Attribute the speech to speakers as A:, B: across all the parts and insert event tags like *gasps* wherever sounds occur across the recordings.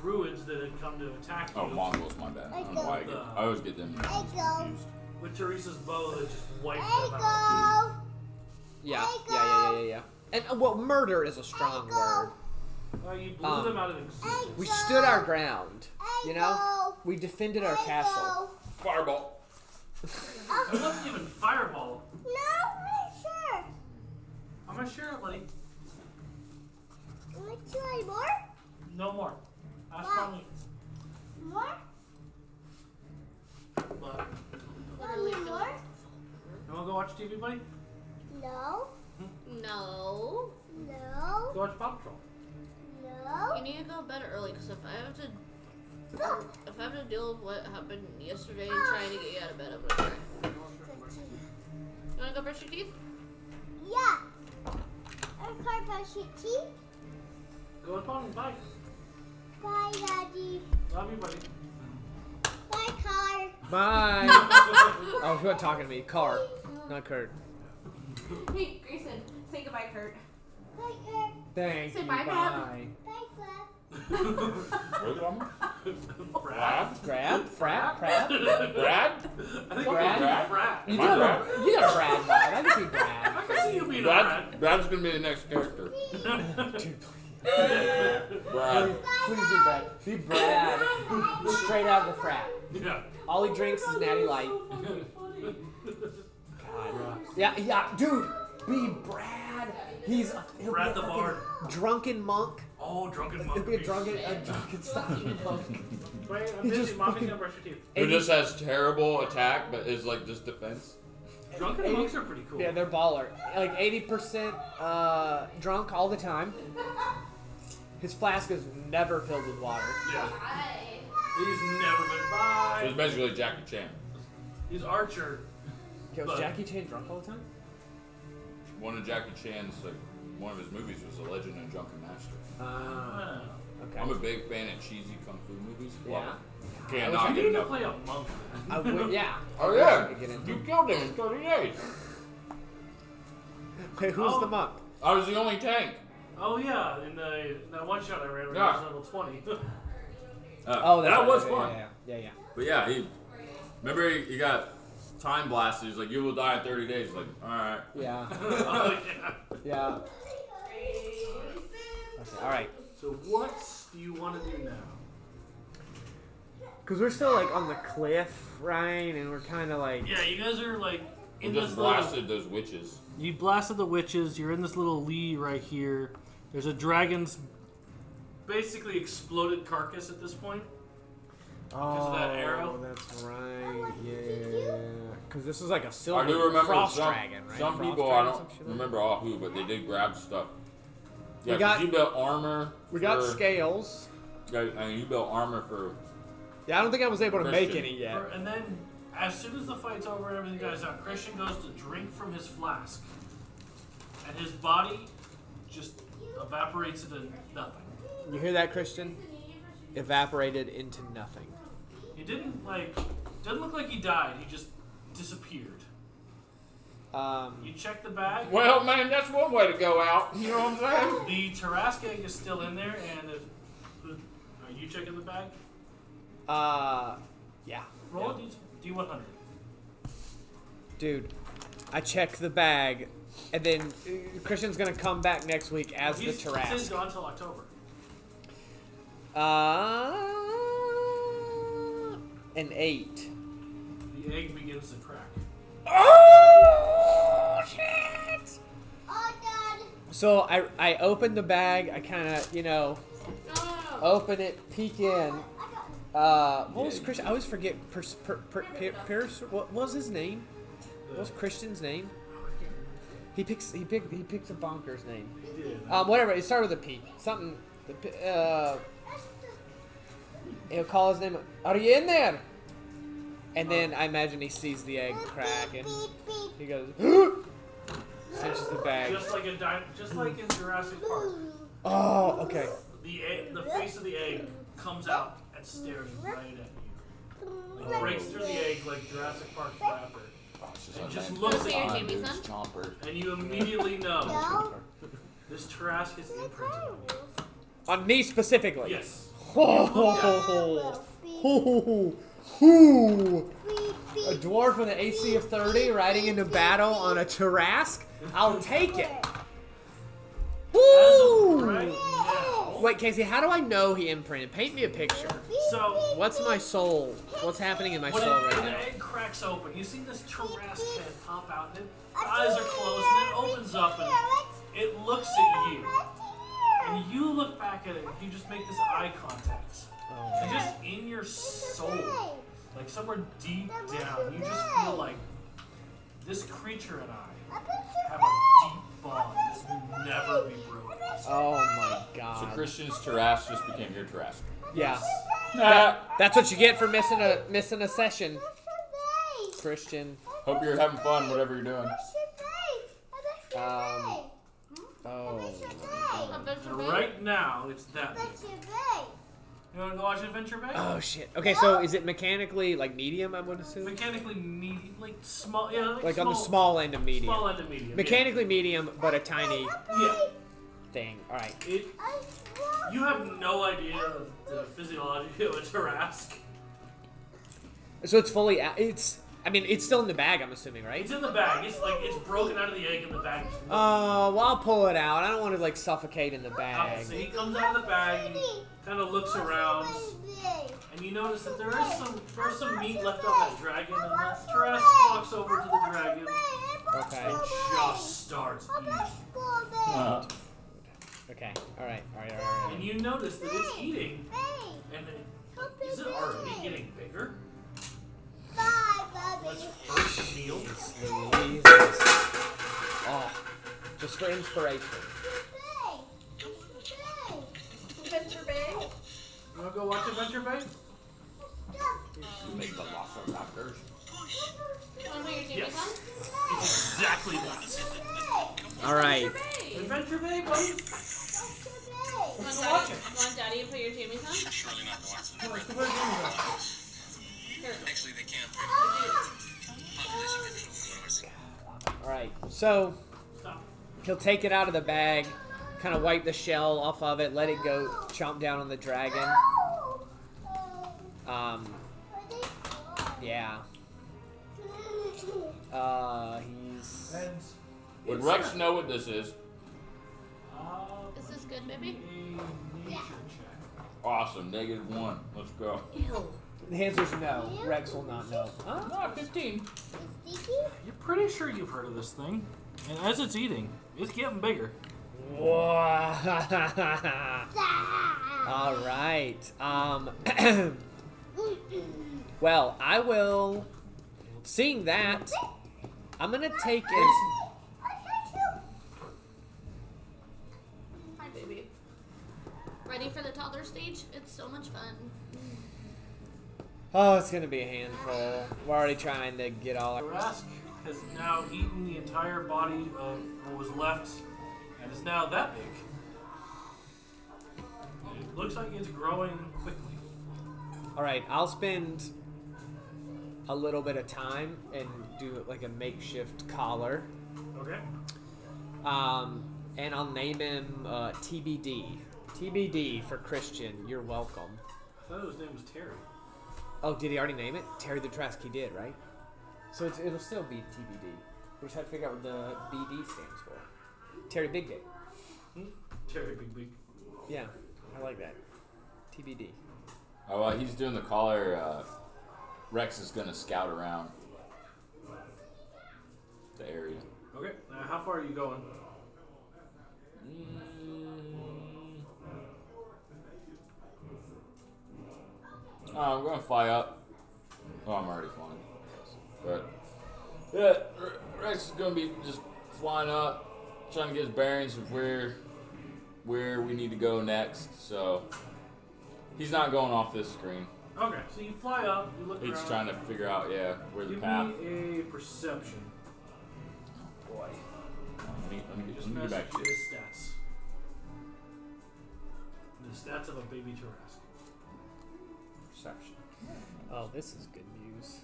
A: druids that had come to attack you.
B: Oh, Mongols, my bad. I don't know why I, get, I always get them confused.
A: With Teresa's bow that just wiped them out.
C: Echo!
D: Yeah, yeah, yeah, yeah, yeah, yeah. And uh, well, murder is a strong word.
A: Oh, you blew
D: Um,
A: them out of existence.
D: We stood our ground. You know, we defended our castle.
C: Echo!
B: Fireball.
A: It wasn't even fireball.
C: Oh, No, I'm sure.
A: I'm gonna share it, buddy.
C: Want to try more?
A: No more. Ask
C: Why?
A: mommy.
C: More?
A: But
C: Want me more?
A: you wanna go watch TV, buddy?
C: No,
E: No.
C: no,
A: Go watch Paw Patrol.
C: no. Oh,
E: You need to go to bed early because if I have to if I have to deal with what happened yesterday trying to get you out of bed, I'm gonna cry. You wanna go brush your teeth?
C: Yeah. Our car brush your teeth.
A: Go with mommy. Bye.
C: Bye, Daddy.
A: Love you, buddy.
B: *laughs*
C: Bye, car.
D: Bye. *laughs* oh, who talking to me? Car, not Kurt.
F: Hey, Grayson, say goodbye, Kurt.
C: Bye, car.
D: Thank
F: Say
D: you.
F: bye,
D: Bye.
F: Pam.
C: Bye, Club.
B: Really, Mama?
A: Brad.
B: Brad?
D: Grab, frat, prat. You
B: Brad?
A: *laughs* I think
D: Brad?
A: Brad. Brad.
B: Am
D: do
B: I
D: have
B: Brad?
D: a, you got a Brad vibe. I can see
A: I
D: Brad.
A: can see you being a Brad.
B: Brad? Brad's gonna be the next character.
D: Dude, please,
B: Brad.
D: please be Brad. Be Brad. Straight out of the frat.
A: yeah.
D: All he drinks is Natty Light. *laughs* Yeah, yeah, dude. Be Brad. He's a, he'll
A: Brad
D: be a
A: the
D: fucking
A: Bard.
D: drunken monk.
A: Oh, drunken monk.
D: He'll be a
A: piece.
D: drunken, a drunken stocking monk.
A: Wait, I'm
D: He
A: busy.
D: just
A: Mommy's
D: fucking-
A: gonna brush your teeth.
B: Who
D: And
B: just has terrible attack, but is like just defense.
A: Drunken
D: Amy-
A: monks are pretty cool.
D: Yeah, they're baller. Like 80% uh, drunk all the time. His flask is never filled with water.
A: Yeah. He's never been
B: So
A: by.
B: it's basically Jackie Chan.
A: He's Archer.
D: Yo, was
A: But-
D: Jackie Chan drunk all the time?
B: One of Jackie Chan's like one of his movies was The Legend of Drunken Master.
D: Uh,
A: Uh,
D: okay.
B: I'm a big fan of cheesy kung fu movies. Love
D: Yeah.
B: it.
A: you
B: Cannot
A: need
B: get
A: to
B: enough.
A: play a monk.
D: I would, yeah.
B: Oh
D: I get
B: yeah,
D: into
B: you killed him in 30 days.
D: Wait, who's
A: Oh.
D: the monk?
B: I was the only tank.
A: Oh yeah, in, the, in that one shot I ran when I was
B: Yeah.
A: level *laughs* twenty.
B: Uh,
D: Oh, that's
B: that
D: right,
B: was
D: yeah,
B: fun.
D: Yeah, yeah, yeah.
B: But yeah, he. Remember he, he got time blasted. He's like, you will die in 30 days. He's like, all right.
D: Yeah, yeah.
A: Oh, yeah.
D: yeah. Okay, all right.
A: So what do you want to do now?
D: Because we're still like on the cliff, right? And we're kind of like.
A: Yeah, you guys are like
B: He
A: in
B: just
A: this
B: blasted those witches.
A: little. You blasted the witches. You're in this little lee right here. There's a dragon's basically exploded carcass at this point.
D: Oh,
A: of that arrow?
D: that's right. Yeah. Because this is like a silver
B: I do remember
D: frost
B: some,
D: dragon, right?
B: some
D: Frost
B: people. I
D: dragon,
B: don't
D: some shit like that?
B: remember all who, but they did grab stuff. Yeah, 'cause
D: got-
B: you built armor.
D: We got
B: for,
D: scales.
B: Yeah, I mean, you built armor for.
D: Yeah, I don't think I was able to make
B: Christian.
D: any yet.
A: And then, as soon as the fight's over and everything goes out, Christian goes to drink from his flask, and his body just evaporates into nothing.
D: You hear that, Christian? Evaporated into nothing.
A: He didn't like. Doesn't look like he died. He just disappeared.
D: Um,
A: You check the bag.
B: Well, man, that's one way to go out. You know what I'm saying?
A: The Tarrasque egg is still in there, and if, are you checking the bag?
D: uh, yeah.
A: Roll a D- D100.
D: Dude, I checked the bag, and then uh, Christian's gonna come back next week as the
A: He's- He's in
D: Tarrasque.
A: gone until October.
D: Uh, an eight.
A: The egg begins to crack.
D: Oh, shit!
C: Oh, Dad.
D: So I, I open the bag, I kind of, you know,
E: No, no, no.
D: open it, peek in,
C: I got
D: Uh, what was
B: Yeah, you
D: Christian? I always forget. Pers- per, per, per, Pierce- what was his name? What was Christian's name? He picks. He picked. He picks a bonker's name.
A: He did.
D: Um, whatever. It started with a P. Something. The P- uh, he'll call his name. Are you in there? And then I imagine he sees the egg crack and
C: beep, beep.
D: he goes. *gasps* Cinches the bag.
A: Just like a di- just like in Jurassic Park,
D: Oh, okay.
A: the egg, the face of the egg comes out and stares right at you. Like breaks through the egg like Jurassic Park wrapper,
B: Oh, it's
A: It
B: a
A: just
B: man.
A: looks
E: at your
B: Ah,
E: Jamie
B: dude, it's
E: son.
B: Chomper.
A: and you immediately know
C: No.
A: this Tarrasque is imprinted.
D: On me specifically. *laughs*
A: Yes.
D: Ho ho ho ho ho! A dwarf with an AC of 30 riding into battle on a Tarrasque? I'll take it.
A: As of
D: Woo!
A: right now,
D: Wait, Casey, how do I know he imprinted? Paint me a picture.
A: so
D: What's my soul? What's happening in my
A: When,
D: soul
A: it,
D: right
A: when the
D: now?
A: egg cracks open, you see this Tarrasque head pop out, and its eyes are closed, and it opens up, and it looks at you. And you look back at it, and you just make this eye contact.
D: Oh,
A: And just in your soul, like somewhere deep down, you just feel like this creature and I have a deep bond. This will never be broken.
D: oh my
B: So
D: god.
B: Christian's Tarrasque just became your Tarrasque.
D: Yeah.
B: Nah.
D: That's what you get for missing a missing a session, Christian.
B: Hope you're having fun, whatever you're doing.
D: Um, Oh.
E: Adventure
A: And
E: Bay?
A: right now, it's that. big. You want to go watch Adventure Bay?
D: Oh shit. Okay, so is it mechanically like medium? I would assume.
A: Mechanically medium, like small, yeah, like,
D: Like on the small end of medium.
A: small end of medium. yeah.
D: Mechanically medium, but a tiny
A: Yeah.
D: thing. All right.
A: It, you have no idea of the physiology of a Tarrasque.
D: So it's fully. out It's. I mean, it's still in the bag. I'm assuming, right?
A: It's in the bag. It's like it's broken out of the egg in the bag.
D: Oh, well, I'll pull it out. I don't want to like suffocate in the
A: Uh,
D: bag.
A: so he comes out of the bag and kind of looks around, and you notice that there is some there's some meat left on that dragon, and that Tarrasque walks over to the dragon
D: Okay.
A: and just starts eating.
B: Uh,
D: Okay. All right. All right. All right. All
A: And
D: right.
A: you notice that it's eating, and it, is it already getting bigger? Let's first shield.
D: Jesus. Oh, just for inspiration.
F: Adventure Bay.
A: You wanna go watch Adventure Bay?
B: Make the Velociraptors.
F: Wanna put your TV
A: Yes.
F: on?
A: It's exactly that.
D: All right.
F: Hey.
A: Adventure Bay, buddy.
F: Want
A: Go
F: daddy,
A: watch it.
F: want daddy to put your jammies on?
G: Surely not the last
A: Come on, come on, come on.
F: Here.
G: Actually, they can't. Population control laws.
D: All right. So
A: Stop.
D: he'll take it out of the bag, kind of wipe the shell off of it, let it go chomp down on the dragon.
A: Oh.
D: Um. Yeah. Uh. He's.
A: And
B: Would Rex know what this is?
A: um,
E: Is this good,
A: a
E: baby?
A: nature check.
B: Awesome. Negative one. Let's go.
E: Ew.
D: The answer's no. Rex will not know. Huh? *laughs*
B: 15.
A: Ah, You're pretty sure you've heard of this thing, and as it's eating, it's getting bigger.
D: Whoa. All right. Um, *clears throat* well, I will. Seeing that, I'm gonna take
E: *laughs*
D: it.
E: Hi, baby. Ready for the toddler stage? It's so much fun.
D: Oh, it's gonna be a handful. We're already trying to get all.
A: The
D: Our,
A: Rask has now eaten the entire body of what was left, and is now that big. And It looks like it's growing quickly.
D: all right, I'll spend a little bit of time and do like a makeshift collar,
A: Okay.
D: um, and I'll name him uh, TBD. TBD for Christian. You're welcome.
A: I thought his name was Terry.
D: Oh, did he already name it? Terry the Trask, he did, right? So it's, it'll still be TBD. We just have to figure out what the BD stands for. Terry Big Dick.
A: Terry Big Big.
D: Yeah, I like that. TBD.
B: Oh, well, he's doing the collar. Uh, Rex is gonna scout around the area.
A: Okay. Now, how far are you going?
B: Oh, I'm gonna fly up. Oh, I'm already flying. But yeah, Re- Rex is gonna be just flying up, trying to get his bearings of where where we need to go next. So he's not going off this screen.
A: Okay. So you fly up. You look
B: He's
A: around.
B: trying to figure out yeah where the
A: Give
B: path.
A: me a perception.
B: Boy, let me, let me, get,
A: Just
B: let me get
A: message
B: back
A: you
B: to
A: his
B: this.
A: stats. The stats of a baby Tarrasque.
B: Perception.
D: Oh, this is good news.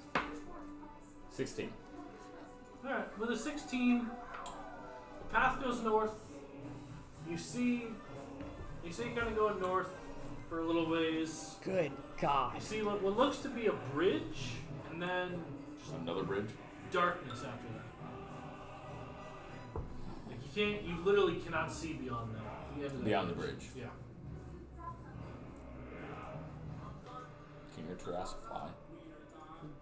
B: Sixteen.
A: Alright, with a 16, the path goes north. You see, you see, kind of going north for a little ways.
D: Good God.
A: You see what what looks to be a bridge, and then just
B: Another bridge.
A: darkness after that. Like you can't, you literally cannot see beyond that. The end of that
B: Beyond the bridge.
A: Yeah.
B: Can your Jurassic fly?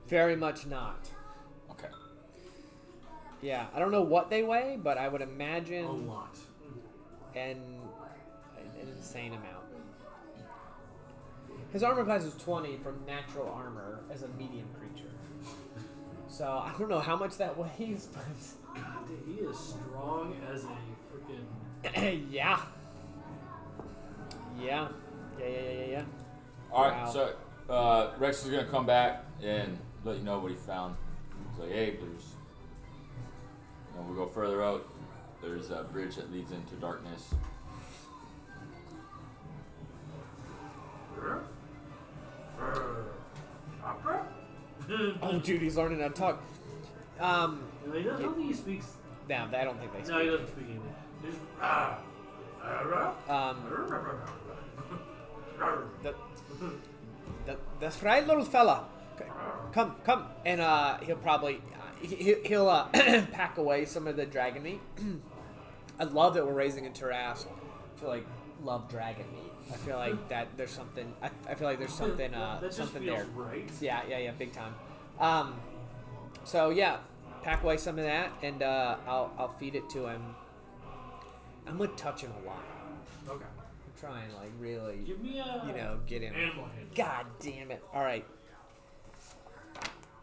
D: Very much not.
B: Okay.
D: Yeah, I don't know what they weigh, but I would
A: A
D: imagine
A: lot. Oh.
D: an, an insane amount. His armor class is 20 from natural armor as a medium creature. So I don't know how much that *laughs* weighs, but *clears throat*
A: God, he is strong as a freaking.
D: yeah. Yeah. Yeah, yeah, yeah, yeah, yeah.
B: All right.
D: Wow.
B: So uh, Rex is gonna come back and let you know what he found. He's like, hey, there's. And we go further out. There's a bridge that leads into darkness.
A: *laughs* Opera?
D: Oh, dude, he's learning how to talk. Um,
A: No, he doesn't, I don't think he speaks.
D: no, I don't think they
A: No, he
D: speak.
A: doesn't speak English. He's. "Ah, ah,
D: Um,
A: ah."
D: the, the, that's right, little fella. C- Come, come, and uh, he'll probably uh, he, he- he'll uh, *clears throat* pack away some of the dragon meat. *clears throat* I love that we're raising a Tarrasque to like love dragon meat. I feel like that there's something. I, I feel like there's something uh,
A: that just
D: something
A: feels
D: there.
A: right.
D: Yeah, yeah, yeah, big time. Um, so yeah, pack away some of that, and uh, I'll I'll feed it to him. I'm gonna touch him a lot.
A: Okay.
D: I'm trying like really, you
A: Give me a.
D: know, get him.
A: Animal handling.
D: God damn it! All right,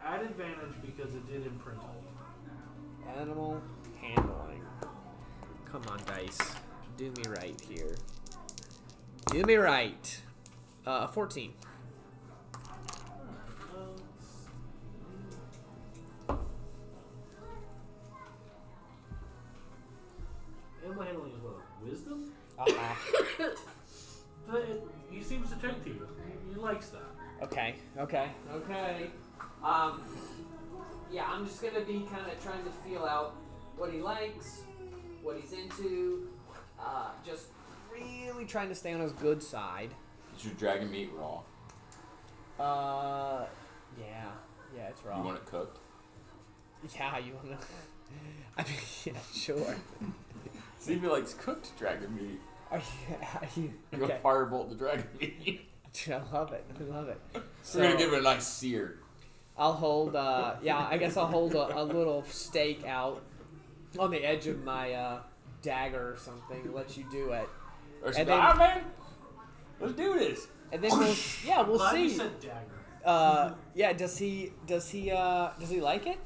A: At advantage because it did imprint on you.
D: animal handling. Come on, dice, do me right here. Do me right. Uh, a 14.
A: Animal handling is what? Wisdom?
D: Uh-uh.
A: But it, he seems to take to you. He, he likes that.
D: Okay. Okay. Okay. Um. Yeah, I'm just gonna be kind of trying to feel out what he likes, what he's into. Uh, just really trying to stay on his good side.
B: Is your dragon meat raw?
D: Uh. Yeah. Yeah, it's wrong.
B: You want it cooked?
D: yeah, you wanna. *laughs* I mean, yeah, sure.
B: See if he likes cooked dragon meat.
D: *laughs* Are you? Are you?
B: You
D: Okay.
B: want firebolt the dragon meat? *laughs*
D: Dude, I love it. I love it. So
B: We're gonna give it a nice sear.
D: I'll hold. Uh, yeah, I guess I'll hold a, a little stake out on the edge of my uh, dagger or something. Let you do it,
B: Or
D: And
B: and
D: then-
B: man, let's do this.
D: and then we'll. Yeah, we'll
A: Glad you
D: see.
A: said dagger.
D: Uh, yeah, does he? Does he? Uh, does he like it?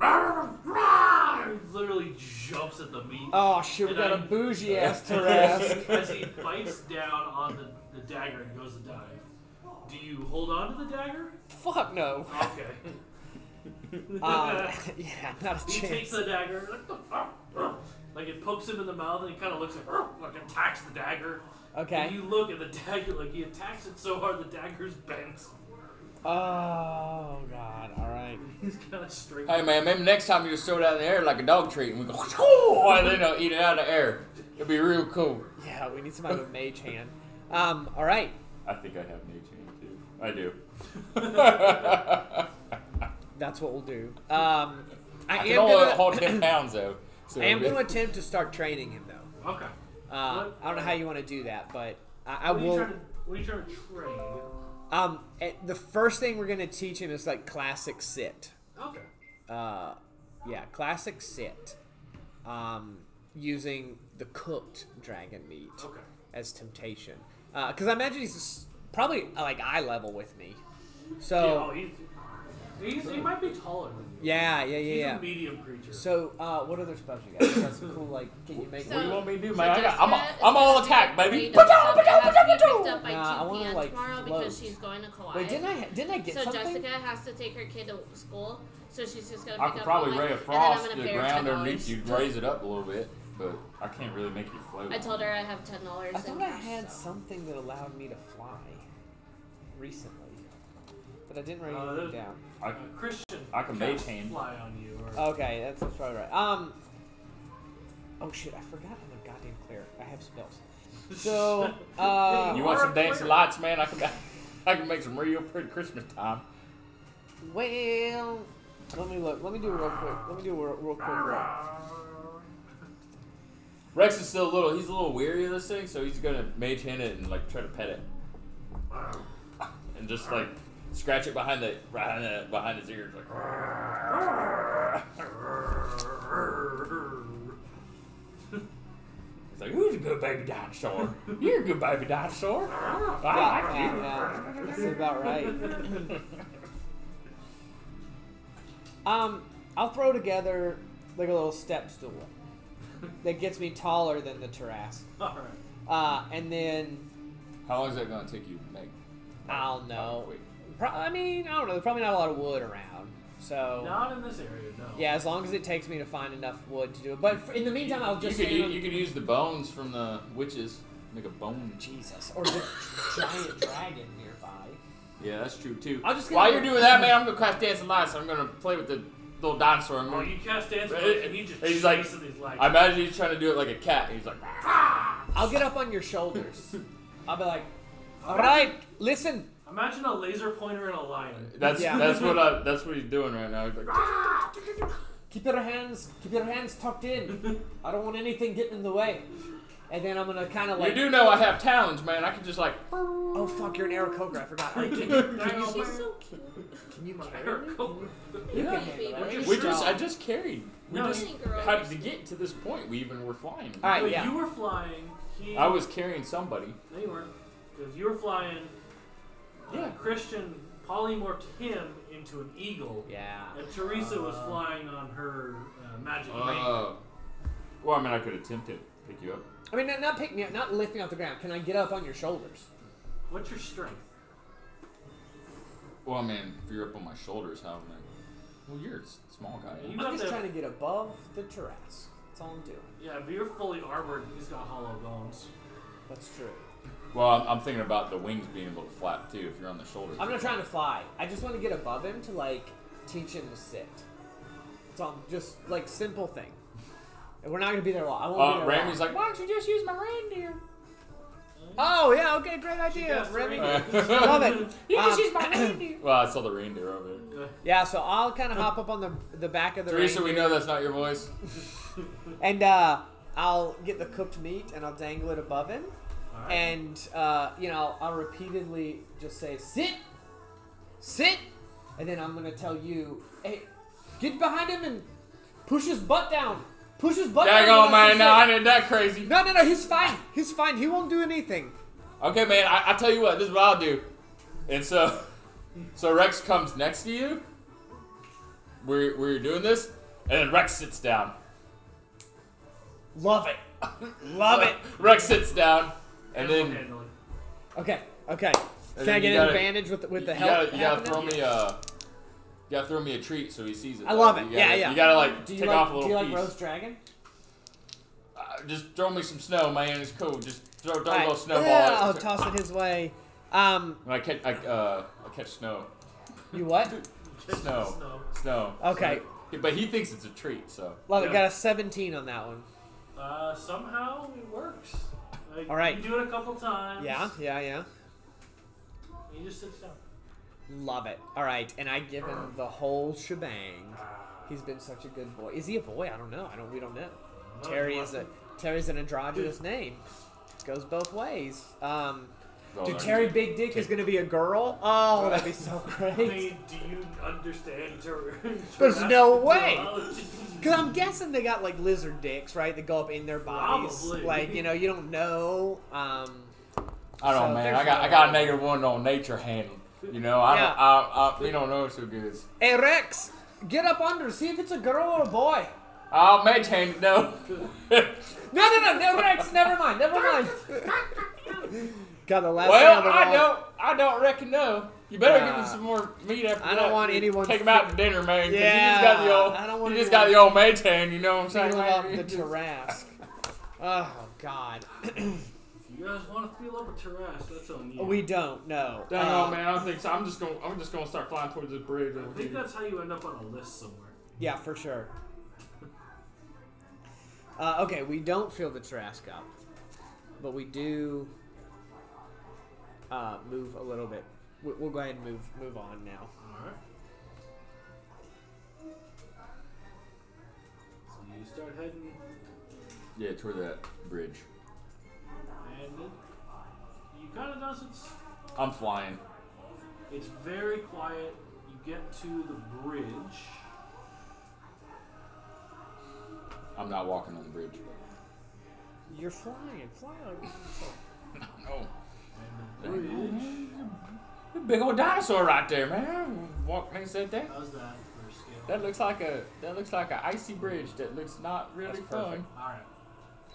A: He literally jumps at the meat.
D: Oh shit! We
A: Did
D: got
A: I-
D: a bougie ass
A: as, *laughs*
D: Tarrasque.
A: he, as he bites down on the, the dagger and goes to dive. Do you hold on to the dagger? *laughs*
D: Fuck no.
A: Okay.
D: Um, *laughs* yeah, not a
A: *laughs* he takes
D: chance.
A: the dagger, like, "What the fuck?" like it pokes him in the mouth, and he kind of looks like, "Arr," like attacks the dagger. And
D: Okay.
A: you look at the dagger, like he attacks it so hard the dagger's bent.
D: Oh god. All right.
A: He's kind of straight.
B: Hey man, maybe next time you just throw it out in the air like a dog treat and we go, *laughs* "Whoo!" and then they'll eat it out of the air. It'd be real cool.
D: Yeah, we need somebody with mage hand. Um. All right.
B: I think I have nature too. I
E: *laughs*
B: do.
D: That's what we'll do. Um. I,
B: I
D: am
B: can only
D: gonna *coughs*
B: hold
E: *coughs*
B: ten pounds though. So
D: I am
B: it'll
D: going to
B: be-
D: attempt to start training him though.
A: Okay.
D: Uh,
A: What-
D: I don't know how you want to do that, but I, I
A: What are, you
D: will.
A: trying to, what are you trying to train?
D: Um, eh, the first thing we're going to teach him is like classic sit.
A: Okay.
D: Uh, yeah, classic sit. Um, using the cooked dragon meat
A: Okay.
D: as temptation, because I imagine he's s- probably uh, like eye level with me.
A: Yeah, oh,
D: So
A: he's, he's, he might be taller than you.
D: yeah, yeah, yeah,
A: He's
D: yeah.
A: a medium creature.
D: So uh, what other spells you got? That's cool. Like, can you make?
E: So- What do you want
B: me to do,
E: So
B: man? I got-
E: Jessica
B: I'm,
E: is
B: a, I'm all
E: gonna be
B: attack,
E: afraid
B: baby.
E: of
B: Ba-chow,
E: something
B: ba-chow,
E: has to be
B: ba-chow,
E: picked
B: ba-chow.
E: up by
D: Nah, I
E: 2
D: wanna,
E: p.m.
D: like,
E: tomorrow
D: float.
E: because she's going to Kauai.
D: Wait, didn't I didn't I get
E: so
D: something?
E: Jessica has to take her kid to school, so she's just gonna
B: I
E: pick
B: could
E: up
B: probably
E: all my-
B: ray a
E: and then I'm
B: frost
E: gonna
B: to the
E: pay her
B: ground
E: $10.
B: underneath you, raise it up a little bit, but I can't really make you float.
E: I told her I have ten dollars.
D: I thought I had something that allowed me to fly recently, but I didn't write
A: Uh,
D: anything
A: there's-
D: down.
B: I,
A: Uh, Christian.
B: I can
A: cast
B: mage hand.
A: Fly on you. Or,
D: Okay, that's,
A: *laughs*
D: that's probably right. Um. Oh shit! I forgot I'm a goddamn cleric. I have spells. So, uh,
B: You want some dancing lights, man? I can, *laughs* I can make some real pretty Christmas time.
D: well, let me look. Let me do a real quick. Let me do a real, real quick look.
B: Rex is still a little. He's a little weary of this thing, so he's gonna mage hand it and like try to pet it, and just like scratch it behind the behind, the, behind his ears. Like he's like, "Who's a good baby dinosaur? You're a good baby dinosaur.
A: Oh,
B: I
D: Yeah, yeah, that's about right.
B: like you." *laughs*
D: Um, I'll throw together like a little step stool that gets me taller than the Tarrasque.
A: *laughs* Alright.
D: Uh, and then
B: How long is that gonna take you to make?
D: I'll know.
B: Wait.
D: Pro- I mean, I don't know. There's probably not a lot of wood around, so
A: Not in this area, no.
D: yeah. As long as it takes me to find enough wood to do it, but for, in the meantime, I'll
B: You
D: just
B: could,
D: stand
B: u-
D: on-
B: you could use the bones from the witches. Make a bone
D: Jesus or the
B: *laughs*
D: giant dragon nearby.
B: Yeah, that's true too.
D: I'm just gonna-
B: While you're doing that, man, I'm gonna craft dancing lights. I'm gonna play with the little dinosaur. I'm
A: Oh,
B: gonna-
A: you cast dance
B: Right,
A: moves, and you just
B: he's like-
A: chasing these lights.
B: I imagine he's trying to do it like a cat. He's like, "Ah."
D: I'll get up on your
B: *laughs*
D: shoulders. I'll be like, all right, listen.
A: Imagine a laser pointer and a lion.
B: *laughs* that's
D: Yeah.
B: that's what I, that's what he's doing right now. He's like, "Ah."
D: Keep your hands, keep your hands tucked
B: *laughs*
D: in. I don't want anything getting in the way. And then I'm gonna kind of
B: you
D: like,
B: do know I have talons, man. I can just like,
D: oh fuck, you're an Aarakocra. I forgot. All right, can,
E: She's so cute.
D: can
B: *laughs*
D: you carry me?
A: Eric,
D: You
B: Yeah.
D: can handle that, right?
B: we just I just carried. We
A: No,
B: just
E: Any girl.
B: how did to get to this point? We even were flying.
D: All right,
A: But
D: yeah.
A: you were flying. He,
B: I was carrying somebody.
A: No, you weren't. Because you were flying. uh,
B: Yeah.
A: Christian polymorphed him into an eagle.
D: Yeah.
A: And Teresa was flying on her uh, magic ring.
B: Uh, well, I mean, I could attempt to pick you up.
D: I mean, not, not pick me up, not lift me off the ground. Can I get up on your shoulders?
A: What's your strength?
B: Well, man, if you're up on my shoulders, how am I? Well, you're a s- small guy.
A: You
D: I'm
A: got
D: just
A: the-
D: trying to get above the Tarrasque. That's all I'm doing.
A: Yeah, but you're fully armored. and He's got hollow bones.
D: That's true.
B: Well, I'm, I'm thinking about the wings being able to flap too if you're on the shoulders.
D: I'm not trying to fly. I just want to get above him to like teach him to sit. So I'm just like simple thing. And we're not gonna be there long. I won't
B: Uh,
D: be there
B: Ramy's
D: long.
B: like, why don't you just use my reindeer?
D: Oh yeah, okay, great idea,
A: got
D: Remy.
A: three.
D: *laughs*
A: *laughs*
D: Love
B: *laughs*
D: it.
B: You just
D: Um, *clears throat*
B: use my reindeer. Well, I saw the reindeer over there.
D: Yeah, so I'll kind of hop up on the the back of the
B: Teresa, we
D: reindeer,
B: know that's not your voice.
D: and uh, I'll get the cooked meat and I'll dangle it above him,
A: Alright.
D: and uh, you know I'll repeatedly just say sit, sit, and then I'm gonna tell you, hey, get behind him and push his butt down, push his butt
B: Dang
D: down.
B: on,
D: and let him
B: man. No, I
D: sit."
B: did that crazy.
D: No, no, no, he's fine. He's fine. He won't do anything.
B: Okay, man, I, I tell you what, this is what I'll do. And so, so Rex comes next to you. We're, we're doing this, and then Rex sits down.
D: Love it. *laughs* Love it.
B: *laughs* Rex sits down, and
A: Animal
B: then
A: handling.
D: Okay, okay.
B: And
D: Can I get
B: then you
D: an
B: gotta-
D: advantage with the, with the
B: you
D: help?
B: gotta, you gotta
D: happening?
B: throw me a, you gotta throw me a treat so he sees it.
D: I
B: though.
D: love it.
B: You
D: yeah,
B: gotta-
D: yeah.
B: You gotta like
D: do you
B: take
D: like,
B: off a little
D: Do you like
B: piece.
D: roast dragon?
B: Uh, just throw me some snow, man. It's cool. Just throw, throw a
D: Alright.
B: little snowball.
D: Yeah,
B: at
D: I'll
B: it.
D: Oh, toss it his way. Um,
B: When I catch, I, uh, I catch snow.
D: you what?
B: Snow.
A: *laughs* Snow.
B: Snow.
D: Okay.
B: So- but he thinks it's a treat, so.
D: Love
A: Yeah.
D: it. Got a 17 on that one.
A: Uh, somehow it works. Like,
D: All right.
A: You do it a couple times.
D: Yeah, yeah, yeah.
A: and He just sits down.
D: Love it. All right, and I give him the whole shebang. He's been such a good boy. Is he a boy? I don't know. I don't. We don't know. Terry is a Terry's an androgynous name. Goes both ways. Um,
B: Oh,
D: dude, Terry Big Dick is gonna be a girl. Oh, that'd
A: *laughs*
D: be so
A: I
D: great.
A: mean, do you understand? Ter-
D: *laughs* There's no
A: Jurassic *laughs*
D: way.
A: biology?
D: Cause I'm guessing they got like lizard dicks, right? That go up in their bodies.
A: Probably.
D: Like you know, you don't know. Um,
B: I don't,
D: so
B: know, man.
D: there's
B: I got,
D: no-
B: I got a negative one on nature handling. You know, I,
D: Yeah.
B: don't, I, I, we don't know so good.
D: hey Rex, get up under, see if it's a girl or a boy.
B: I'll maintain it, *laughs* no.
D: No, no, no, no, Rex. Never mind. Never mind. God, the last.
B: well,
D: thing
B: I
D: want-
B: don't, I don't reckon no. You better give
D: Uh,
B: him some more meat after
D: I don't
B: that,
D: want
B: dude.
D: anyone
B: Take him
D: fi-
B: out to dinner, man. 'cause he just got the
D: Yeah,
B: old,
D: I don't want
B: he just got the
D: anyone-
B: old maintain. You know what I'm saying?
D: Feel
B: *laughs* man?
D: up the
B: Just-
D: Tarrasque. Oh God, *clears throat*
A: If you guys want to feel up a terrace, that's on you.
D: we don't know.
B: Dang
D: Uh,
B: on, oh, man. I don't think so. I'm just gonna I'm just gonna start flying towards this bridge.
A: I think that's how you end up on a list somewhere.
D: Yeah, for sure. Uh, okay, we don't feel the Tarrasque up. but we do uh, move a little bit. We- We'll go ahead and move move on now.
A: Alright. So you start heading
B: Yeah, toward that bridge.
A: and it, you kind of doesn't. s-
B: I'm flying.
A: It's very quiet. You get to the bridge.
B: I'm not walking on the bridge. *laughs*
D: You're flying, flying.
B: Oh.
A: The bridge.
B: Big old dinosaur right there, man. Walk next to that.
A: How's that for a scale?
B: That looks like a that looks like an icy bridge that looks not really
D: That's
B: fun.
D: perfect.
A: Alright.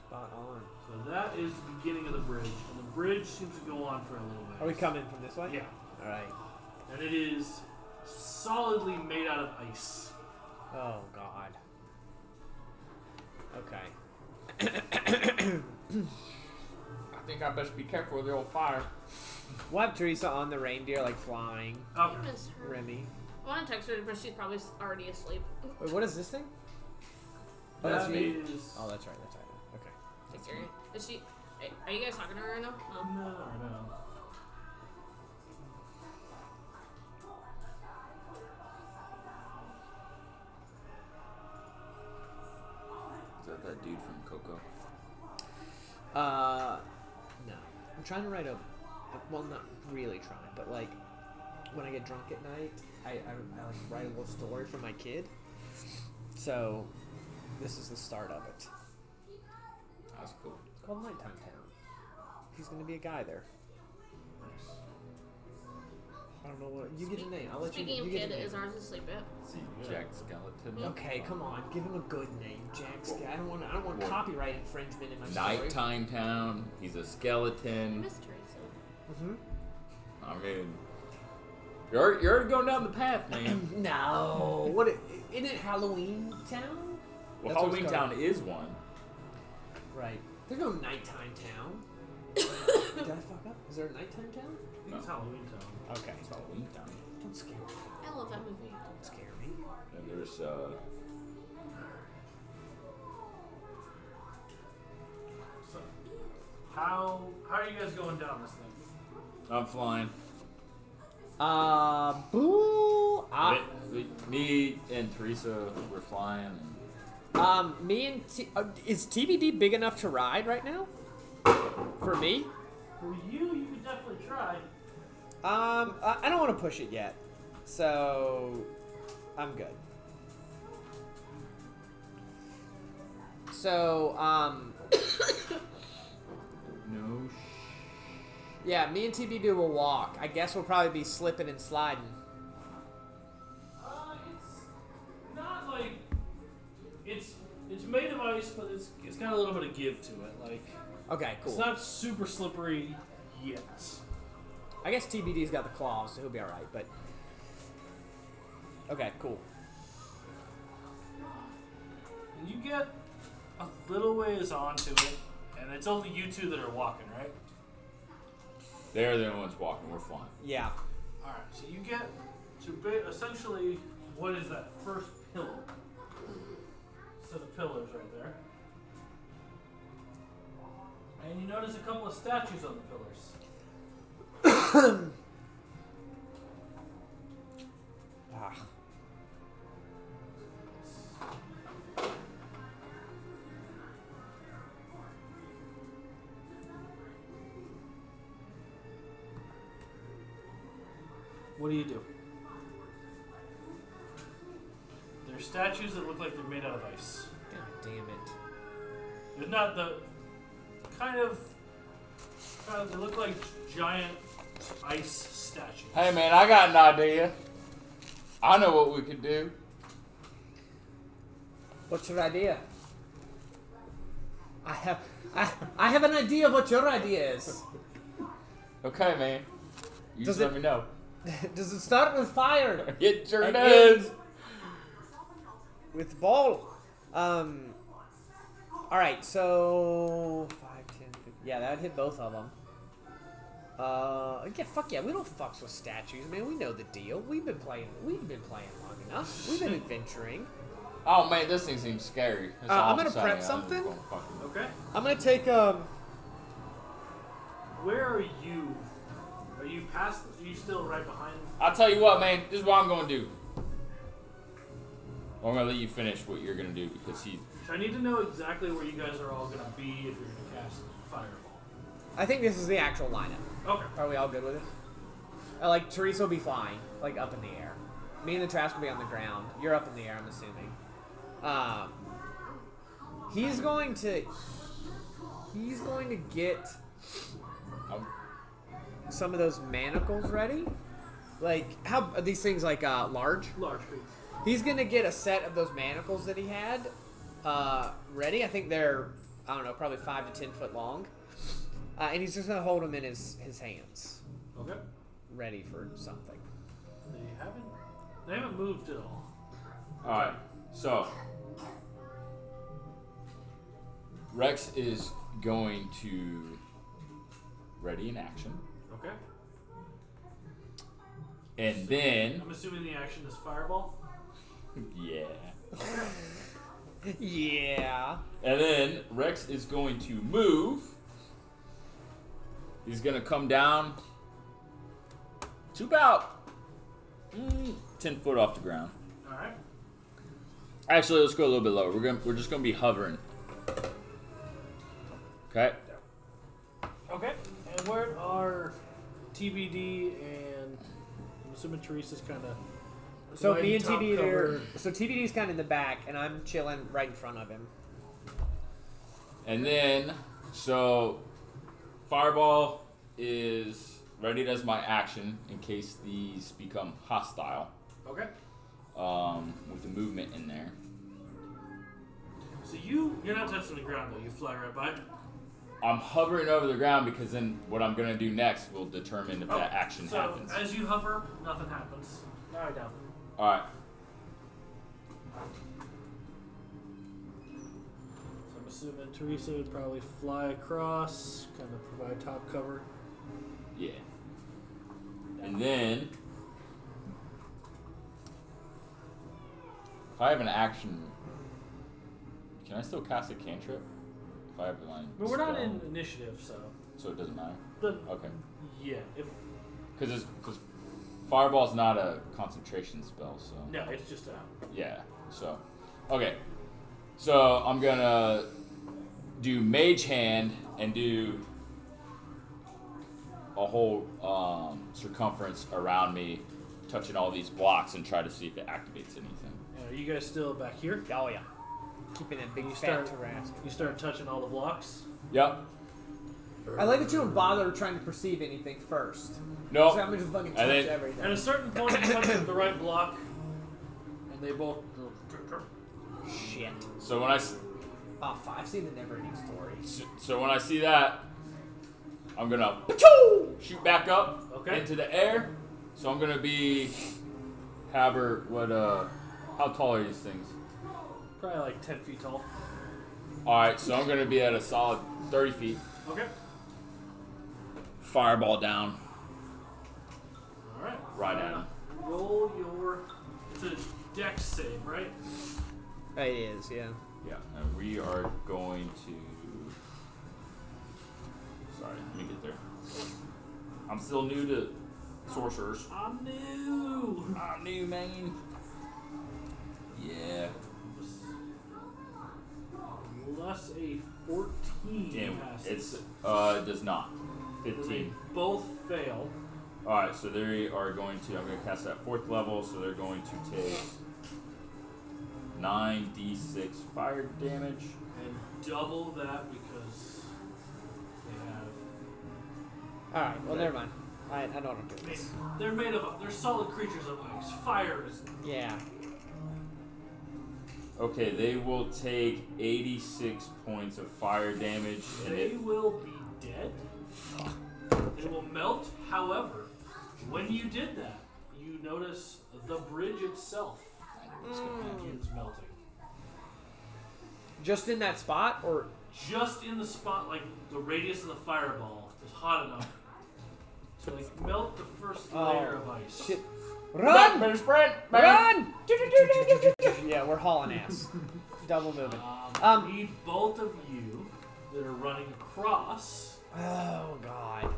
D: Spot on.
A: So that is the beginning of the bridge. And the bridge seems to go on for a little bit.
D: Are we coming from this way?
A: Yeah.
D: All right.
A: And it is solidly made out of ice.
D: Oh God. Okay.
B: I think I best be careful with the old fire.
D: We'll have Teresa on the reindeer, like flying
A: Okay.
E: I miss her.
D: Remy.
F: I want to text her, but she's probably s- already asleep.
D: Wait, what is this thing? Oh, that's
A: That
D: me.
A: is-
D: Oh, that's right. That's right. Okay.
F: Is there- Is she? Are you guys talking to her right now? No.
A: No, no.
B: Is that that dude from Coco?
D: Uh, no. I'm trying to write a. Well, not really trying, but like when I get drunk at night, I, I, I like write a little story for my kid. So this is the start of it.
B: That's cool.
D: It's called Nighttime Town. He's gonna be a guy there. I don't know what you get a name. I'll let
E: Speaking
D: you.
E: of
D: you get
E: kid,
D: a name.
E: is ours asleep yet?
B: Jack Skeleton.
D: Okay, come on, give him a good name, Jack. Ske- I don't want. I don't want
B: Whoa.
D: copyright infringement in my story.
B: Nighttime Town. He's a
E: I
D: Hmm?
B: skeleton.
E: miss Teresa.
B: I mean, you're already, you're already going down the
D: *coughs*
B: path, man.
D: *laughs* No, what? i- Isn't it Halloween Town?
B: well,
D: That's what
B: Halloween
D: it's
B: Town is one.
D: Right. There's no nighttime town. Did I fuck up? Is there a nighttime town?
A: It's Halloween Town.
D: Okay.
B: It's Halloween Town.
D: Don't scare me.
E: I love that movie.
D: Don't scare me.
B: And there's uh.
A: So, how how are you guys going down this thing?
B: I'm flying.
D: Uh, boo. Uh,
B: Me- me and Teresa were flying. And
D: um, me and T- uh, is TBD big enough to ride right now? For me?
A: For you, you could definitely try.
D: Um, I I don't want to push it yet, so I'm good. So, um,
B: no
D: yeah, me and TBD will walk. I guess we'll probably be slipping and sliding.
A: Uh, it's not like it's it's made of ice, but it's it's got a little bit of give to it. Like
D: Okay, cool.
A: it's not super slippery yet.
D: I guess TBD's got the claws, so he'll be all right. But okay, cool.
A: And you get a little ways onto it, and it's only you two that are walking, right?
B: They're the only ones walking. We're flying.
D: Yeah.
A: All right. So you get to ba- essentially what is that first pillar? So the pillars right there. And you notice a couple of statues on the pillars.
D: Ah.
A: What do you do? They're statues that look like they're made out of ice.
D: God damn it.
A: They're not the kind of. Kind of they look like giant ice statues.
B: Hey man, I got an idea. I know what we could do.
D: What's your idea? I have I, I have an idea of what your idea is. *laughs*
B: Okay, man. You
D: Does
B: just let
D: it-
B: me know.
D: Does it start with fire?
B: It sure
D: It
B: does.
D: is. With ball. Um. All right, so five, ten, fifteen. Yeah, that would hit both of them. Uh, yeah, fuck yeah. We don't fucks with statues, man. We know the deal. We've been playing. We've been playing long enough. We've been adventuring.
B: Oh man, this thing seems scary. That's
D: Uh,
B: all
D: I'm gonna
B: saying.
D: prep
B: I'm just
D: something.
B: gonna fucking-
A: Okay.
D: I'm gonna take um.
A: Where are you? Are you past? Are you still right behind?
B: I'll tell you what, man. This is what I'm gonna do. I'm gonna let you finish what you're gonna do because he's.
A: So I need to know exactly where you guys are all going to be if you're going to cast Fireball.
D: I think this is the actual lineup.
A: Okay.
D: Are we all good with it? Uh, like Teresa will be flying, like up in the air. Me and the trash will be on the ground. You're up in the air, I'm assuming. Um, he's going to. He's going to get
B: I'm,
D: some of those manacles ready. Like how are these things like uh, large?
A: Large feet.
D: He's gonna get a set of those manacles that he had uh, ready. I think they're I don't know, probably five to ten foot long, uh, and he's just gonna hold them in his his hands,
A: Okay.
D: ready for something.
A: They haven't. They haven't moved at all.
B: all right. So Rex is going to ready in action,
A: Okay.
B: and then
A: I'm assuming the action is Fireball.
B: yeah.
D: Yeah.
B: And then Rex is going to move. He's going to come down to about mm, 10 foot off the ground.
A: All right.
B: Actually, let's go a little bit lower. We're, gonna, we're just going to be hovering. Okay.
A: Okay. And where are TBD and I'm assuming Teresa's kind of.
D: So me and TBD are so TBD's kind of in the back, and I'm chilling right in front of him.
B: And then, so Fireball is readied as my action in case these become hostile
A: Okay.
B: um, with the movement in there.
A: So you you're not touching the ground though. You fly right by.
B: I'm hovering over the ground because then what I'm gonna do next will determine if that
A: Oh,
B: action
A: so
B: happens.
A: as you hover, nothing happens. All right, down.
B: All right.
A: So I'm assuming Teresa would probably fly across, kind of provide top cover.
B: Yeah. And then, if I have an action, can I still cast a cantrip? If I have a line.
A: But we're not
B: spell?
A: in initiative, so.
B: So it doesn't matter.
A: The,
B: Okay.
A: yeah. If
B: Because it's because fireball's not a concentration spell, so.
A: no, it's just a.
B: Yeah. So, okay. So I'm gonna do Mage Hand and do a whole um, circumference around me, touching all these blocks and try to see if it activates anything.
A: Yeah, are you guys still back here?
D: Oh yeah, keeping that big
A: You start-
D: fat Tarrasque.
A: You start touching all the blocks.
B: Yep.
D: I like that you don't bother trying to perceive anything first. So I'm
B: Nope.
D: gonna just fucking
B: I
D: touch
B: think-
A: At a
D: everything.
A: certain point, you touch the right block, and they both.
D: Shit.
B: So when I s-
D: Oh, fuck, I've seen the never-ending story.
B: so when I see that, I'm gonna shoot back up
A: Okay.
B: into the air. So I'm gonna be have her what uh how tall are these things?
A: Probably like 10 feet tall.
B: All right, so I'm gonna be at a solid 30 feet.
A: Okay.
B: Fireball down,
A: Alright.
B: right at him.
A: Roll your. It's a dex save, right?
D: It is, yeah.
B: Yeah, and we are going to. Sorry, let me get there. I'm still new to sorcerers.
A: I'm new!
B: I'm new, man. Yeah.
A: Plus a 14.
B: Damn,
A: passes.
B: it's uh it does not.
A: So They
B: 15.
A: both fail.
B: All right, so they are going to. I'm going to cast that fourth level, so they're going to take nine d6 fire damage.
A: And double that because they have.
D: All right. Well, never mind. I, I know what I'm doing.
A: made- They're made of. They're solid creatures of ice. Fire is.
D: Yeah.
B: Okay, they will take 86 points of fire damage, and
A: They
B: it,
A: will be dead. They will melt. However, when you did that, you notice the bridge itself begins melting.
D: Just in that spot, or
A: Just in the spot, like the radius of the fireball is hot enough to like melt the first layer of ice.
D: shit. Run!
B: Better spread,
D: Run! yeah, we're hauling *laughs* ass. Double movement.
A: Um,
D: Um,
A: need both of you that are running across
D: Oh god.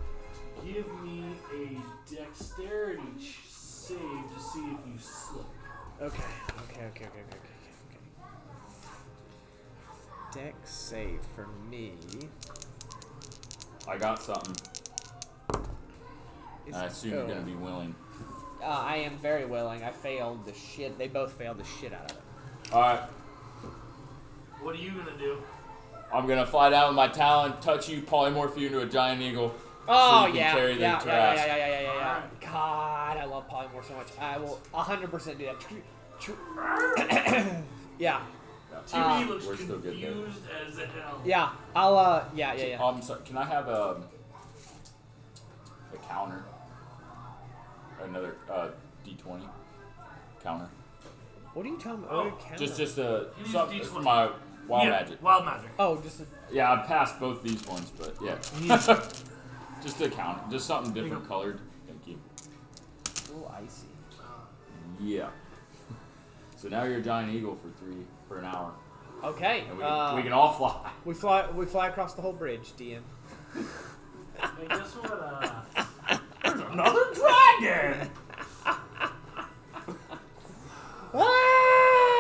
A: Give me a dexterity ch- save to see if you slip.
D: Okay. Okay. Okay. Okay. Okay. Okay. okay. Deck save for me.
B: I got something.
D: is
B: I assume you're
D: go.
B: gonna be willing.
D: Uh, I am very willing. I failed the shit. They both failed the shit out of it.
B: All right,
A: What are you gonna do?
B: I'm gonna fly down with my talon, touch you, polymorph you into a giant eagle.
D: Oh
B: so you can
D: yeah,
B: carry
D: yeah,
B: the
D: yeah,
B: Tarrasque.
D: yeah, yeah, yeah, yeah, yeah, yeah, yeah.
A: Alright.
D: God, I love polymorph so much. I will 100% do that. Tru- tru- *coughs* yeah,
A: Timmy
D: Uh,
A: looks
B: Um, we're still good there.
A: confused as hell.
D: yeah. I'll uh, yeah, yeah, yeah.
B: Um, sorry, can I have a a counter? Another uh, D20 counter.
D: What are you talking
A: Oh,
D: about? What a
B: Just
D: counter.
B: just a
A: You need
B: some,
A: a D20.
B: for my wild
A: Yeah,
B: magic.
A: Wild magic.
D: Oh, just a,
B: Yeah, I've passed both these ones, but yeah. *laughs* just a counter, just something
A: you
B: different
A: go.
B: colored. Thank you.
D: little icy.
B: Yeah. So now you're a giant eagle for three for an hour,
D: Okay.
B: and we can,
D: uh,
B: we can all
A: *laughs*
B: fly.
D: we fly. We fly across the whole bridge, DM.
A: Hey, guess what? Uh,
B: Another dragon.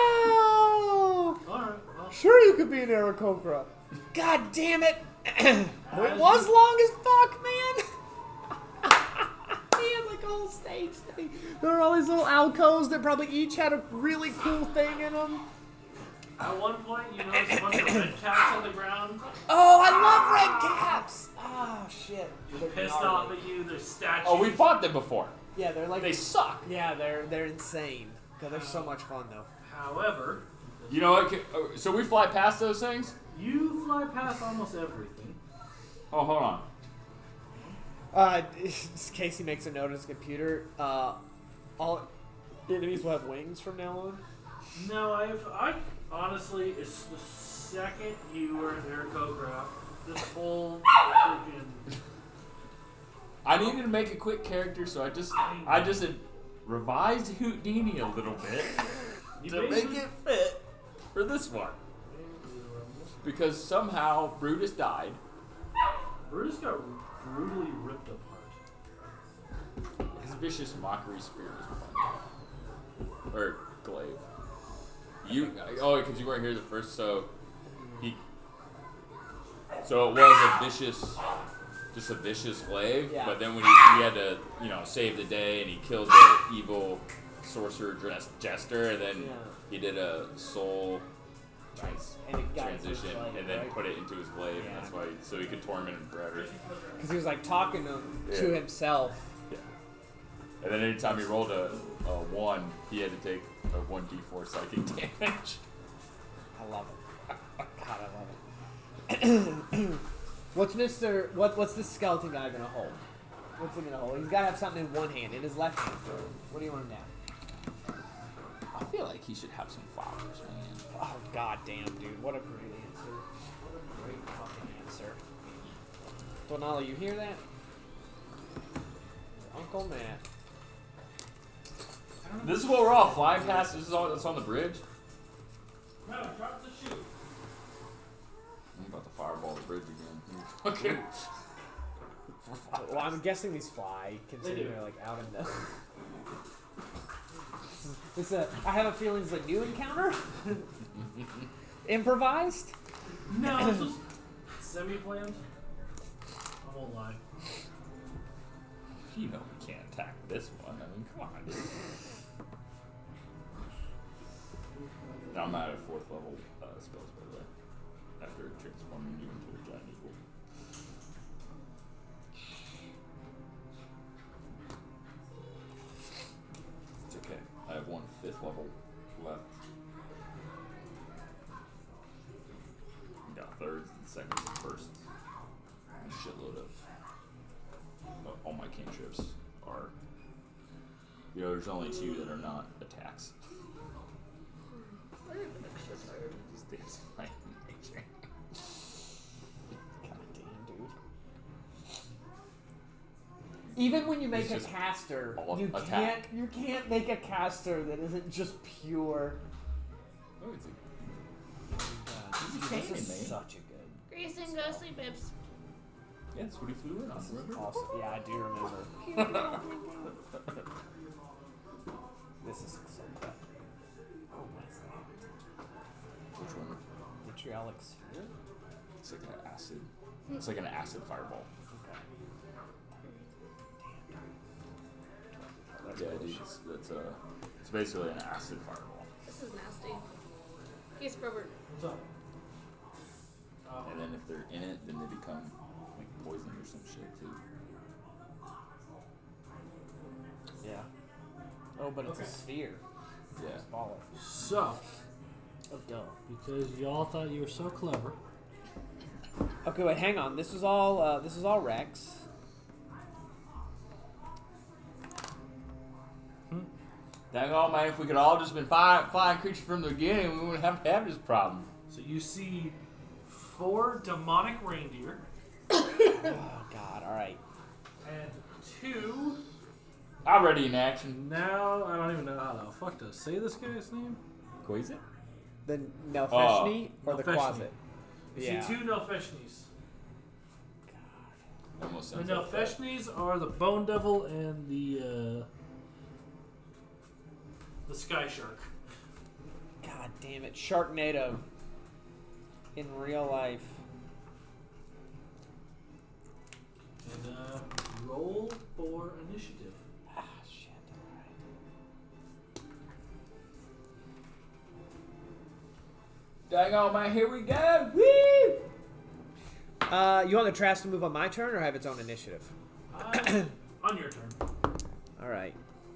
D: Wow!
A: all right. Well,
D: Sure, you could be an Aarakocra. God damn *clears throat* it! Oh, it was long as fuck, man. *laughs* man, like a whole stage thing. There were all these little alcoves that probably each had a really cool thing in them.
A: at one point, you notice a bunch of *coughs* red caps on the ground.
D: Oh, I love red caps. Oh shit.
A: They're
D: They're
A: pissed
D: gnarly.
A: off at you. They're statues.
B: *laughs* Oh, we fought them before.
D: Yeah, they're like.
B: They suck.
D: yeah, they're they're insane. God, they're so much fun though.
A: However,
B: You know what? Can, uh, so we fly past those things.
A: you fly past almost everything.
B: Oh, hold on.
D: Uh, *laughs* Casey makes a note on his computer. Uh, all enemies will have wings from now on.
A: No, I've I honestly it's the second you were in Aarakocra, this whole freaking
B: I needed to make a quick character, so I just I just had revised Houdini a little bit
A: you
B: to make
A: basically-
B: it fit for this one because somehow Brutus died.
A: Brutus got brutally ripped apart.
B: His vicious mockery spear was plucked out. or glaive. You oh, because you weren't here the first, so he. So it was a vicious, just a vicious glaive.
D: Yeah.
B: But then when he, he had to, you know, save the day, and he killed the evil sorcerer dress, jester, and then
D: Yeah.
B: he did a soul. Trans-
D: And it got into his
B: transition
D: glaive,
B: and then
D: right?
B: put it into his glaive, and that's why, so he could torment him forever.
D: Because he was like talking to, to
B: Yeah.
D: himself.
B: Yeah. And then anytime he rolled a, a one, he had to take a one d4 psychic *laughs* damage.
D: I love it. *laughs* God, I love it. *clears throat* what's Mister? What What's this skeleton guy gonna hold? What's he gonna hold? He's gotta have something in one hand, in his left hand. What do you want him to have?
B: I feel like he should have some flowers, man.
D: Oh god damn, dude! What a great answer! What a great fucking answer. Donali, you hear that? Uncle Matt.
B: This is what we're all flying past. This is all that's on the bridge.
A: No, drop the shoe.
B: I'm about to fireball the bridge again. *laughs* Fucking. We're flying
D: Well, I'm guessing these fly, considering
A: do.
D: they're like out in the. *laughs* it's a. I have a feeling it's a new encounter. *laughs* Improvised.
A: *laughs* No, this was semi-planned. I won't lie.
B: past- You know we can't attack this one. I mean, come on. Now I'm at a fourth level uh, spells, by the way. After transforming you into a giant eagle. It's okay. I have one fifth level left. We got thirds and seconds and firsts. And a shitload of. but All my cantrips are. You know, there's only two that are not attacks.
E: I have an extra card.
B: These things *laughs* are my nature.
D: God damn, dude. Even when you make
B: It's
D: a
B: just
D: caster,
B: all
D: you can't
B: attack.
D: you can't make a caster that isn't just pure.
B: Oh, it's a
D: God,
B: This is
D: this is
B: canon, man.
D: such a good.
E: Grayson, go to sleep, babes.
B: Yes, what he flew in on, remember?
D: Awesome. Yeah, I do remember. This is so bad. Oh, what is that?
B: Which one?
D: Vitriolic sphere?
B: It's like an acid. It's like an acid fireball.
D: Okay.
B: Yeah, dude, it's, it's, uh, it's basically an acid fireball.
F: This is nasty. Hey, Sprober.
A: What's up? Oh,
B: And then if they're in it, then they become like poisoned or some shit too.
D: Yeah. Oh, but it's
A: Okay.
D: a sphere.
B: Yeah.
D: It's baller.
A: so,
D: Oh, duh.
A: because y'all thought you were so clever,
D: Okay, wait, hang on. This is all. Uh, this is all Rex. *laughs*
B: Dang on, man! If we could all just been fine, fine creature from the beginning, we wouldn't have to have this problem.
A: so you see four demonic reindeer
D: Oh God. All right.
A: and two.
B: Already in action.
A: Now I don't even know how the fuck to say this guy's name.
B: Quasit?
D: The
B: Oh.
D: Nelfeshni or the
A: Nelfeshni.
D: Quasit?
A: You
D: Yeah.
A: see two Nelfeshnis.
B: Almost
A: The
B: sounds like that.
A: Nelfeshnis are the Bone Devil and the uh, the Sky Shark.
D: God damn it! Sharknado. In real life.
A: And uh, roll for initiative. *coughs*
D: Ah shit. All right.
B: Dang on, man! Here we go! Woo!
D: Uh, you want the trash to move on my turn or have its own initiative?
A: Uh, on your turn.
D: All right.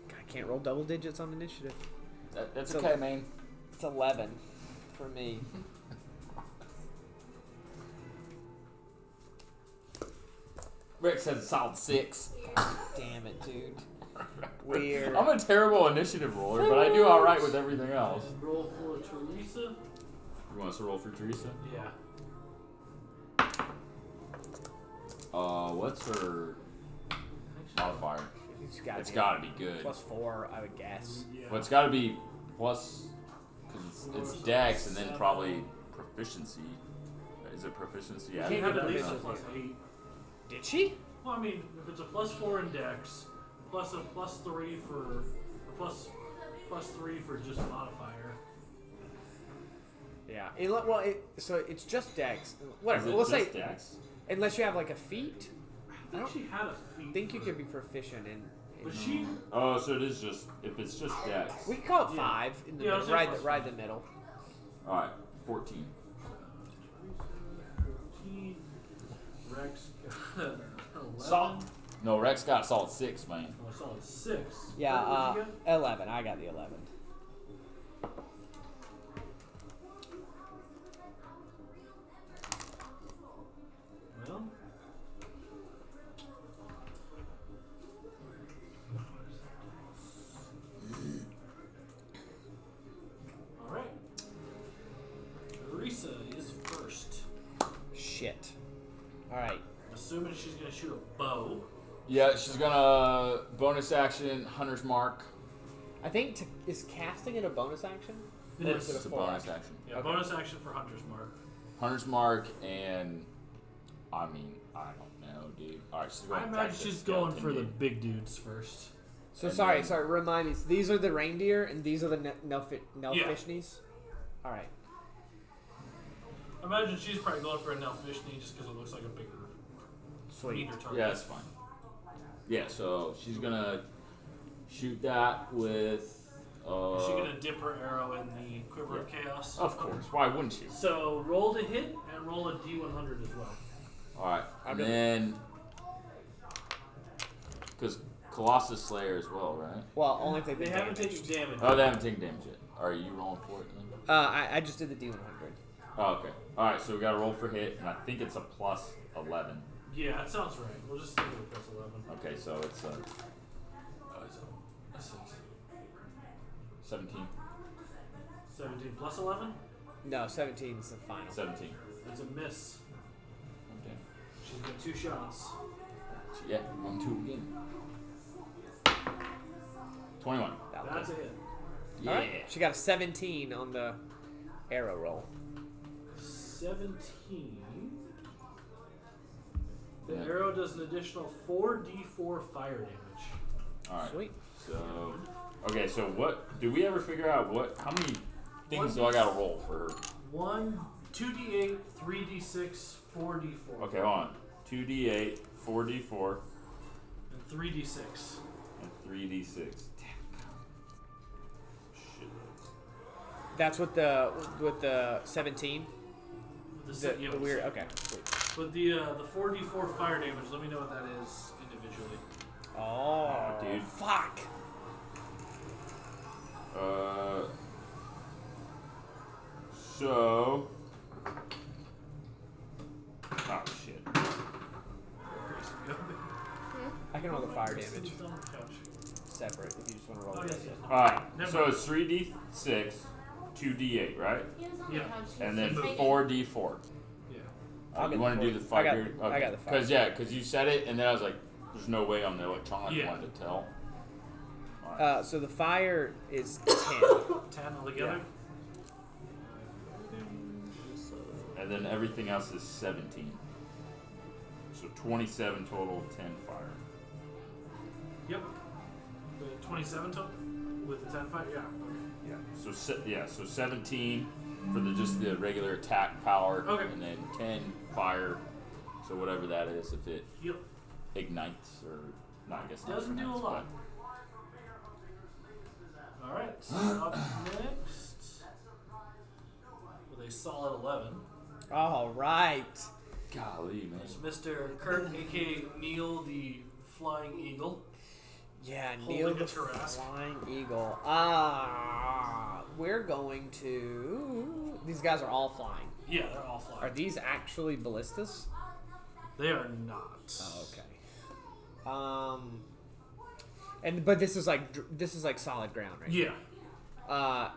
D: God, I can't roll double digits on initiative.
B: That, that's
D: So-
B: okay, man.
D: It's 11 for me.
B: Rex has a solid six.
D: Damn it, dude. *laughs* Weird.
B: I'm a terrible initiative roller, but I do all right with everything else.
A: Roll for Teresa.
B: You want us to roll for Teresa?
A: Yeah.
B: Uh, what's her modifier?
D: It's gotta,
B: It's
D: be
B: gotta be good.
D: plus four, I would guess.
A: Yeah.
B: Well, it's gotta be plus, because it's, it's
A: Four,
B: dex and then
A: seven.
B: probably proficiency. Is it proficiency? Yeah, I
A: You
B: think
A: have
B: it
A: at least a
B: is.
A: plus eight.
D: Did she?
A: Well, I mean, if it's a plus four in Dex, plus a plus three for a plus plus three for just modifier.
D: Yeah. It, le- well, it, so it's just dex.
B: Is
D: Whatever.
B: it
D: We'll
B: just
D: say
B: dex?
D: unless you have like a feat.
A: I think she had a feat.
D: I think you
A: for-
D: could be proficient in. in
A: But she,
B: Oh, so it is just if it's just dex.
D: we could call it
A: Yeah.
D: five in the
A: Yeah, I'll
D: middle,
A: say
D: right,
A: plus
D: the, right the middle.
B: All right, fourteen.
A: she Rex *laughs* got an eleven.
B: Salt. No, Rex got a solid six, man.
A: Oh, solid six.
D: Yeah,
A: What
D: uh,
A: did you get?
D: eleven. I got the eleven.
A: Well. All right. Teresa is first.
D: Shit. All right.
A: I'm assuming she's gonna shoot a bow.
B: Yeah, she's gonna bonus action hunter's mark.
D: I think to, is casting it a bonus action?
A: It
D: Or
A: is.
D: it
B: It's a
D: full
B: bonus
D: action?
B: action.
A: Yeah,
D: Okay.
A: bonus action for Hunter's Mark.
B: Hunter's mark and I mean I don't know, dude. All right, she's going.
A: I
B: to
A: imagine
B: attack the
A: she's going
B: skeleton
A: for the
B: dude.
A: big dudes first.
D: So
B: And
D: sorry,
B: then-
D: sorry. Remind me. These are the reindeer, and these are the ne- Nelfi-
A: Yeah.
D: Nelfishnies. All right.
A: I imagine she's probably going for a Nelfishni just because it looks like a bigger, meaner target.
B: Yeah, that's fine. Yeah, so she's gonna shoot that with. Uh,
A: Is she gonna dip her arrow in the Quiver of Chaos?
B: Of course. Why wouldn't she?
A: So roll to hit and roll a D100 as well.
B: All right,
D: I'm
B: and
D: gonna-
B: then because Colossus Slayer as well, right?
D: Well, only if they've
A: They
D: been
A: haven't
D: damaged.
A: taken damage.
B: Oh, they haven't taken damage yet. Are you rolling for it? Then?
D: Uh, I, I just did the D100.
B: Oh, okay. All right, so we got to roll for hit, and I think it's a plus eleven.
A: Yeah, that sounds right. We'll just stick with plus 11.
B: Okay, so it's uh,
A: Oh, it's a- that's a
B: seventeen.
A: 17 plus 11?
D: No, 17 is the final.
B: Seventeen.
A: That's a miss.
B: Okay.
A: She's got two shots.
B: So, yeah, one two again. Twenty-one.
D: That was-
A: That's a hit.
B: Yeah.
D: All right. She got a 17 on the arrow roll.
A: 17. The
B: Yeah.
A: arrow does an additional 4d4 fire damage.
B: Alright.
D: Sweet.
B: So, okay, so what, do we ever figure out what, how many things do I gotta roll for her?
A: 1, 2d8, 3d6, 4d4.
B: Okay, hold on. 2d8, 4d4,
A: And 3d6.
B: and 3d6. Damn. Shit.
D: That's with the with the seventeen.
A: With
D: The,
A: se- yeah,
D: the
A: with
D: weird.
A: se-
D: Okay. Sweet.
A: With the, uh, the 4d4 fire damage, let me know what that is individually.
D: Oh,
B: dude.
D: Fuck.
B: Uh. So. Oh shit.
A: Grace, go.
D: I can roll the fire damage
A: Sit on the couch.
D: separate if you just want to roll.
A: Oh,
D: it.
A: yes, yes. no.
B: Alright,
A: Never
B: so it's 3d6, 2d8, right?
F: He was on
A: Yeah.
F: the couch.
B: And then
A: Move.
B: 4d4.
A: Yeah.
D: I'll
B: Uh,
D: get
B: you
D: the
B: want to
D: four.
B: do the
D: I
B: five?
D: got-
B: here?
D: I got the five.
B: Cause yeah, cause you said it, and then I was like, "There's no way on the electronic
A: Yeah.
B: one to tell." Alright.
D: Uh, so the fire is
A: *coughs*
D: ten.
A: 10 altogether.
B: and then everything else is 17. So 27 total, 10 fire.
A: Yep. The 27 total? With the 10 fire? Yeah.
B: Yeah. So se- yeah, so 17 for the just the regular attack power,
A: Okay.
B: and then 10 fire. So whatever that is, if it
A: Yep.
B: ignites or not, I guess not
A: Doesn't do a
B: ignites,
A: lot.
B: but-
A: Alright, so up next. uh, With a solid 11.
D: All right.
B: Golly, man.
A: It's Mr. Kurt, aka E Neil the Flying Eagle.
D: Yeah,
A: Holding
D: Neil
A: a
D: the
A: Tarrasque.
D: Flying Eagle. Ah, we're going to. These guys are all flying.
A: Yeah, they're all
D: Are
A: flying.
D: these actually ballistas?
A: They are not.
D: Oh, okay. Um, and but this is like dr- this is like solid ground, right?
A: Yeah.
D: Uh,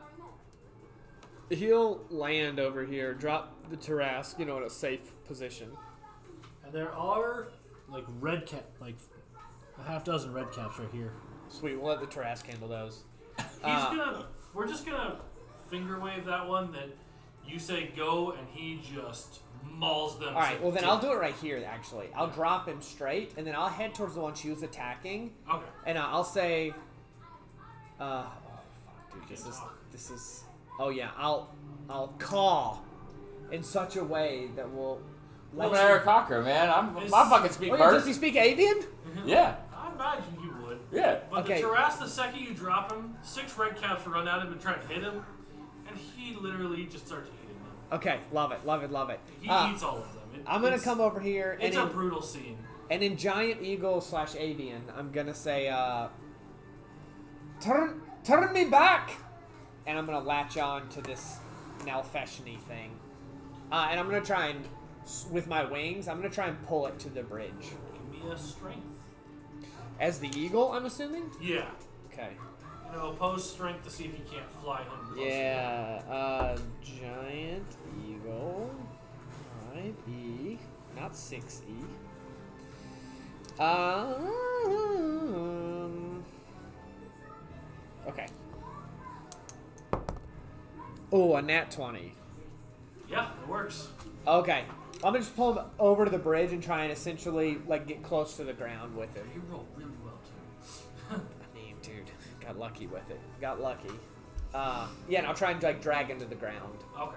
D: he'll land over here, drop the Tarrasque, you know, in a safe position.
A: And there are like red cap, like a half dozen red caps right here.
D: Sweet, we'll let the Tarrasque handle those.
A: He's
D: Uh,
A: gonna. We're just gonna finger wave that one that you say go, and he just mauls them.
D: All right, well then I'll do it right here. Actually, I'll drop him straight, and then I'll head towards the one she was attacking,
A: Okay.
D: and I- I'll say, uh, oh, fuck, dude, this is this is. Oh yeah, I'll I'll call in such a way that will. let
B: I'm an
D: you-
B: Eric Cocker, man. I'm
A: This-
B: I fucking speak
D: Oh, yeah, does he
B: bird.
D: speak avian?
B: Yeah,
A: I imagine you would.
B: yeah.
A: But
D: Okay.
A: the Taras, the second you drop him, six red caps run at him and try to hit him, and he literally just starts eating them.
D: Okay, love it, love it, love it.
A: He
D: Uh,
A: eats all of them. It-
D: I'm gonna
A: it's-
D: come over here and
A: It's a
D: in,
A: brutal scene.
D: and in giant eagle slash avian, I'm gonna say, uh, turn turn me back, and I'm gonna latch on to this Nalfeshni thing, uh, and I'm gonna try and s- with my wings, I'm gonna try and pull it to the bridge
A: Give me a strength.
D: as the eagle. I'm assuming.
A: Yeah.
D: Okay.
A: You know, oppose strength to see if you can't fly him. close
D: Yeah, uh, giant eagle. Alright, E. Not E. 6E. Um. Okay. Oh, a nat 20.
A: enough. Yeah, it works.
D: Okay. I'm gonna just pull him over to the bridge and try and essentially, like, get close to the ground with him.
A: You roll really well too.
D: I mean, dude, got lucky with it. Got lucky. Uh, yeah, and I'll try and, like, drag him to the ground.
A: okay.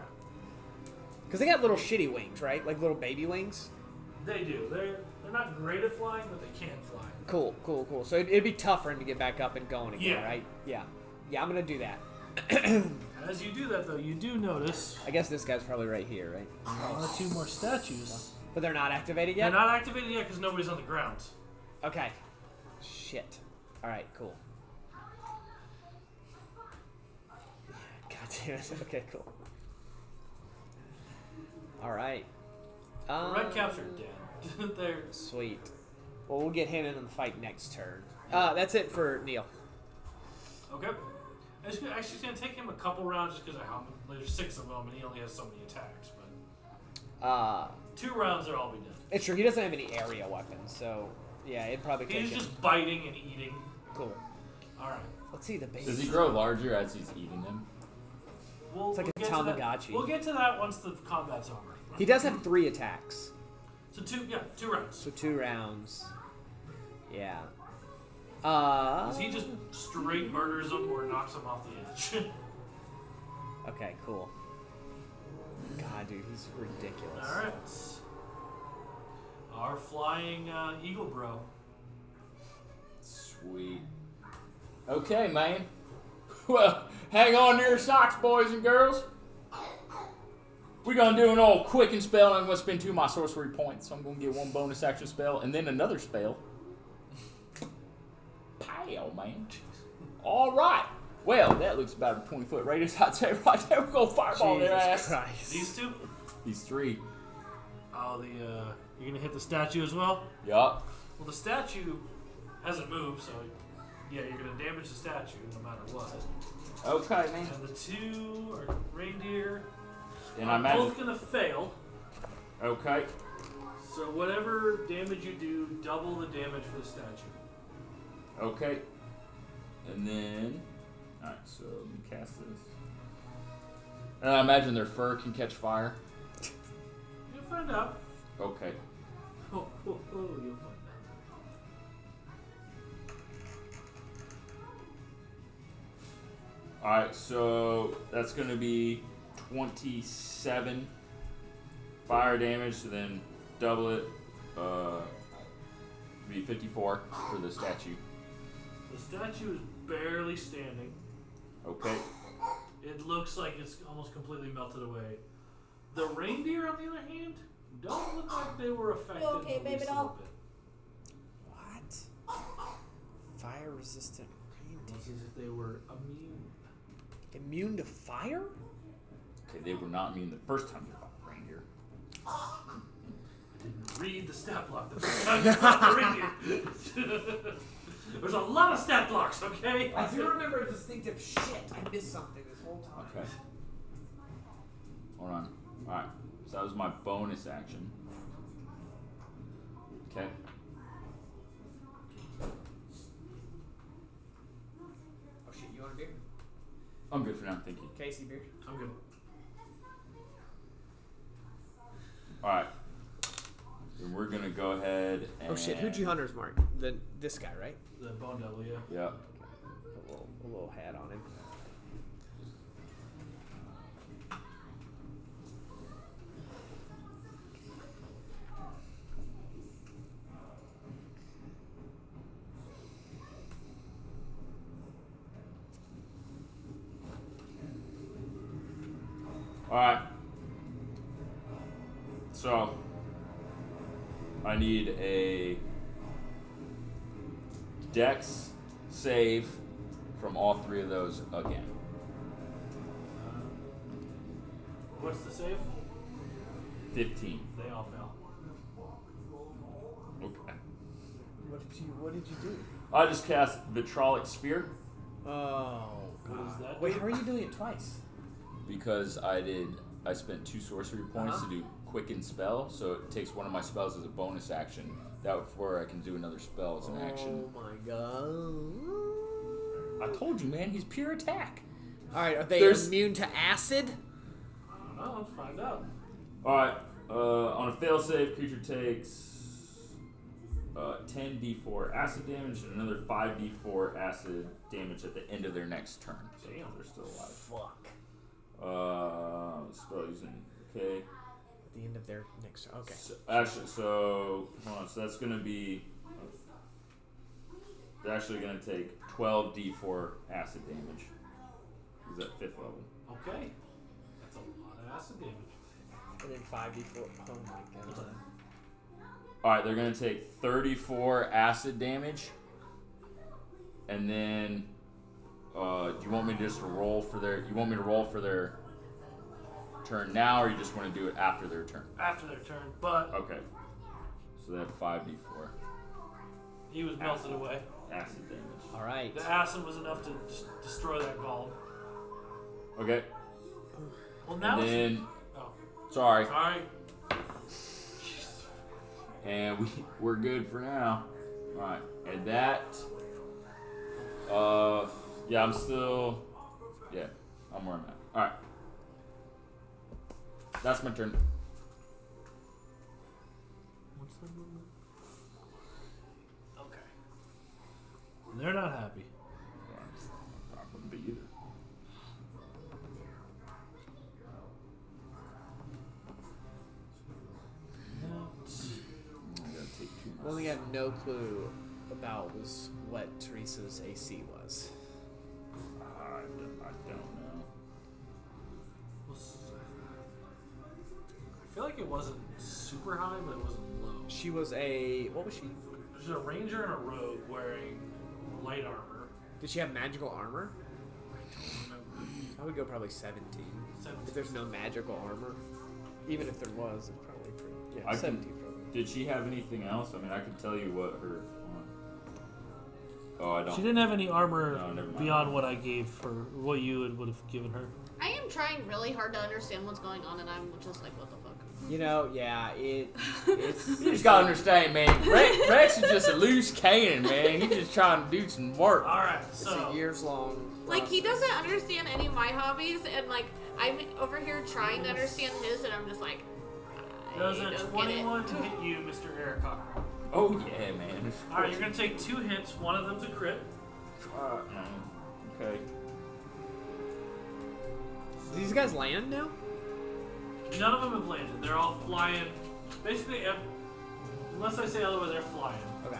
D: Because they got little shitty wings, right? Like little baby wings.
A: They do. They're they're not great at flying, but they can fly.
D: Cool, cool, cool. So it'd, it'd be tough for him to get back up and going again,
A: Yeah.
D: right? Yeah. Yeah, I'm going to do that.
A: As you do that though, you do notice
D: I guess this guy's probably right here, right?
A: there are two more statues.
D: But they're not activated yet?
A: They're not activated yet because nobody's on the ground.
D: okay. Shit. All right, cool. *laughs* God damn it. *laughs* Okay, cool. All right.
A: The
D: Um,
A: red caps are dead. *laughs* they're
D: Sweet. Well, we'll get him in the fight next turn. Uh, that's it for Neil.
A: okay. It's gonna- actually it's gonna take him a couple rounds just because of how many- there's six of them and he only has so many attacks. But
D: Uh,
A: two rounds, they're all be done.
D: It's true. He doesn't have any area weapons, so yeah, it'd probably take
A: He's
D: him.
A: just biting and eating.
D: Cool.
A: All right.
D: Let's see the base.
B: Does he grow larger as he's eating them?
A: We'll,
D: It's like
A: we'll
D: a
A: get to that-
D: Tamagotchi.
A: We'll get to that once the combat's over.
D: He does have three attacks.
A: So two, yeah, two rounds.
D: So two rounds. Yeah. Uh.
A: 'Cause he just straight murders him or knocks him off the edge. *laughs*
D: Okay, cool. God, dude, he's ridiculous.
A: All right. Our flying uh, eagle bro.
B: Sweet. Okay, man. *laughs* Well, hang on to your socks, boys and girls. We're gonna do an old quicken spell, and I'm gonna spend two of my sorcery points. So I'm gonna get one bonus action spell and then another spell. Pow, man. All right. Well, that looks about a 20 foot radius. *laughs* I'd say right there, we're gonna fireball their ass.
D: Jesus Christ.
A: These two.
B: These three.
A: Oh, the uh, you're gonna hit the statue as well.
B: Yup.
A: Well, the statue hasn't moved, so yeah, you're gonna damage the statue no matter what.
B: Okay, man.
A: And the two are reindeer.
B: And I
A: are
B: imagine.
A: both gonna fail.
B: Okay.
A: So whatever damage you do, double the damage for the statue.
B: Okay. And then, alright, so let me cast this. And I imagine their fur can catch fire.
A: You'll find out. *laughs*
B: Okay.
A: Oh, oh, oh, you'll find out.
B: Alright, so that's going to be 27 fire damage, so then double it. Uh, be 54 for the statue.
A: The statue is barely standing.
B: Okay.
A: It looks like it's almost completely melted away. The reindeer, on the other hand, don't look like they were affected.
F: Okay,
A: the
F: baby
A: least
F: doll.
A: little bit.
D: What? Fire resistant
A: Looks as if they were immune.
D: Immune to fire?
B: Okay, they were not immune the first time they fought the reindeer.
A: I didn't read the stat block the first time. I read it. *laughs* There's a lot of stat blocks, okay?
H: I do remember a distinctive shit. I missed something this whole time.
B: Okay. Hold on. Alright. So that was my bonus action. Okay.
H: Oh shit, you want a beer?
B: I'm good for now, thank you.
H: Casey beer.
A: I'm good.
B: Alright. And we're gonna go ahead and
D: Oh shit, who'd you hunters mark? The this guy, right?
A: The bone devil, yeah.
B: Yeah.
D: A little, a little hat on him.
B: Alright. So I need a Dex save from all three of those again.
A: What's the save?
B: Fifteen.
A: They all fail.
B: Okay.
D: What did you What did you do?
B: I just cast Vitrolic Sphere.
D: Oh.
A: What is that?
D: Wait, how are you doing it twice?
B: because I did. I spent two sorcery points
D: Uh-huh.
B: to do quicken spell, so it takes one of my spells as a bonus action. That before I can do another spell as an action.
D: Oh my god.
B: I told you, man, he's pure attack.
D: All right, are they
B: There's-
D: immune to acid?
A: I don't know. Let's find out.
B: All right. Uh, on a fail save, creature takes uh, 10d4 acid damage and another 5d4 acid damage at the end of their next turn. So
A: Damn.
B: they're still alive.
D: Fuck.
B: Uh, spell using. Okay.
D: At the end of their next. Okay.
B: So, actually, so hold on. So that's gonna be. They're actually gonna take twelve d4 acid damage. Is that fifth level?
A: Okay. That's a lot of acid damage.
D: And then five d four. Oh my god.
B: All right, they're gonna take thirty-four acid damage, and then. Uh, do you want me to just roll for their? You want me to roll for their turn now, or you just want to do it after their turn?
A: After their turn, but
B: Okay. So they have five d4
A: he was melted away.
B: acid damage.
D: All right.
A: The acid was enough to just destroy that golem.
B: Okay,
A: Well, now
B: and
A: it's.
B: then
A: oh,
B: sorry.
A: sorry.
B: And we, *laughs* we're good for now. Alright, and that. Uh, yeah, I'm still. Yeah, I'm where I'm at. Alright. That's my turn.
I: They're not happy.
B: I wouldn't be either. I gotta take two more.
D: One thing I had no clue about was what Teresa's AC was.
B: I, don't- I don't know.
A: I feel like it wasn't super high, but it wasn't low.
D: She was a what was she?
A: There's a ranger and a rogue wearing light armor.
D: Did she have magical armor?
A: Remember,
D: I would go probably seventeen. If there's no magical armor, even if there was, it's probably pretty. Yeah,
B: I can-
D: seventeen probably.
B: Did she have anything else? I mean, I could tell you what her. Oh, I don't.
I: She didn't have any
B: No,
I: armor
B: never mind.
I: beyond what I gave for what you would, would have given her.
E: I am trying really hard to understand what's going on, and I'm just like, what the fuck?
D: You know, yeah, it. It's
B: You just gotta understand, man. Rex, Rex is just a loose cannon, man. He's just trying to do some work.
A: All right,
D: it's
A: so
D: a years long.
F: Like he doesn't understand any of my hobbies, and like I'm over here trying to understand his, and I'm just like, I
A: does a
F: don't get it.
A: 21 hit you, Mr. Eric Cochran?
B: Oh yeah, man.
A: All right, you're gonna take two hits. One of them's a crit.
B: Uh, okay.
D: Do these guys land now?
A: None of them have landed. They're all flying. Basically, ev- unless I say otherwise, they're flying.
D: Okay.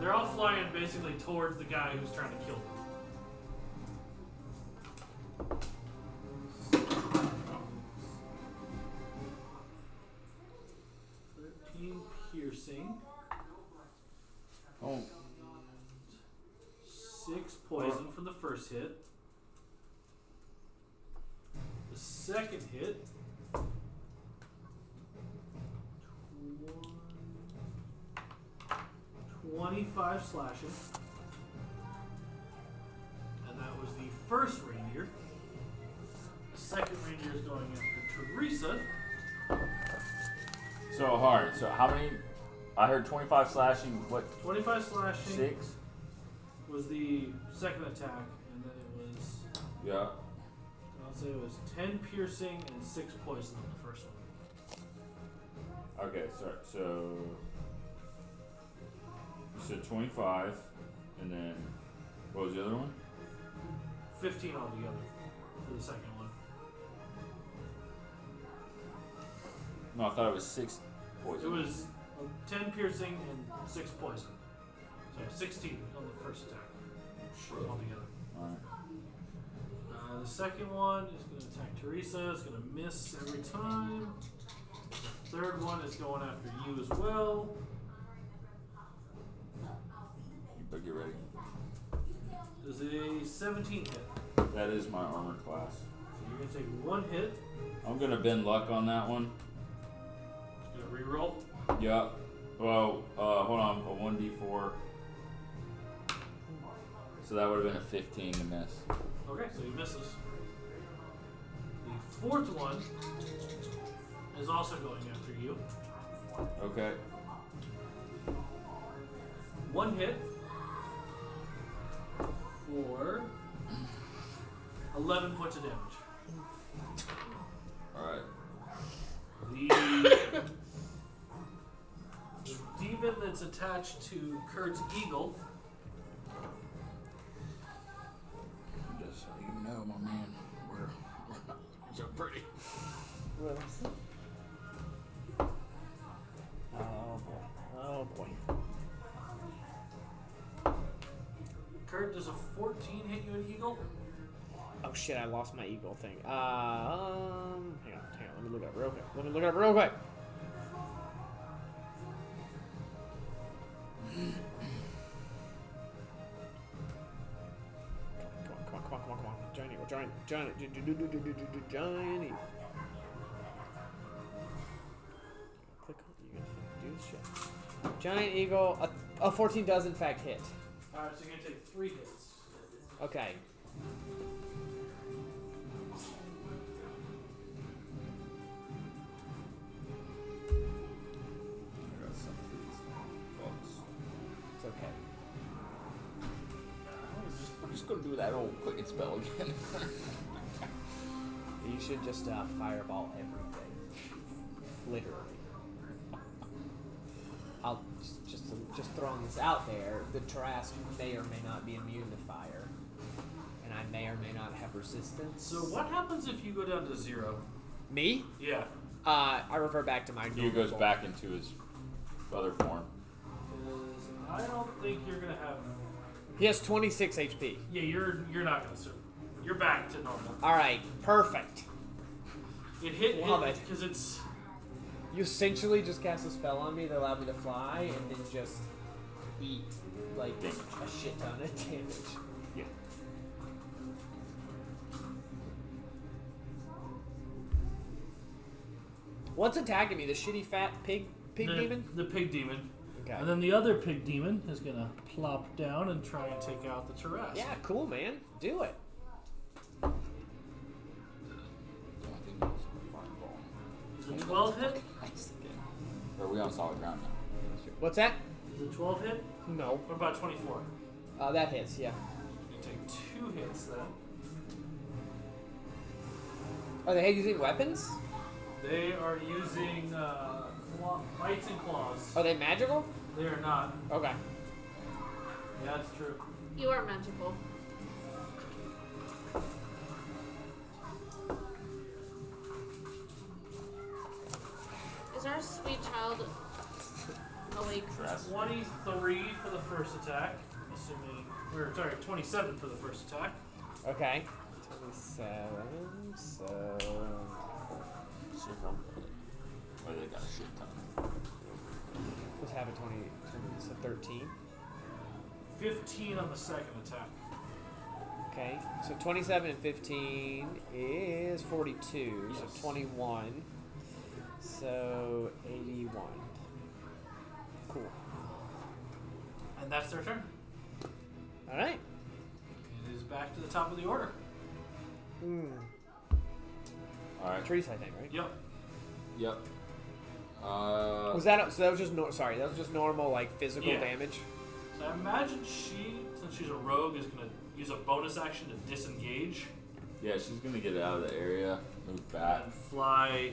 A: They're all flying basically towards the guy who's trying to kill them. Thirteen piercing,
B: Oh,
A: six poison from the first hit. The second hit. twen- Twenty-five slashing. And that was the first reindeer. The second reindeer is going after Teresa.
B: so hard. So how many? I heard 25 slashing. What?
A: Twenty-five slashing
B: Six?
A: was the second attack, and then it was
B: Yeah.
A: I'll say it was ten piercing and six poison on the first one.
B: Okay. So so. You said 25, and then what was the other one?
A: Fifteen altogether for the second one.
B: No, I thought it was six. Poison.
A: It was uh, 10 piercing and 6 poison. So 16 on the first attack. Altogether.
B: Alright.
A: Uh, the second one is going to attack Teresa. It's going to miss every time. The third one is going after you as well.
B: You better get ready.
A: Does a 17 hit. So
B: That is my armor class.
A: you're going to take one hit.
B: I'm gonna bend luck on that one.
A: Going to reroll.
B: Yeah. Well, uh, hold on. A 1d4. So that would have been a 15 to miss.
A: Okay, so he misses. The fourth one is also going after you.
B: Okay.
A: One hit for 11 points of damage.
B: Alright.
A: The, *coughs* the demon that's attached to Kurt's eagle
B: Just so you know, my man, we're, we're not so pretty.
D: Oh boy. Oh boy.
A: Kurt, does a 14 hit you an eagle?
D: Oh shit! I lost my eagle thing. Uh, um, hang on, hang on. Let me look it up real quick. Let me look it up real quick. Come on, come on, come on, come on, come on. Giant eagle, giant, giant, gi- gi- gi- gi- gi- gi- gi- giant eagle. Click on you can do this shit. Giant eagle. A, a 14 does in fact hit.
A: Alright, Uh, so you're going to take three hits.
D: Okay.
B: I got some of these bugs.
D: It's okay.
B: I'm just, I'm just gonna do that old quicken spell again.
D: You should just uh, fireball everything. Literally. I'll just just just throwing this out there, the Tarrasque may or may not be immune to fire, and I may or may not have resistance.
A: So what happens if you go down to zero?
D: Me?
A: Yeah.
D: Uh, I revert back to my.
B: He
D: normal
B: goes
D: form.
B: back into his other form.
A: 'Cause I don't think you're gonna have.
D: He has 26 HP.
A: Yeah, you're you're not gonna survive. You're back to normal.
D: All right, perfect.
A: It hit
D: Love
A: it
D: it.
A: because it's
D: You essentially just cast a spell on me that allowed me to fly, and then just eat like
B: Damage.
D: a shit ton of *laughs* damage.
B: Yeah.
D: What's attacking me? The shitty fat pig pig
I: the,
D: demon?
I: The pig demon.
D: Okay.
I: And then the other pig demon is gonna plop down and try and take out the Tarrasque.
D: Yeah, cool, man. Do it.
A: is a twelve hit.
B: Are we on solid ground now?
D: What's that?
A: Is a twelve hit?
D: No.
A: What about twenty four?
D: Uh, that hits. Yeah.
A: You take two hits then.
D: Are they using weapons?
A: They are using uh, claw, bites and claws.
D: Are they magical?
A: They are not.
D: Okay.
A: Yeah, that's true.
F: You are magical.
E: Is our sweet child awake?
A: Twenty-three for the first attack, assuming. Or sorry, twenty-seven for the first attack.
D: Okay. Twenty-seven. So.
B: Oh, they got a shit ton.
D: Let's have a twenty. So thirteen.
A: Fifteen on the second attack.
D: Okay. So twenty-seven and fifteen is forty-two. So
A: Yes.
D: twenty-one. So eighty-one. Cool.
A: And that's their turn.
D: All right.
A: It is back to the top of the order.
D: Mm.
B: All right.
D: Trees, I think, right?
A: Yep.
B: Yep. Uh,
D: Was that so? That was just nor sorry. That was just normal like physical
A: Yeah.
D: damage.
A: So I imagine she, since she's a rogue, is going to use a bonus action to disengage
B: yeah, she's gonna get out of the area, move back.
A: and fly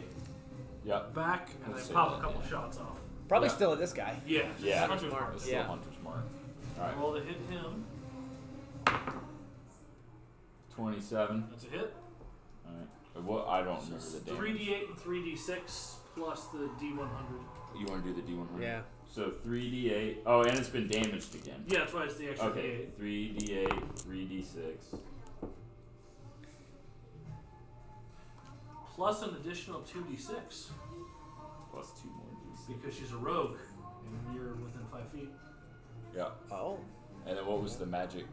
B: Yep.
A: back, and
B: Ah. Let's
A: then
B: say
A: pop a
B: that,
A: couple
B: yeah.
A: shots off.
D: Probably
B: Yeah.
D: still at this guy.
A: Yeah.
B: Yeah.
A: Hunter's mark.
B: It's
D: Yeah.
B: still Hunter's Mark. All right.
A: Roll to hit him.
B: Twenty-seven.
A: That's a hit.
B: All right. Uh, What? I don't remember the damage.
A: 3d8 and 3d6 plus the d100.
B: You want to do the D one hundred?
D: Yeah.
B: So three D eight. Oh, and it's been damaged again.
A: Yeah, that's why it's the extra
B: Okay. Three D eight, three D six.
A: d8. Plus an additional 2d6
B: Plus two more D six.
A: because she's a rogue and you're within 5 feet.
B: Yeah.
D: Oh.
B: And then what was the magic?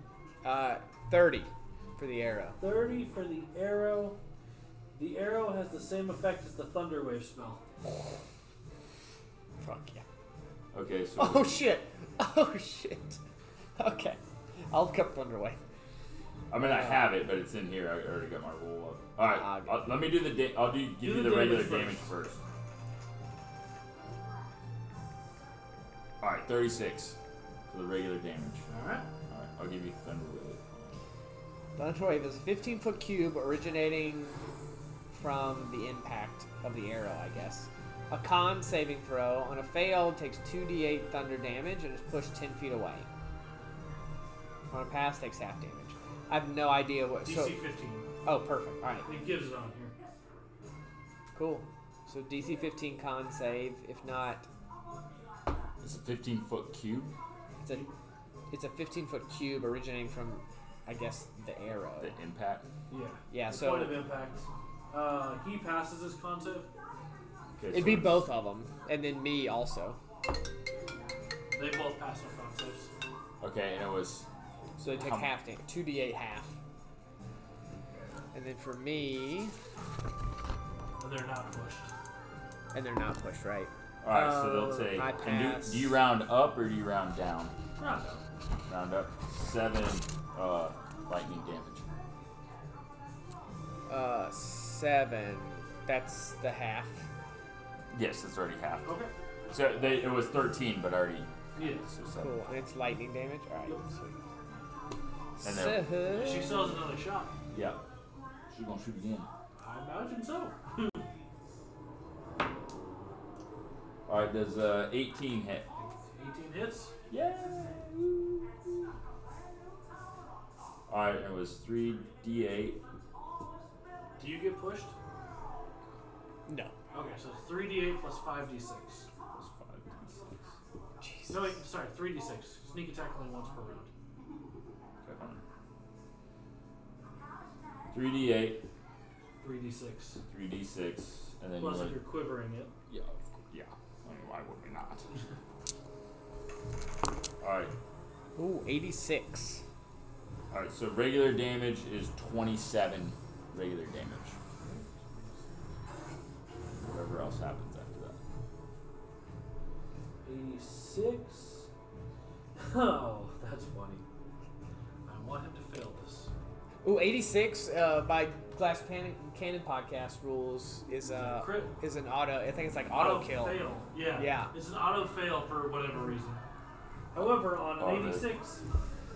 D: Uh, thirty for the arrow.
A: 30 for the arrow. The arrow has the same effect as the Thunderwave spell.
D: Fuck yeah. *laughs*
B: Okay. So.
D: Oh shit. Oh shit. Okay. I'll cut Thunderwave.
B: I mean, I have it, but it's in here. I already got my roll up. All right,
D: Okay.
B: I'll, let me do the. Da- I'll do give
A: Do
B: you
A: the
B: the regular
A: damage
B: damage first. All right, thirty-six for the regular damage.
A: Alright.
B: All right, I'll give you thunder wave.
D: Thunderwave is a 15 foot cube originating from the impact of the arrow, I guess. A con saving throw on a fail takes 2d8 thunder damage and is pushed 10 feet away. On a pass, takes half damage. I have no idea what.
A: DC
D: So,
A: 15.
D: oh, perfect. All right.
A: It gives it on here.
D: Cool. So DC 15 con save. If not,
B: It's a fifteen-foot cube.
D: it's a it's a 15 foot cube originating from, I guess, the arrow.
B: The impact.
A: Yeah.
D: Yeah.
A: The
D: So
A: point of impact. Uh, he passes his con save.
B: Okay,
D: it'd
B: so
D: be
B: it's-
D: both of them, and then me also.
A: They both pass their con saves.
B: Okay, and it was.
D: So they take
B: Um,
D: half damage, two d8 half. And then for me,
A: And they're not pushed.
D: and they're not pushed right.
B: All right,
D: Uh,
B: so they'll take.
D: I
B: And
D: pass.
B: do, do you round up or do you round down?
A: Round up.
B: Round up. Seven uh, lightning damage.
D: Uh, seven. That's the half.
B: Yes, it's already half.
A: Okay.
B: So they, it was thirteen, but already.
A: Yeah.
B: So seven.
D: Cool. And it's lightning damage. All right.
B: And
D: Sweet.
B: they're-
A: She
D: So,
A: still has another shot.
B: Yeah. She's gonna shoot again.
A: I imagine so.
B: Alright, does uh, 18 hit?
A: 18 hits.
B: Yeah. All right, it was three d8.
A: Do you get pushed?
D: No.
A: Okay, so 3d8 plus 5d6.
B: Plus five d6.
A: No, wait, sorry, 3d6. Sneak attack only once per round.
B: Okay, fine. Three d8,
A: 3d6.
B: three d6, and then
A: Plus, if
B: you want
A: you're quivering it.
B: Yeah, of course. Yeah. I mean, why would we not? all right.
D: Ooh, 86.
B: All right. So regular damage is 27 regular damage. Whatever else happens after that.
A: 86. Oh, that's funny. I want him to fail this.
D: Ooh, 86 uh, by Glass Pan- Cannon Podcast rules is uh,
A: Crit. Oh,
D: is an auto. I think it's like auto, kill.
A: fail. Yeah.
D: Yeah.
A: It's an auto fail for whatever reason. However, on
B: Oh,
A: an
B: really?
A: 86,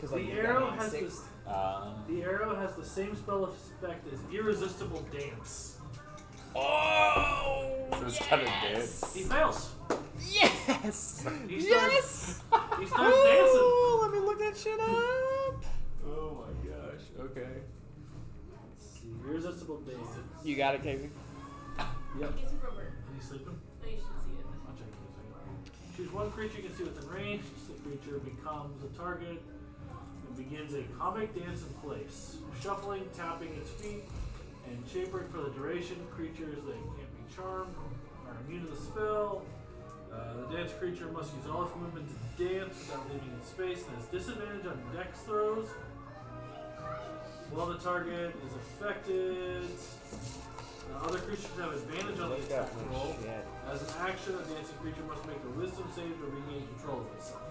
D: 'Cause,
A: the
D: like, you got
A: arrow has
D: 86.
A: this,
B: Um,
A: the arrow has the same spell effect as irresistible dance.
D: Oh!
B: so it's kind of dead.
A: He fails.
D: Yes!
A: He
D: Yes!
A: starts- He starts dancing.
D: Ooh, let me look that shit up.
B: Oh my gosh. Okay.
A: Let's see, Irresistible dance.
D: You got it, Casey.
A: Yep.
F: It's rubber.
A: Is he sleeping?
F: No, you should see it.
A: I'll check in a second. Choose one creature you can see within range. The creature becomes a target and begins a comic dance in place, shuffling, tapping its feet, and chapering for the duration. Creatures that can't be charmed are immune to the spell. Uh, the dance creature must use all its movement to dance without leaving its space and has disadvantage on dex throws. While the target is affected, uh, other creatures have advantage on the attack roll. As an action, a dancing creature must make a wisdom save to regain control of itself.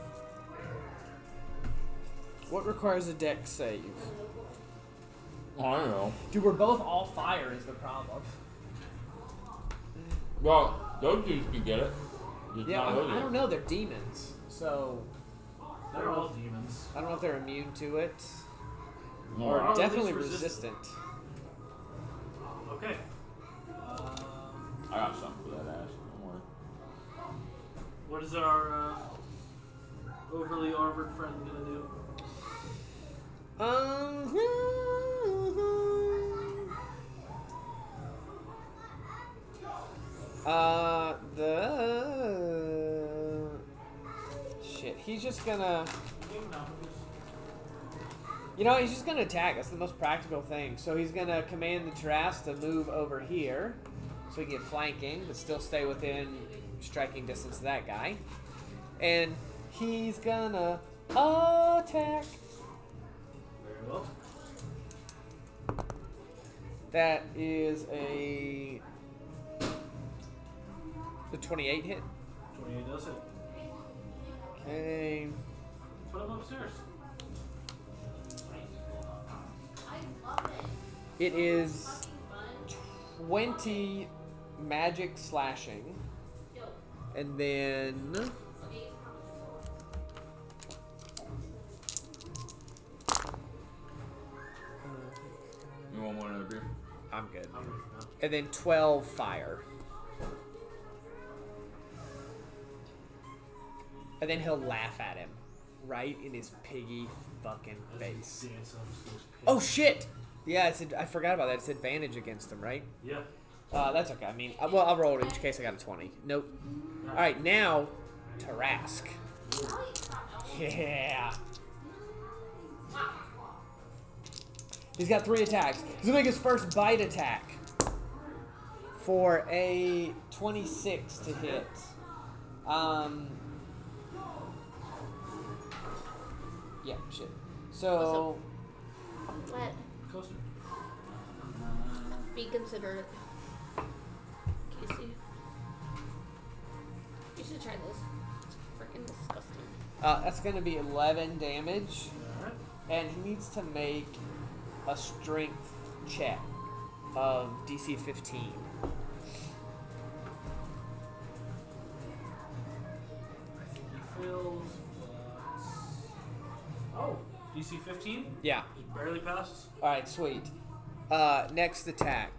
D: What requires a deck save?
B: I don't know.
D: Dude, we're both all fire is the problem.
B: Well, those dudes can get it. Just
D: Yeah,
B: not
D: I,
B: those
D: I don't know. They're demons, so
A: They're all demons.
D: I don't know if they're immune to it.
B: dudes.
A: Or-
B: Alright.
A: at
D: Definitely
A: least
D: resistant.
A: resistant. Okay. Um,
B: I got something for that ass. Don't worry.
A: what is our uh, overly armored friend gonna do?
D: Um. *laughs* Uh, the shit. He's just gonna.
A: Game numbers.
D: You know, he's just gonna attack. That's the most practical thing. So he's gonna command the giraffes to move over here, so he can get flanking, but still stay within striking distance of that guy. And he's gonna attack.
A: Very well.
D: That is a the twenty-eight hit.
A: 28 does it.
D: Okay.
A: Put him upstairs.
D: It is twenty magic slashing, and then.
B: You want one another beer?
D: I'm good.
A: I'm ready for that.
D: And then 12 fire. And then he'll laugh at him. Right in his piggy fucking
A: As he
D: face.
A: dances, I'm just gonna pick-
D: Oh shit! Yeah, it's ad- I forgot about that. It's advantage against him, right?
A: Yeah.
D: Uh, that's okay. I mean, uh, well, I'll roll it in case I got a 20. Nope. Alright, now, Tarask. Yeah. He's got three attacks. He's gonna make his first bite attack for a 26 to hit. Um. Yeah, shit. So.
E: What?
A: Coaster.
E: Be considerate. Casey. You should try this. It's freaking disgusting.
D: Uh, that's going to be 11 damage,
A: Alright.
D: and he needs to make a strength check of DC 15.
A: I think he fails, but- Oh! DC 15?
D: Yeah.
A: It barely passes.
D: All right, sweet. Uh, next attack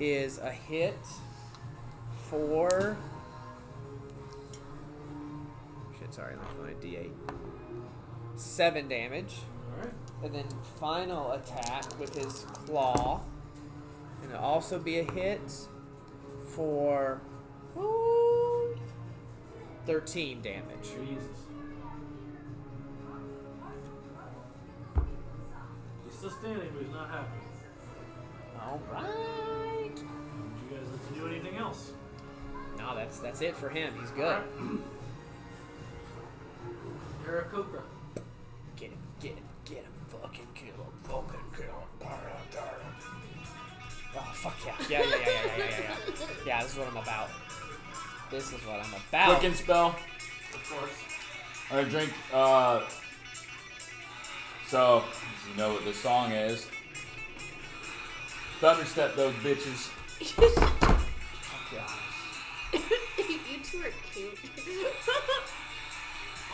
D: is a hit for. Shit, damage. Sorry, I'm on a D8. Seven damage,
A: Alright.
D: and then final attack with his claw, and it'll also be a hit for ooh, thirteen damage.
A: Jesus. He's still standing, but he's not happy.
D: All right.
A: Would you guys like to do anything else?
D: No, that's that's it for him. He's good.
A: You're a cobra.
D: Get him, get him, get him, fucking kill him, fucking kill him, burn him, burn him. Oh, fuck yeah. Yeah, yeah, yeah, yeah, yeah, yeah, yeah. Yeah, this is what I'm about. This is what I'm about.
B: Quicken spell.
A: Of course.
B: I drink. Uh, so you know what the song is. Thunderstep those bitches.
F: *laughs* you two are cute.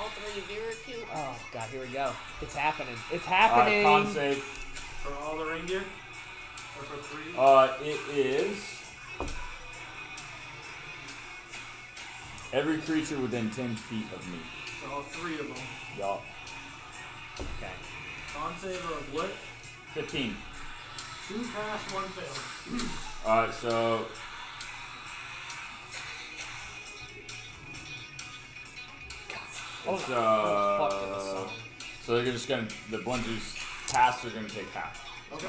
F: All three of you are cute.
D: Oh, God, here we go. It's happening. It's
B: Uh,
D: happening.
B: con save.
A: For all the reindeer? Or for three?
B: Uh, it is. Every creature within 10 feet of me.
A: For all three of them.
B: Y'all.
D: okay.
A: Con save of what?
B: 15.
A: Two pass, one fail.
B: Alright, so.
D: Oh,
B: It's,
D: oh, fuck this
B: uh,
D: song.
B: so they're just gonna. The ones who pass are gonna take half.
A: Okay.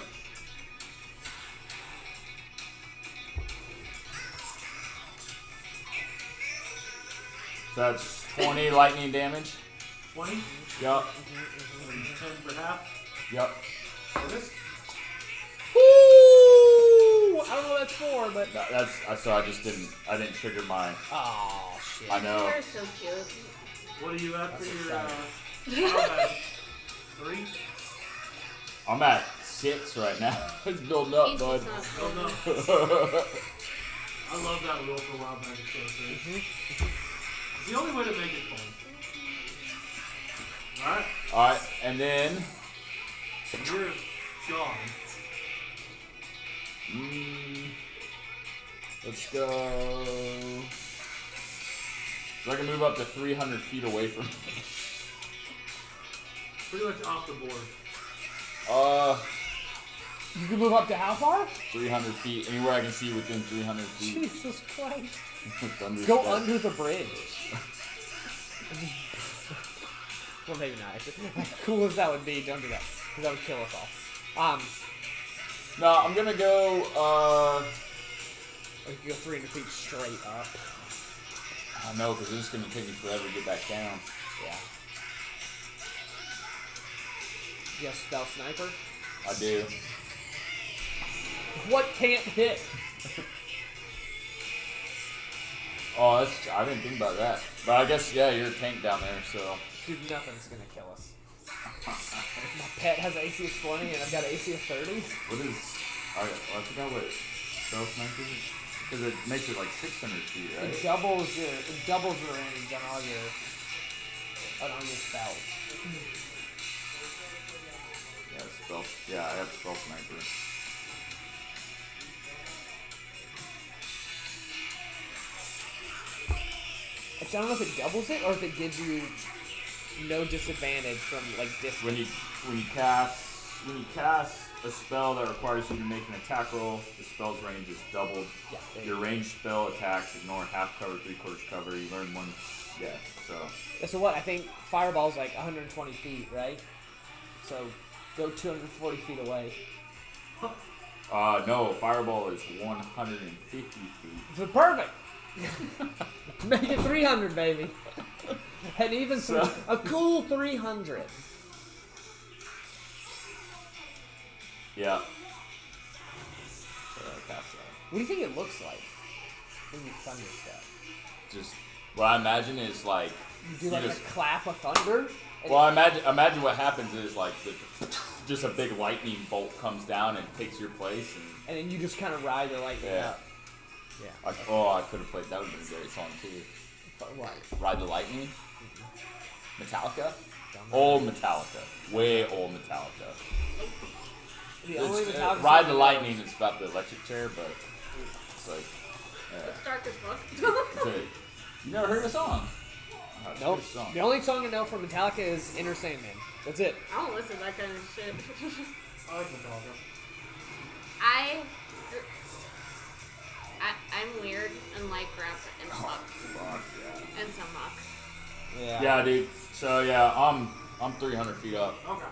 B: So that's 20 lightning damage.
A: 20? And
B: Yup.
A: 10 for half.
B: Yup.
A: This?
D: Woo! I don't know what that's for, but.
B: That, that's. I so I just didn't. I didn't trigger my.
D: Oh, shit.
B: I know.
E: You're so cute.
A: What are you at for
D: That's
A: your, uh, combat? Three?
B: I'm at six right now. *laughs* it's building up,
E: He's
B: bud.
E: just not
A: Oh no.
B: *laughs* That's
A: I love that rule for Wild Magic Sorcery. It's the only way to make it fun. Alright?
B: Alright, and then.
A: You're gone.
B: Mm, let's go. So I can move up to 300 feet away from.
A: Pretty much off the board.
B: *laughs* Uh,
D: You can move up to how
B: Mm.
D: far?
B: 300 feet. Anywhere I can see within 300 feet.
D: Jesus Christ.
B: Thunder
D: Go
B: step.
D: under the bridge. *laughs* well, maybe not. *laughs* As cool as that would be, don't do that. Because that would kill us all. Um,
B: No, I'm gonna go. Uh,
D: or you could go 300 feet straight up.
B: I know because it's gonna take me forever to get back down.
D: Yeah. Yes, stealth sniper.
B: I do.
D: What can't hit?
B: Oh, that's. I didn't think about that. But I guess yeah, you're a tank down there, so.
D: Dude, nothing's gonna kill us. My pet has AC of 20 and I've got AC of 30.
B: What is? I, I forgot what stealth sniper is. Because it makes it like 600 feet,
D: It
B: right?
D: doubles your it doubles your range on all your on all your spells.
B: Yeah, stealth. Yeah, I have stealth sniper.
D: I don't know if it doubles it or if it gives you no disadvantage from like distance.
B: When you when you cast when you cast a spell that requires you to make an attack roll, the spell's range is doubled.
D: Yeah, there you
B: Your ranged spell attacks ignore half cover, three quarters cover. You learn one. Yeah. So
D: So what? I think fireball's like 120 feet, right? So go 240 feet away.
B: uh, no, fireball is 150 feet.
D: *laughs* So perfect. Make it 300, baby. And even
B: So-
D: so, a cool 300.
B: Yeah. So I cast that.
D: What do you think it looks like when you thunder step?
B: just what I imagine is like
D: You do
B: You
D: like
B: just-
D: a clap of thunder. and
B: well I imagine imagine what happens is like the, just a big lightning bolt comes down and takes your place and
D: and then you just kind of ride the lightning
B: Yeah.
D: up. Yeah.
B: I, oh I could have played that would have been a great song too
D: But what?
B: Ride the Lightning Mm-hmm. Metallica
D: Dumb.
B: old Metallica way old Metallica
D: The only
B: it's, uh,
D: Metallica
B: Ride
D: song I
B: the
D: know
B: Lightning is about the electric chair but it's like
F: It's dark as fuck.
B: *laughs* it's a, you never heard the song
D: is
B: That's
D: Nope.
B: good song.
D: The only song I know from Metallica is Inner Sandman. That's it.
F: I don't listen to that kind of shit.
A: I like Metallica.
F: I, I, I'm weird and like rap and pop
B: Fuck, yeah.
F: and some rock.
D: Yeah.
B: Yeah, dude. So yeah, I'm I'm 300 feet up,
A: Okay.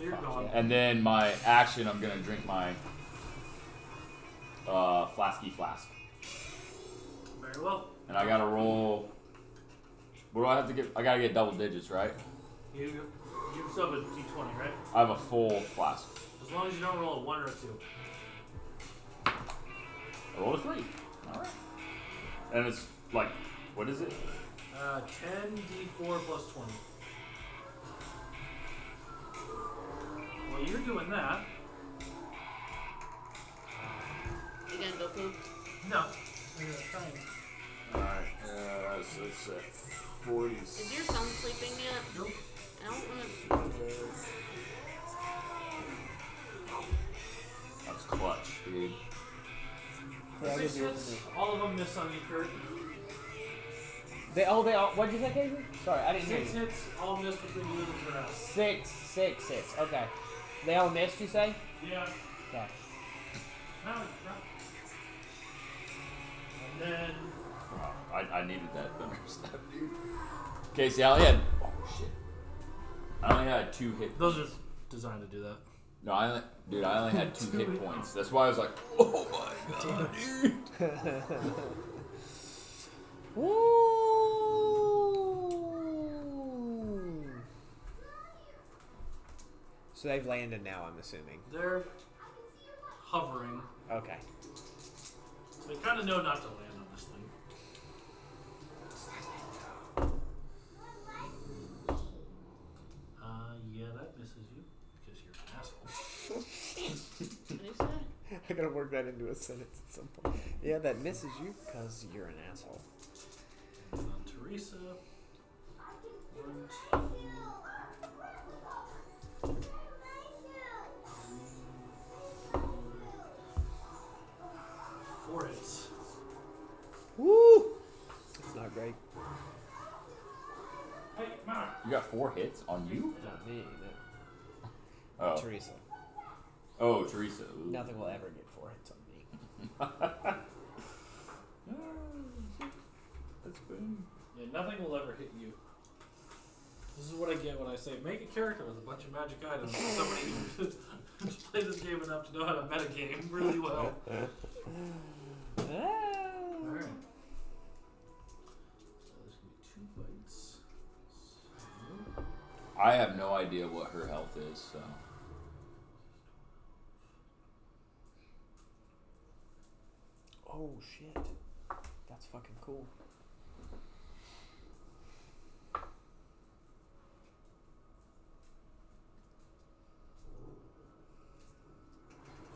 A: You're gone.
B: and then my action, I'm gonna drink my uh, flasky flask,
A: Very well.
B: and I gotta roll. What do I have to get? I gotta get double digits, right?
A: You give yourself a d20, right?
B: I have a full flask.
A: As long as you don't roll a one or a two.
B: I rolled a three. All right. And it's like, what is it?
A: Uh, 10d4 plus 20. Well, you're doing that.
E: You gonna go poop?
A: No. You're trying.
B: All right. Uh, so it's uh, 40.
E: Is your son sleeping yet?
A: Nope.
E: I don't wanna.
B: That's clutch, dude.
A: Six hits. All of them miss on you, Kurt.
D: They oh they all what'd you say, Casey? Sorry, I didn't hear
A: Six
D: you.
A: hits, all miss between you and the grass.
D: Six, six, six. Okay. They all missed, you say?
A: Yeah.
D: Okay.
A: No, no. And then
B: Wow, Uh, I, I needed *laughs* that thunder step, dude. Casey, I only had. Oh, shit. I only had two hit
I: Those are designed to do that.
B: No, I only, dude, I only
D: *laughs*
B: had two hit points. That's why I was like, oh my god, dude.
D: Woo! So they've landed now, I'm assuming.
A: they're hovering.
D: Okay. *laughs*
A: They kind of know not to land on this thing. Uh, yeah, that misses you because you're an asshole.
E: What do you say?
D: I gotta work that into a sentence at some point. Yeah, that misses you because you're an asshole.
A: And then Teresa. One, two, four hits.
D: Woo! It's not great.
A: Hey, Mark.
B: You got four hits on you?
D: Not me. No.
B: Oh,
D: Teresa.
B: oh Teresa. Ooh.
D: Nothing will ever get four hits on me.
B: That's good.
A: Yeah, nothing will ever hit you. This is what I get when I say make a character with a bunch of magic items. Somebody *laughs* who's played this game enough to know how to metagame really well. Alright. So there's gonna be two bites.
B: I have no idea what her health is, so.
D: Oh shit. That's fucking cool.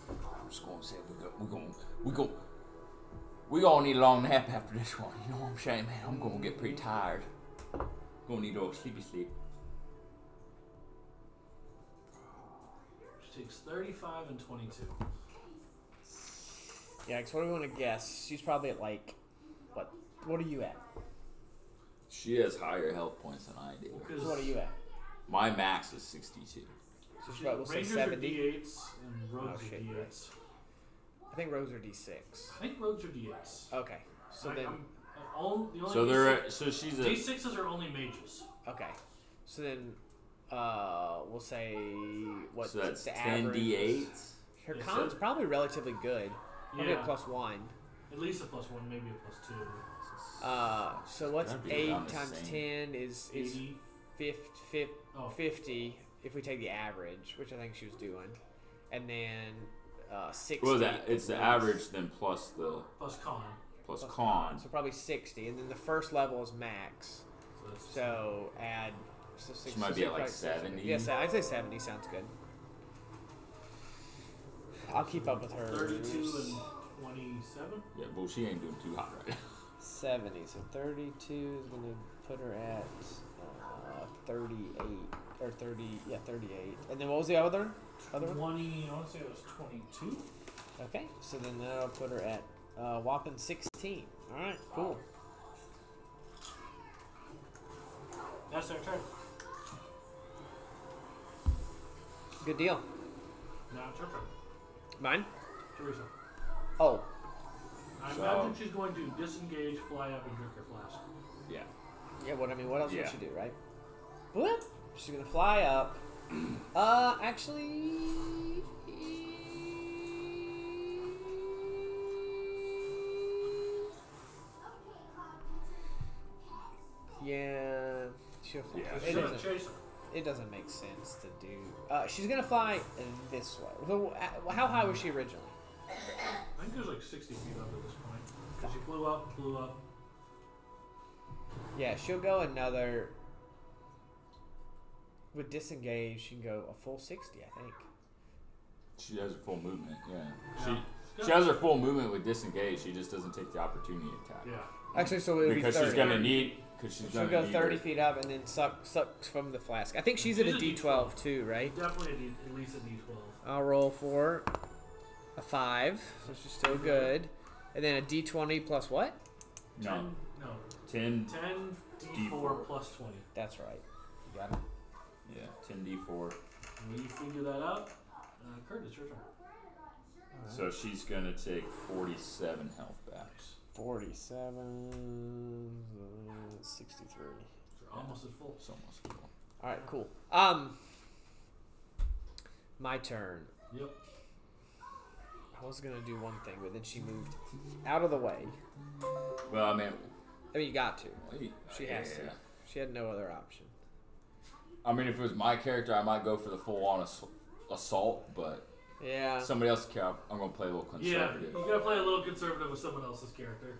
B: I'm just gonna say we go, we gonna we go we gonna need a long nap after this one. You know what I'm saying, man? I'm gonna get pretty tired. Gonna need a little sleepy sleep.
A: She takes 35 and 22.
D: Yeah, 'cause what do we want to guess? She's probably at like, what? What are you at?
B: She has higher health points than I do.
A: Because
D: What are you at?
B: My max is 62.
D: So she's
A: She,
D: about, we'll say
A: Rangers are
D: 70.
A: D8s and rogues
D: Oh,
A: are
D: shit, you're
A: D8s.
D: I think rows are D6.
A: I think rogues are D8s.
D: Okay. Oh, So
A: I,
D: then,
A: I'm, i all, the only
B: So they're
A: D6
B: at- so she's a
A: D6s are only mages.
D: okay. So then, uh, we'll say what?
B: so that's
D: the
B: 10
D: average?
B: d8s.
D: Her
A: Yeah,
D: con's
A: so-
D: probably relatively good. Probably
A: Yeah.
D: a plus one.
A: At least a plus one, maybe a plus two.
D: Uh, so what's
B: That'd be
D: eight
B: around the
D: times ten is is
A: 80.
D: fif- fif-
A: Oh.
D: 50 if we take the average, which I think she was doing, and then uh, 60.
B: What was that? It's the
D: is-
B: average then plus the
A: Plus con.
B: plus con.
D: So probably 60, and then the first level is max.
A: So that's
D: So add. So six,
B: might
D: so
B: be
D: say
B: at, like,
D: probably
B: 70.
D: Yes, I'd say 70 sounds good. I'll keep up with her.
A: 32
D: uh,
A: and 27?
B: Yeah, well she ain't doing too hot right.
D: 70. So 32 is going to put her at uh, 38. Or 30. Yeah, 38. And then what was the other one? Other one?
A: 20, I want to say it was 22.
D: Okay, so then that'll put her at uh, whopping 16. All right, cool.
A: That's their turn.
D: Good deal.
A: Now it's her turn.
D: Mine?
A: Teresa.
D: Oh.
A: I
B: So-
A: imagine she's going to disengage, fly up, and drink her flask.
B: Yeah.
D: Yeah, what I mean, what else
B: Yeah.
D: would she do, right? What? She's gonna fly up. *clears throat* Uh, actually. Yeah. She'll fly.
B: Yeah,
D: it,
A: Sure,
D: doesn't,
A: chase her.
D: it doesn't make sense to do. Uh, she's gonna fly this way. Well, uh, How high was she originally?
A: I think there's like 60 feet up at this point. 'Cause she flew up, flew up.
D: Yeah, she'll go another. With disengage, she can go a full 60, I think.
B: She has her full movement. Yeah.
A: Yeah.
B: She she has her full movement with disengage. She just doesn't take the opportunity attack.
A: Yeah.
D: Actually, so it would
B: Because
D: be 30.
B: she's gonna need. Because she's
D: She'll
B: gonna
D: go
B: need
D: 30
B: her-
D: feet up and then suck sucks from the flask. I think she's at a
A: She's a
D: D12 too, right?
A: Definitely a D, at least a D12.
D: I'll roll for a 5, so she's still good. And then a D20 plus what?
B: No.
A: 10, no.
B: Ten.
A: 10 D4,
B: D4.
A: plus 20.
D: That's right. You got it.
B: Yeah. Ten D four.
A: When you figure that out, uh, Curtis, your turn.
B: So she's gonna take forty seven health back.
D: 47, 63.
A: You're almost at full.
B: It's almost full.
D: All right, cool. Um, my turn.
A: Yep.
D: I was gonna do one thing, but then she moved out of the way.
B: Well, I mean,
D: I mean, you got to.
B: wait,
D: She has
B: yeah.
D: to. She had no other option.
B: I mean, if it was my character, I might go for the full on ass- assault, but
D: Yeah.
B: somebody else's character, I'm gonna play a little
A: Yeah,
B: conservative.
A: you gotta play a little conservative with someone else's character.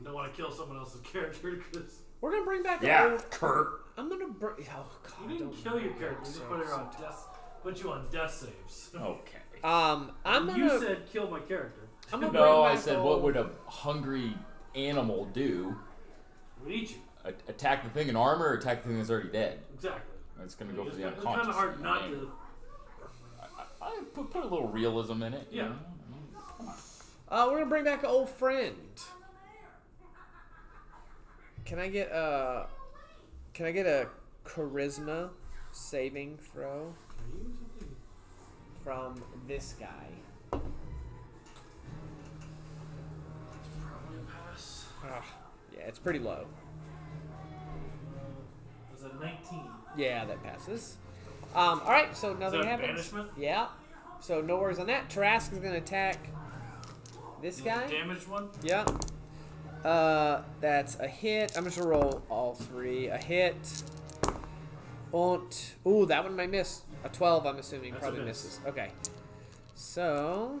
A: You don't want to kill someone else's *laughs* character because
D: We're gonna bring back.
B: Yeah,
D: Old,
B: Kurt.
D: I'm gonna bring. Oh God.
A: you didn't
D: don't-
A: kill your character. You just
D: so-
A: put her on death, put you on death saves. *laughs*
B: Okay.
D: Um, I'm gonna.
A: you said kill my character.
D: I'm gonna
B: No,
D: bring
B: I
D: back
B: said,
D: old,
B: what would a hungry animal do?
A: Would eat you.
B: A- attack the thing in armor or attack the thing that's already dead?
A: Exactly.
B: It's gonna go for
A: it's
B: the
A: kind
B: unconscious.
A: of hard
B: you know what
A: not
B: I, mean?
A: to.
B: I- I put, put a little realism in it. you
A: Yeah.
B: know?
D: Uh, we're gonna bring back an old friend. Can I get a? Can I get a charisma saving throw from this guy?
A: Probably a pass.
D: Ugh. Yeah, it's pretty low.
A: Is that 19?
D: Yeah, that passes. Um, all right, so nothing
A: that
D: happens.
A: banishment?
D: Yeah. So no worries on that. Tarask is gonna attack this guy.
A: Damaged one?
D: Yeah. Uh, that's a hit. I'm just gonna roll all three. A hit. Ont. Ooh, that one might miss. A 12, I'm assuming,
A: That's a
D: probably
A: miss.
D: misses. Okay. So.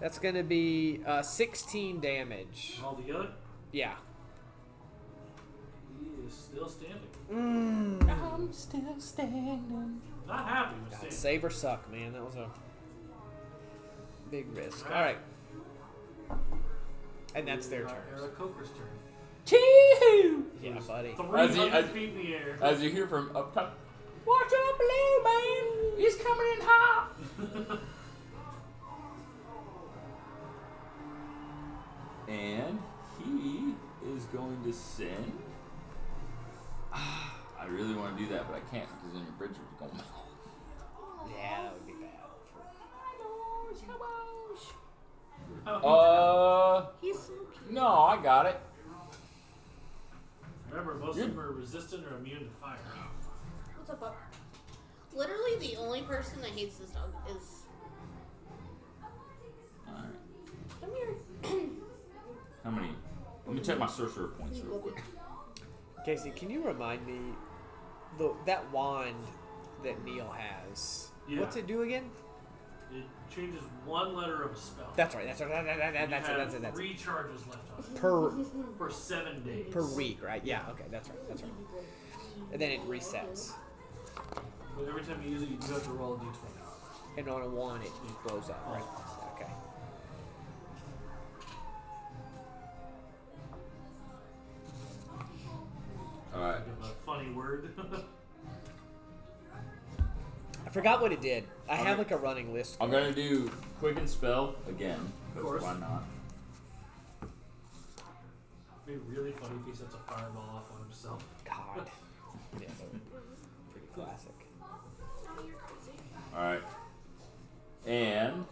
D: That's gonna be uh, 16 damage.
A: All the other?
D: Yeah.
A: He is still standing. I'm
D: Mm.
A: still standing. Not happy with
D: God,
A: standing.
D: save or suck, man. That was a big risk. All
A: Alright.
D: right. And that's their
A: Uh,
D: turn.
A: Eric Coker's turn.
D: Yeah, buddy.
A: 300
B: As he- as-
A: feet in the air.
B: As you hear from up top,
F: Watch out below, man! He's coming in hot!
B: and he is going to send. Ah, I really want to do that, but I can't because then your bridge would go melt.
D: Yeah, that would be bad.
A: *laughs*
B: Uh,
E: He's so cute.
B: no, I got it.
A: Remember, most of them are resistant or immune to fire.
E: What's up, Buck? Literally, the only person that hates this dog is.
B: Alright.
E: Come
D: *clears throat*
E: here.
B: How many? Let me check my sorcerer points real quick.
D: Casey, can you remind me the that wand that Neil has?
A: Yeah.
D: What's it do again?
A: It changes one letter of a spell.
D: That's right. That's right. that- that- that-
A: And you
D: that's it.
A: have
D: That's it. That's it.
A: three charges left on it
D: Per
A: for seven days.
D: per week, right? Yeah. Okay. That's right. That's right. And then it resets.
A: But every time you use it, you do have to roll a d20.
D: And on a one, it blows up. Right. Okay.
B: Alright.
A: A funny word. *laughs*
D: I forgot what it did. I have like a running list. Oh,
B: I'm gonna do quicken spell again. 'cause
A: course.
B: Why not?
A: It'd be really funny if he sets a fireball off on himself.
D: God. Yeah, that would be pretty classic.
B: Alright. And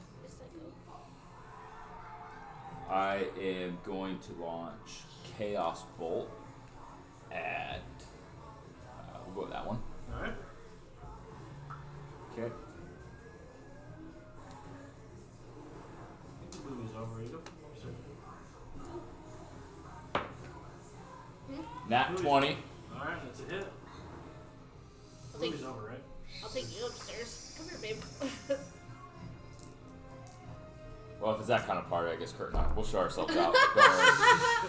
B: I am going to launch Chaos Bolt at. Uh, we'll go with that one.
A: Alright?
B: Okay.
A: The movie's over. You don't- I'm sorry.
B: Nat 20.
A: Alright, that's a hit. The
E: Thank
A: movie's over, right?
E: I'll take you upstairs. Come here, babe. *laughs*
B: Well, if it's that kind of party, I guess Kurt and I, we'll show ourselves *laughs* out. Don't worry.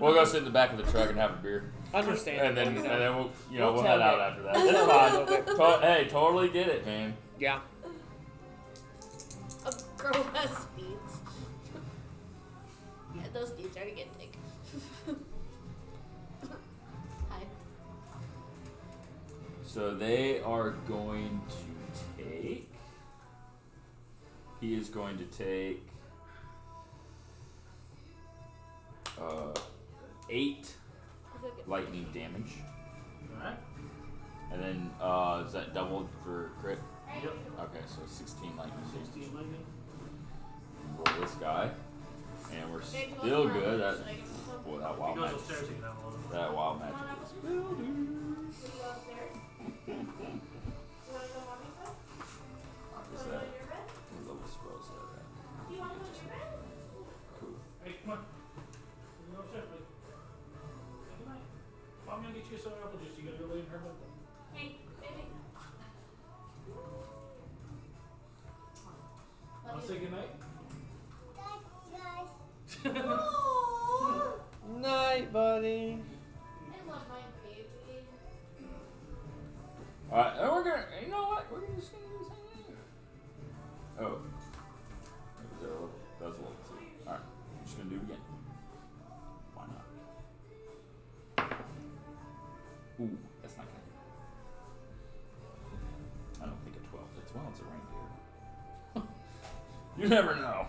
B: we'll go sit in the back of the truck and have a beer.
D: Understand.
B: And then, and then we'll, you know,
D: We'll
B: we'll, head out
D: tailgate.
B: after *laughs* that. It's fine. To- hey, totally get it, man.
D: yeah.
E: A girl has needs. and those needs are to get thick. *laughs* Hi.
B: So they are going to take. He is going to take. Uh, eight
E: I'll go get-
B: lightning damage,
A: Alright?
B: and then uh, is that doubled for crit?
A: Yep.
B: Okay, so sixteen lightning damage.
A: 16 lightning.
B: Roll this guy, and we're
E: Hey, do you
B: still
E: want some
B: good. That
E: ramen? Should I get some?
B: boy, that
A: He
B: wild
A: goes
B: magic.
A: upstairs, he can have a little
B: That wild magic.
E: Wanna have
B: is-
E: some? Should we go upstairs? *laughs* You wanna go mommy bed?
B: Is uh, that
E: You wanna go to your bed?
B: what level spell is that? at?
E: Do you wanna go to your bed?
B: Cool.
A: Hey, come on. You know what I'm saying? Like, say goodnight. Mom, I'm gonna get you some apple juice. You gotta go lay in her bed.
E: Hey, baby.
A: I'll say goodnight.
D: Night, buddy.
E: I love my baby.
B: Alright, and we're gonna, you know what? We're just gonna do something. Oh. That was a little- That was a little too. Alright, I'm just gonna do it again. Why not? Ooh, that's not good. I don't think a 12 fits well, it's a reindeer. *laughs* you never know.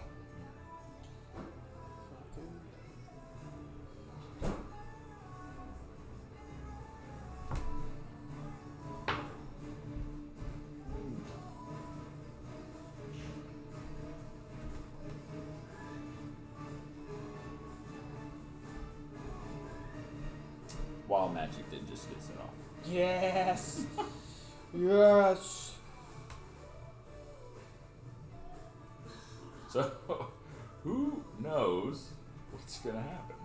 B: Wild magic did just get set off.
D: Yes. *laughs* yes.
B: So, *laughs* who knows what's gonna happen?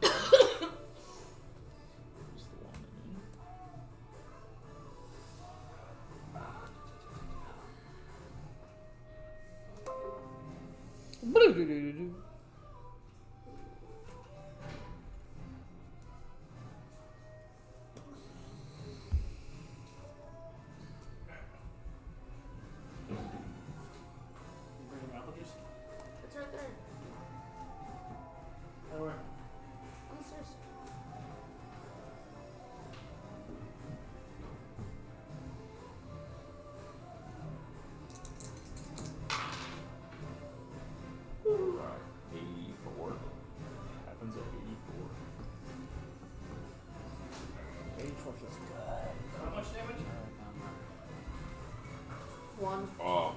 B: Who's the one I mean?
A: You bring him apple juice?
E: It's right there.
A: All right.
E: On the stairs.
B: Alright, 84. Happens at 84.
A: How much damage?
E: One.
B: Oh,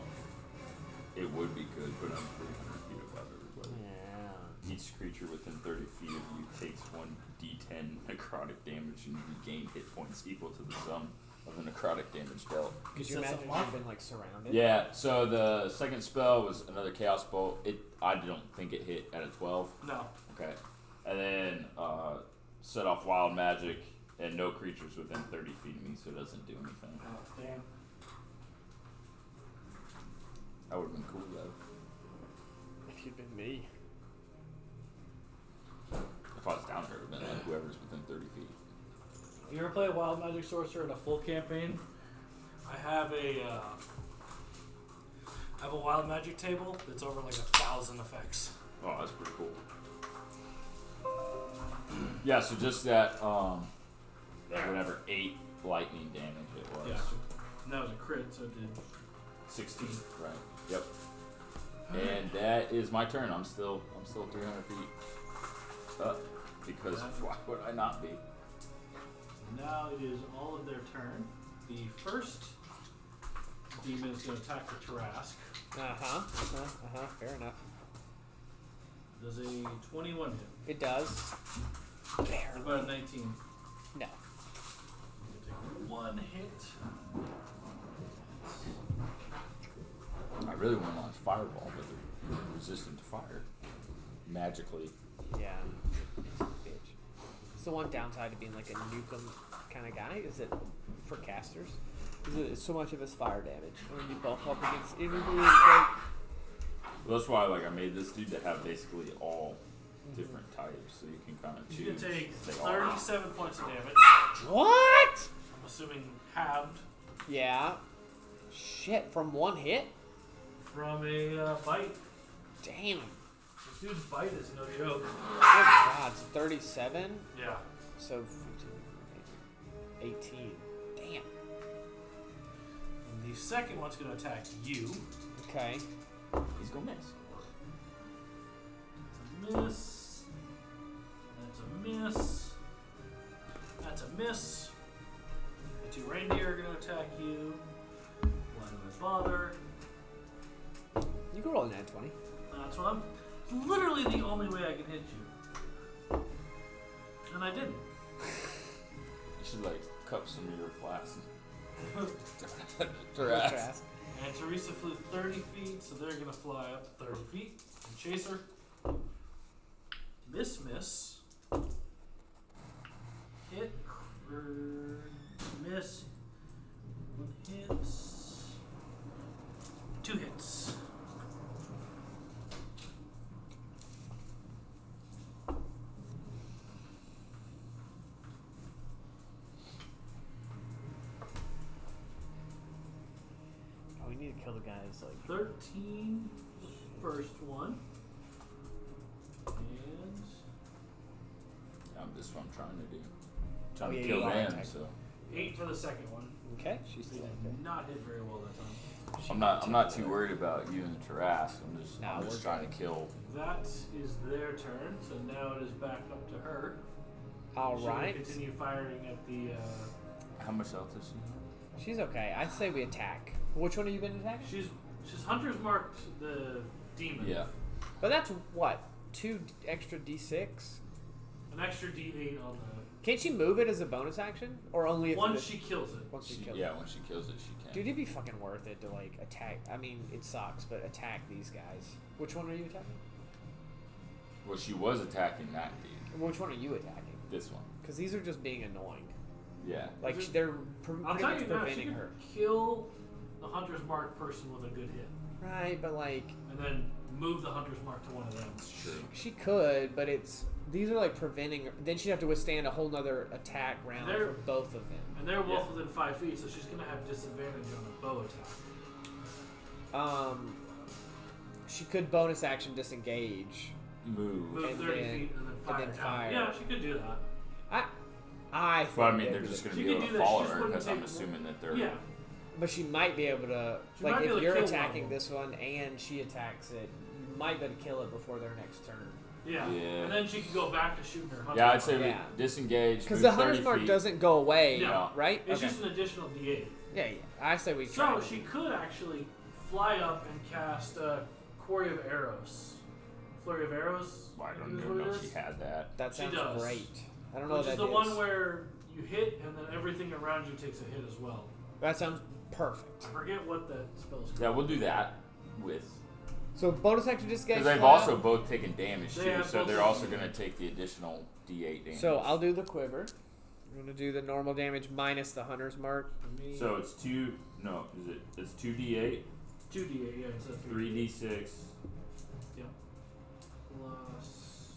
B: it would be good, but I'm 300 feet above everybody. Each creature within 30 feet of you takes 1d10 necrotic damage and you regain hit points equal to the sum of the necrotic damage dealt.
D: Could
I: He
D: you
I: says
D: imagine
I: something
D: if you've
I: off.
D: been like surrounded?
B: Yeah, so the second spell was another Chaos Bolt. It I don't think it hit at a 12.
A: No.
B: Okay. And then uh, set off Wild Magic and no creatures within 30 feet of me, so it doesn't do anything.
A: Oh, damn.
B: That would have been cool, though,
D: If you'd been me.
B: if I was down here, it would have been like whoever's within 30 feet.
A: If you ever play a Wild Magic Sorcerer in a full campaign, I have a uh, I have a Wild Magic table that's over like a thousand effects.
B: Oh, that's pretty cool. Yeah, so just that, um, that whatever, 8 lightning damage it was.
A: Yeah. And that was a crit, so it did.
B: 16. Right. Yep. And that is my turn. I'm still I'm still 300 feet. up because why would I not be?
A: Now it is all of their turn. The first demon is going to attack the Tarask.
D: Uh huh. Uh huh. Uh huh. Fair enough.
A: Does a 21 hit?
D: It does.
A: What about a 19?
D: No.
A: Take One hit.
B: I really want to launch fireball, but they're resistant to fire magically.
D: Yeah. Bitch. It's the one downside to being like a nukem kind of guy is that for casters, is that it's so much of it's fire damage. And when you bump up against everybody, it's like
B: Well, that's why like I made this dude to have basically all different types, so you can kind of
A: She's going
B: choose.
A: to take
B: all of them.
A: 37 points of damage,
D: what?
A: I'm assuming halved
D: Yeah. Shit, from one hit?
A: from a uh, bite. This
D: Damn.
A: dude's bite is no joke.
D: Good God, it's 37,
A: Yeah.
D: so 15, 18. Damn.
A: And the second one's going to attack you.
D: Okay.
B: He's gonna miss.
A: That's a miss. That's a miss. That's a miss. The two reindeer are going to attack you. Why do I bother?
D: You can roll an ad 20.
A: That's what I'm. It's literally the only way I can hit you. And I didn't.
B: You should like cup some of your flask. Terrace.
A: And Teresa flew 30 feet, so they're gonna fly up 30 feet and chase her. Miss, miss. Hit, er, miss. One hits. Two hits.
D: Oh, we need to kill the guys, like,
A: 13, first one. And
B: I'm just what I'm trying to do. Trying
D: Oh, yeah,
B: to kill
D: you are
B: them,
D: attacking.
B: so
A: eight for the second one.
D: okay, she's
A: They
D: still
A: did
D: okay.
A: not hit very well that time.
B: I'm not. I'm not too worried about you and the Terrace. I'm just.
D: Nah,
B: I'm
D: we're
B: just trying to kill.
A: That is their turn, so now it is back up to her. She'll
D: Alright.
A: Continue firing at the. Uh,
B: How much health does she have?
D: She's okay. I'd say we attack. Which one have you been attacking?
A: she's she's hunters marked the demon.
B: Yeah.
D: But that's what? Two d- extra d6?
A: An extra d8 on the.
D: Can't she move it as a bonus action? Or only if
A: Once
D: the-
A: she kills it.
D: once she
B: She-
D: kills
B: yeah. When she kills it, she can.
D: Dude, it'd be fucking worth it to like attack. I mean, it sucks, but attack these guys. Which one are you attacking?
B: Well, she was attacking that dude.
D: Which one are you attacking?
B: This one.
D: Because these are just being annoying.
B: Yeah.
D: Like
A: Is it-
D: they're pre-
A: I'll
D: pretty
A: tell you now,
D: much
A: she
D: preventing
A: can
D: her.
A: kill the hunter's marked person with a good hit,
D: Right, but like
A: and then move the hunter's mark to one of them.
B: It's true.
D: she could, but it's these are like preventing. Her. Then she'd have to withstand a whole nother attack round
A: They're-
D: for both of them.
A: And they're both
B: Yeah.
A: within five feet, so she's gonna have disadvantage on a bow attack.
D: Um, she could bonus action disengage.
B: Move.
A: Move
D: And
A: 30
D: then-
A: feet and then
D: and
A: fire.
D: then
A: down.
D: fire.
A: Yeah, she could do that.
D: I, I.
B: Well, I
D: think
B: mean,
D: that'd
B: they're
D: be
B: just
D: the-
B: gonna
A: She
B: be
A: could
B: able
A: do that,
B: to
A: she
B: follow
A: just
B: her
A: wouldn't
B: because I'm
A: take-
B: assuming that they're.
A: Yeah.
D: But she might be able to,
A: She might
D: like,
A: be able
D: if
A: to
D: you're
A: kill one of
D: attacking
A: them.
D: this one and she attacks it, you might be able to kill it before their next turn.
A: Yeah.
B: Yeah.
A: And then she can go back to shooting her hunter.
B: Yeah, I'd say we
D: Yeah.
B: disengage.
D: Because
B: move
D: the hunter's
B: 30
D: mark
B: feet.
D: doesn't go away,
A: No.
D: right?
A: It's
D: Okay.
A: just an additional D8.
D: yeah, yeah. I say we try.
A: So
D: it.
A: she could actually fly up and cast uh, Quarry of Arrows. Flurry of Arrows?
B: Well, I
A: I
B: don't
A: think is
B: even
A: what
B: know
A: it
B: if she
A: is.
B: had that.
D: that
A: she
D: sounds
A: does.
D: great. I don't know
A: Which
D: what
A: is
D: that
A: the one
D: is.
A: where you hit and then everything around you takes a hit as well.
D: That sounds
A: I
D: perfect.
A: forget what that spell's called.
B: Yeah, we'll do that with.
D: So bonus action disengage.
B: Because they've
D: fly.
B: also both taken damage
A: They
B: too,
A: have
B: so
A: both
B: they're
A: taken
B: also going to
A: damage.
B: take the additional D8 damage.
D: So I'll do the quiver. I'm gonna do the normal damage minus the hunter's mark.
A: For me,
B: So it's two. No, is it? It's two D8,
A: 2d8, yeah, instead of 3
B: three D6.
A: Yeah. Plus.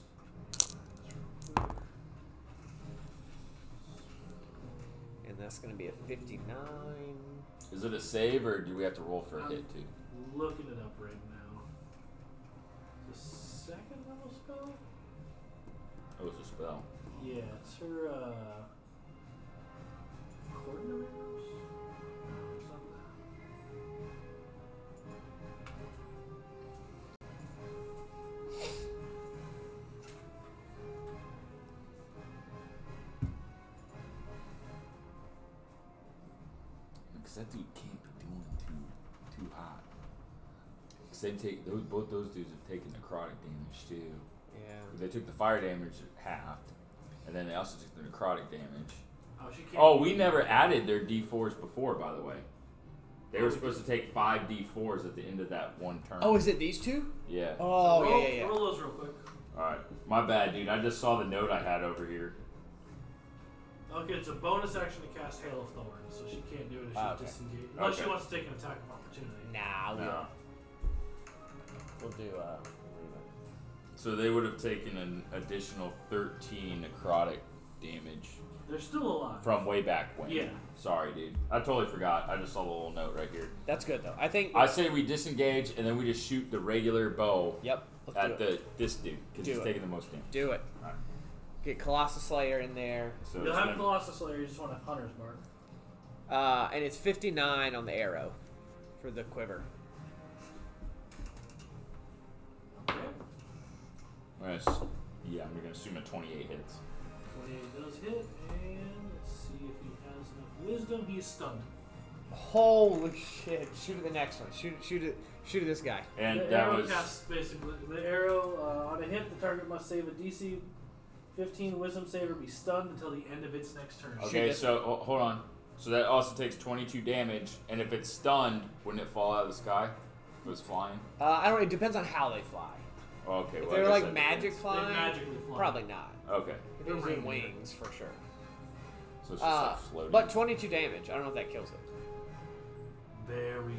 D: And that's gonna be a fifty-nine.
B: Is it a save or do we have to roll for a hit too?
A: Looking it up right now. The second level spell?
B: Oh, it's a spell.
A: Yeah, it's her uh coordinators?
B: Cause that dude can't be doing too too hot. Cause they take those both those dudes have taken necrotic damage too.
D: Yeah.
B: They took the fire damage at half, and then they also took the necrotic damage.
A: Oh, she can't.
B: Oh, we never added their D4s before, by the way. They were supposed to take five D4s at the end of that one turn.
D: Oh, is it these two?
B: yeah.
D: Oh,
A: roll,
D: yeah, yeah, yeah.
A: Roll those real quick.
B: All right, my bad, dude. I just saw the note I had over here.
A: Okay, it's a bonus action to cast Hail of Thorns, so she can't do it if she's
B: Ah, okay.
A: disengaged. Unless she
B: Okay.
A: wants to take an attack of opportunity.
D: Nah, we'll,
B: No.
D: Oh, we'll do. Uh,
B: So they would have taken an additional thirteen necrotic damage
A: They're still alive.
B: from way back when.
A: Yeah.
B: Sorry, dude. I totally forgot. I just saw the little note right here.
D: that's good though. I think.
B: I say we disengage and then we just shoot the regular bow
D: yep. Let's
B: at
D: do it.
B: the this dude because
D: Do
B: he's
D: it.
B: taking the most damage.
D: Do it.
B: Alright.
D: Get Colossus Slayer in there,
B: So
A: You'll
B: it's
A: have
B: gonna-
A: Colossus Slayer, you just want a Hunter's Mark.
D: uh, and it's 59 on the arrow for the quiver.
A: Okay.
B: I'm gonna s- yeah, I'm gonna assume a 28 hits.
A: 28 does hit, and let's see if he has enough wisdom. He's stunned.
D: Holy shit! Shoot at the next one. Shoot, shoot it. Shoot at this guy.
B: And
A: the
B: that
A: arrow
B: was
A: casts basically the arrow uh, on a hit. The target must save a DC 15 Wisdom save or be stunned until the end of its next turn.
B: okay.
D: this-
B: So ho- hold on. So that also takes 22 damage, and if it's stunned, wouldn't it fall out of the sky? If it's flying.
D: Uh, I don't. It depends on how they fly.
B: Oh, okay.
D: If
B: well, I
D: they're
B: guess
D: like
B: that
D: magic
B: depends.
A: They
D: flying,
A: magically fly.
D: probably not.
B: Okay.
D: If they're
A: They're
D: using
A: winged.
D: wings for sure.
B: So it's just
D: Uh,
B: like floating.
D: but 22 damage. I don't know if that kills it.
A: Very,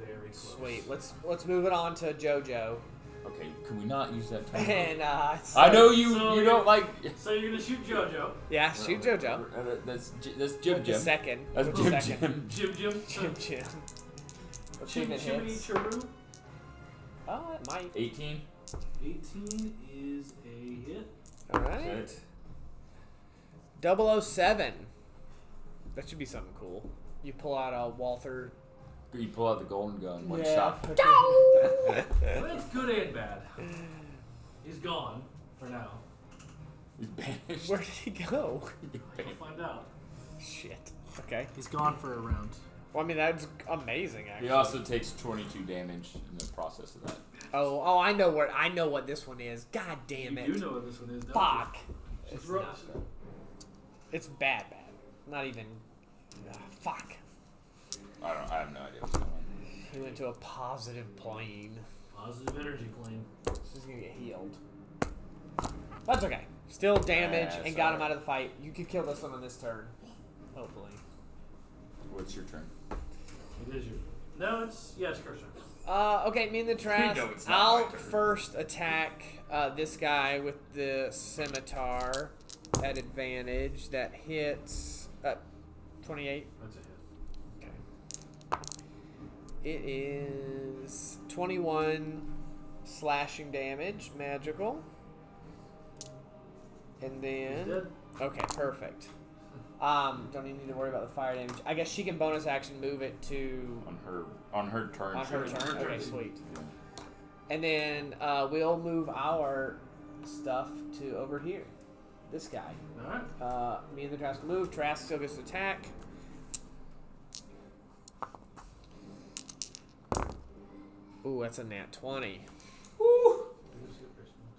A: very close.
D: Sweet. Let's let's move it on to JoJo.
B: okay. Can we not use
D: *laughs*
B: that? term?
D: And uh, so-
B: Uh-huh. I know you.
A: So-
B: you don't like.
A: So you're gonna shoot JoJo.
D: Yeah, *laughs* shoot JoJo.
B: Uh, *laughs* That's J- that's Jim
D: The
B: Jim.
D: second.
B: That's
D: The
B: Jim
D: second.
B: Jim. *laughs*
A: Jim Jim.
D: Jim Jim. Let's see
A: Chim
D: if it
A: Chimney
D: hits.
A: Chiru.
D: Oh, it might.
B: 18.
A: 18 is a hit.
D: All right. 007. That should be something cool. You pull out a Walther.
B: You pull out the golden gun, one
D: Yeah.
B: shot. *laughs*
A: Well, that's good and bad.
D: *sighs*
A: He's gone for now.
B: He's banished.
D: Where did he go?
A: We'll find out.
D: Shit. Okay.
I: He's gone for a round.
D: Well, I mean that's amazing. Actually.
B: He also takes 22 damage in the process of that.
D: Oh, oh, I know where. I know what this one is. God damn it.
A: You do know what this one is, don't
D: Fuck.
A: you?
D: It's,
A: She's ro-
D: not, it's bad, bad. Not even. ah, fuck.
B: I don't. I have no idea what's going on.
D: He went to a positive plane.
A: Positive energy plane.
D: She's gonna get healed. That's okay. Still damage
B: Yeah,
D: and got him
B: sorry.
D: out of the fight. You could kill this one on this turn. Hopefully.
B: What's your turn?
A: It is your. No, it's yeah, it's cursor.
D: Uh, okay, me and the trash.
B: *laughs* No, it's not
D: I'll
B: my turn.
D: first attack uh, this guy with the scimitar at advantage. That hits uh, 28.
A: That's a hit.
D: Okay. It is 21 slashing damage, magical.
A: He's
D: And then.
A: dead.
D: Okay, perfect. Um, don't even need to worry about the fire damage. I guess she can bonus action move it to
B: On her on her turn.
D: on her
B: sure.
D: turn. Okay, sweet.
B: Yeah.
D: And then uh, we'll move our stuff to over here. This guy.
A: All right.
D: Uh, me and the Trask move. Trask still gets to attack. Ooh, that's a nat 20.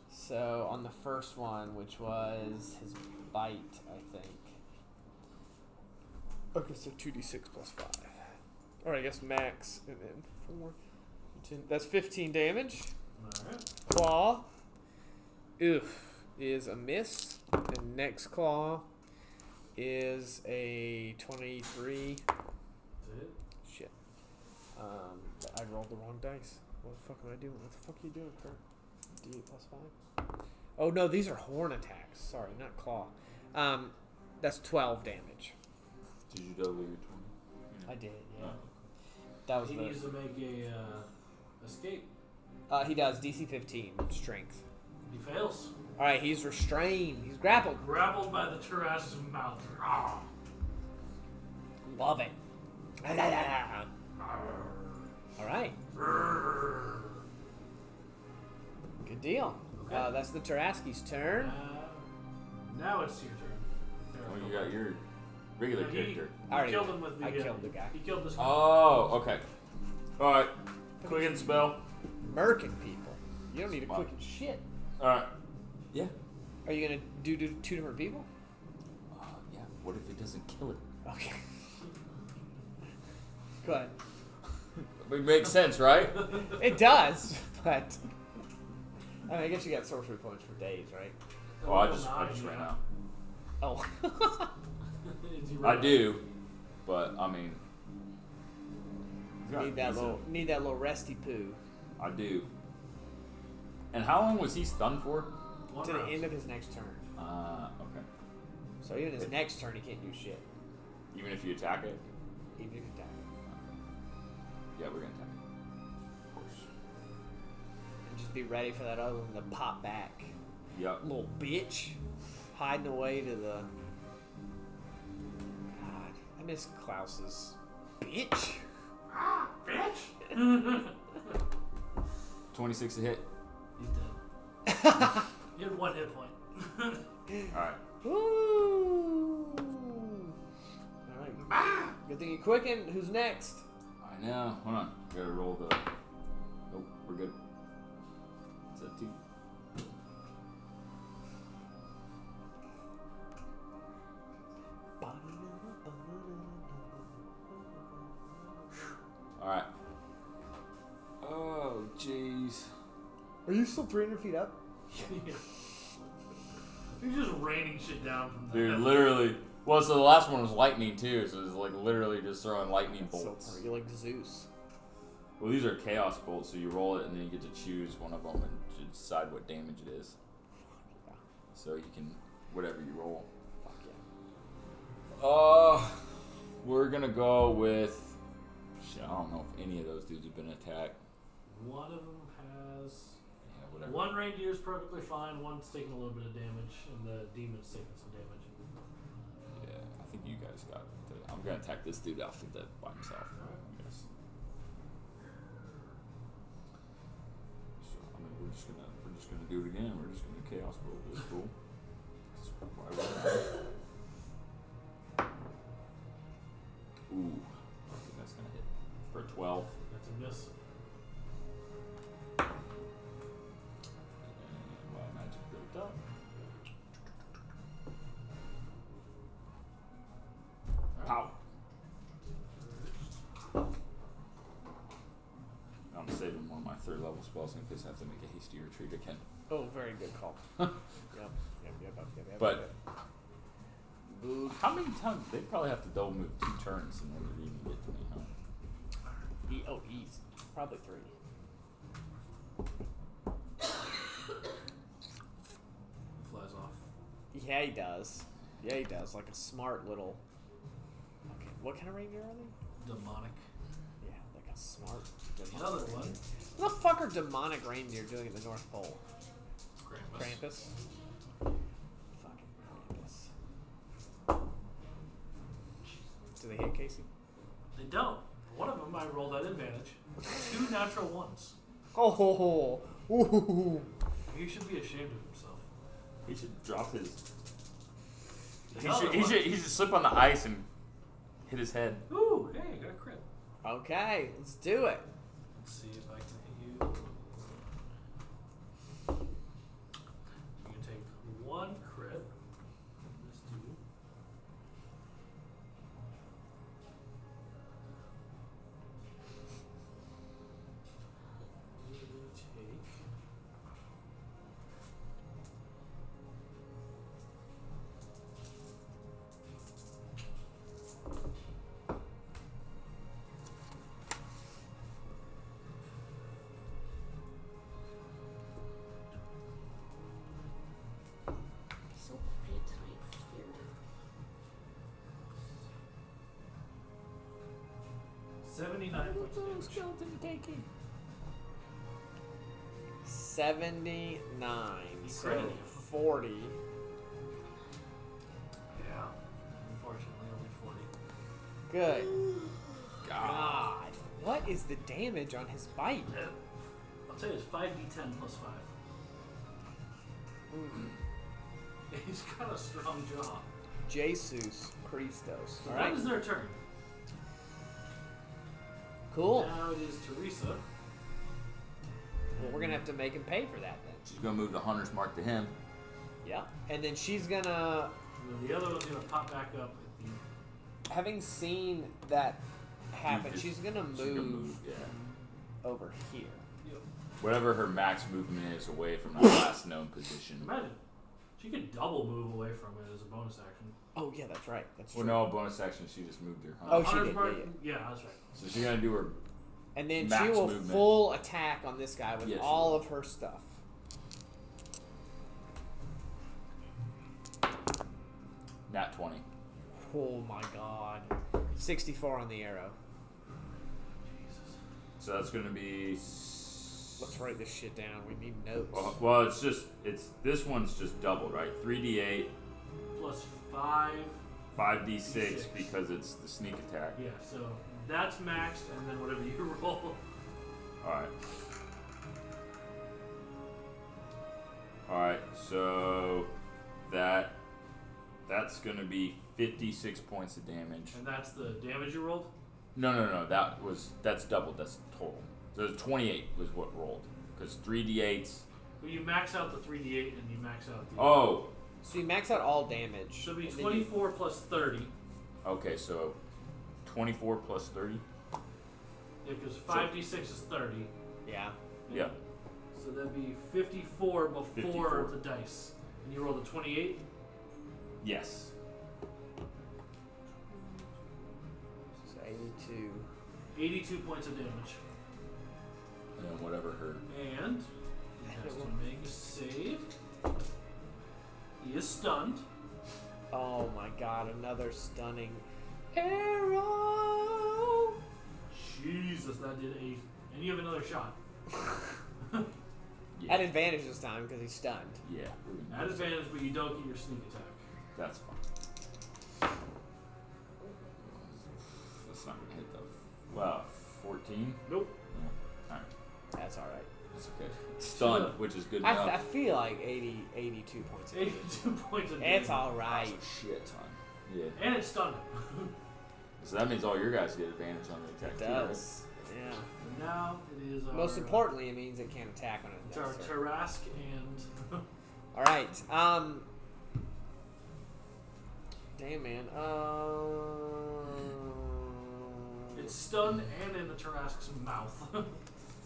D: So on the first one, which was his bite, I think. Okay, so 2d6 plus 5. Or I guess max, and then 4. 10, that's 15 damage.
A: All right.
D: Claw. Oof. Is a miss. The next claw is a 23.
A: That's it.
D: Shit. Um, I rolled the wrong dice. What the fuck am I doing? What the fuck are you doing, Kurt? D8 plus 5? Oh, no, these are horn attacks. Sorry, not claw. Um, that's 12 damage.
B: Did you double your turn?
D: I did, yeah. That was
A: Oh. He needs
D: the.
A: to make a uh, escape.
D: Uh, he does DC 15 strength.
A: He fails.
D: All right, he's restrained. He's grappled.
A: Grappled by the Taras's mouth. Rawr.
D: Love it. Ah, All
A: Ah.
D: right. Good deal.
A: Okay.
D: Uh, that's the Taraski's
A: Uh,
D: turn.
A: now it's your turn. There
B: Well,
A: we
B: Oh, you
A: go.
B: got your regular
A: No, he,
B: character.
A: he
D: I already-
A: killed him with the.
D: I
A: uh,
D: killed the guy.
A: He killed this.
B: Oh, okay. All right. Quicken spell.
D: Merkin people. You don't need to
B: Wow.
D: quicken shit.
B: All right. Yeah.
D: Are you gonna do, do two different people?
B: Uh, yeah. What if it doesn't kill it?
D: Okay. *laughs* Go ahead.
B: It makes
D: *laughs*
B: sense, right?
D: It does, *laughs* but I, mean, I guess you got sorcery points for days, right?
B: Oh, I just, I just ran out.
D: Oh, *laughs*
A: Is *laughs* he
B: I
A: right?
B: do, but I mean,
D: need that little need that little resty poo
B: I do. And how long was he stunned for?
A: One
D: to the
A: round.
D: end of his next turn.
B: Uh, okay.
D: So even his next turn, he can't do shit.
B: Even if you attack it,
D: Even if he dies,
B: yeah, we're gonna attack. It. Of course.
D: and just be ready for that other one to pop back.
B: Yep.
D: Little bitch, hiding away to the. God, I miss Klaus's bitch.
A: *laughs* Bitch!
B: Twenty-six to hit.
A: He's dead.
D: *laughs*
A: You had one hit point. *laughs*
B: All right.
D: Woo! All right. Ah! Good thing you quickened. Who's next?
B: I know. Hold on. We gotta roll the. Oh, we're good. It's a two. All right. Oh, jeez.
D: Are you still 300 feet up?
A: He's just raining shit down from the
B: Dude,
A: heaven.
B: literally. Well, so the last one was lightning too, so it's like literally just throwing lightning bolts.
D: You're like Zeus.
B: Well, these are chaos bolts, so you roll it and then you get to choose one of them and to decide what damage it *laughs* is. So you can whatever you roll.
D: Fuck yeah.
B: Uh, we're gonna go with. Shit, I don't know if any of those dudes have been attacked.
A: One of them has.
B: Yeah, whatever.
A: One reindeer's perfectly fine, one's taking a little bit of damage, and the demon's taking some damage.
B: Yeah, I think you guys got. The, I'm gonna attack this dude off the by himself. I guess. So I mean, we're just gonna we're just gonna do it again. We're just gonna chaos roll this fool. That's why we're not. Ooh, I think that's gonna hit for a twelve.
A: That's a miss.
B: And my magic built up. Pow. I'm saving one of my third level spells in case I have to make a hasty retreat again. *laughs*
D: Oh, very good call. Yep, yep, yep, yep, yep, yep.
B: But-
D: yep.
B: How many times? They probably have to double move two turns in order to even get to me, huh?
D: E- oh, easy. Probably three.
A: Flies off.
D: Yeah, he does. Yeah, he does. Like a smart little. Okay, what kind of reindeer are they?
A: Demonic.
D: Yeah, like a smart.
A: Another one.
D: What the fuck are demonic reindeer doing at the North Pole?
A: Krampus.
D: Krampus. Fucking Krampus. Do they hit Casey?
A: They don't. One of them I rolled at advantage. Two natural ones.
D: Oh, ho, ho. Ooh.
A: He should be ashamed of himself.
B: He should drop his. He
A: Another
B: should, he,
A: one.
B: should, he should slip on the ice and hit his head.
A: Ooh, hey, I got a crit.
D: Okay, let's do it.
A: Let's see if I can hit you. You can take one crit. from This dude. You take
E: So quiet right here.
A: seventy-nine points of damage.
D: 79. So
A: Incredible.
D: 40.
A: Yeah. Unfortunately, only forty.
D: Good
B: God.
D: God. What is the damage on his bite?
A: Yeah. I'll tell you, it's five d10 plus five. He's got a strong jaw.
D: Jesus Christos.
A: So
D: All
A: that
D: right.
A: is their turn.
D: Cool.
A: Now it is Teresa.
D: Well, we're gonna have to make him pay for that then.
B: She's gonna move the hunter's mark to him.
D: Yeah. And then she's gonna,
A: And then the other one's going to pop back up at the
D: having seen that happen,
B: Dude,
D: she's gonna move,
B: She's gonna move. Yeah.
D: over here.
B: Whatever her max movement is away from that last known position.
A: Imagine. She could double move away from it as a bonus action.
D: Oh yeah, that's right. That's
B: Well,
D: true.
B: no bonus action. She just moved her
D: Oh,
B: hunter.
D: she
A: Hunter's
D: did,
A: mark-
D: yeah,
A: that's right.
B: so she's gonna do her.
D: And then she
B: Max
D: will
B: movement.
D: full attack on this guy with
B: Yes, she
D: all
B: will.
D: of her stuff.
B: Nat twenty.
D: Oh my god. 64 on the arrow.
B: So that's gonna be. s-
D: Let's write this shit down. We need notes.
B: Well, well, it's just it's this one's just double, right? Three d eight,
A: Plus five.
B: five d six
A: D6.
B: because it's the sneak attack.
A: Yeah, so that's maxed, and then whatever you *laughs* roll.
B: All right. All right. So that that's gonna be fifty six points of damage.
A: And that's the damage you rolled?
B: No, no, no. That was that's doubled. That's total. So twenty eight was what rolled because three d eights.
A: Well, you max out the 3d8 and you max out the.
B: Oh,
D: so you max out all damage.
A: So it'll be
D: and then you-
A: 24 plus 30.
B: okay. So twenty four plus thirty.
A: Yeah, because 5d6 is 30.
D: yeah.
B: Yeah.
A: So that'd be 54 before
B: 54.
A: the dice. And you rolled a 28?
B: Yes.
D: So 82.
A: 82 points of damage.
B: And then whatever her
A: And he has to make a save. He is stunned.
D: Oh my god, another stunning arrow!
A: Jesus, that did a. And you have another shot.
B: yeah.
D: At advantage this time because he's stunned.
B: Yeah, we're gonna
A: At
B: do that.
A: advantage, but you don't get your sneak attack.
B: that's fine. That's not gonna hit the well, fourteen.
A: *laughs* Nope.
B: All right,
D: That's alright.
B: that's okay. Stunned, which is good
D: I,
B: enough.
D: I feel like 80, 82 points. of damage.
A: 82 points of damage.
D: It's alright.
B: Shit ton. Yeah.
A: And it's stunned. *laughs*
B: So that means all your guys get advantage on the attack.
D: It
B: too, right?
D: does. Yeah.
A: And now it is our.
D: Most importantly, it means it can't attack on
A: It's
D: it.
A: our
D: next turn.
A: Tarask and. *laughs*
D: All right. Um. Damn, man. Um.
A: it's stunned and in the Tarask's mouth. *laughs*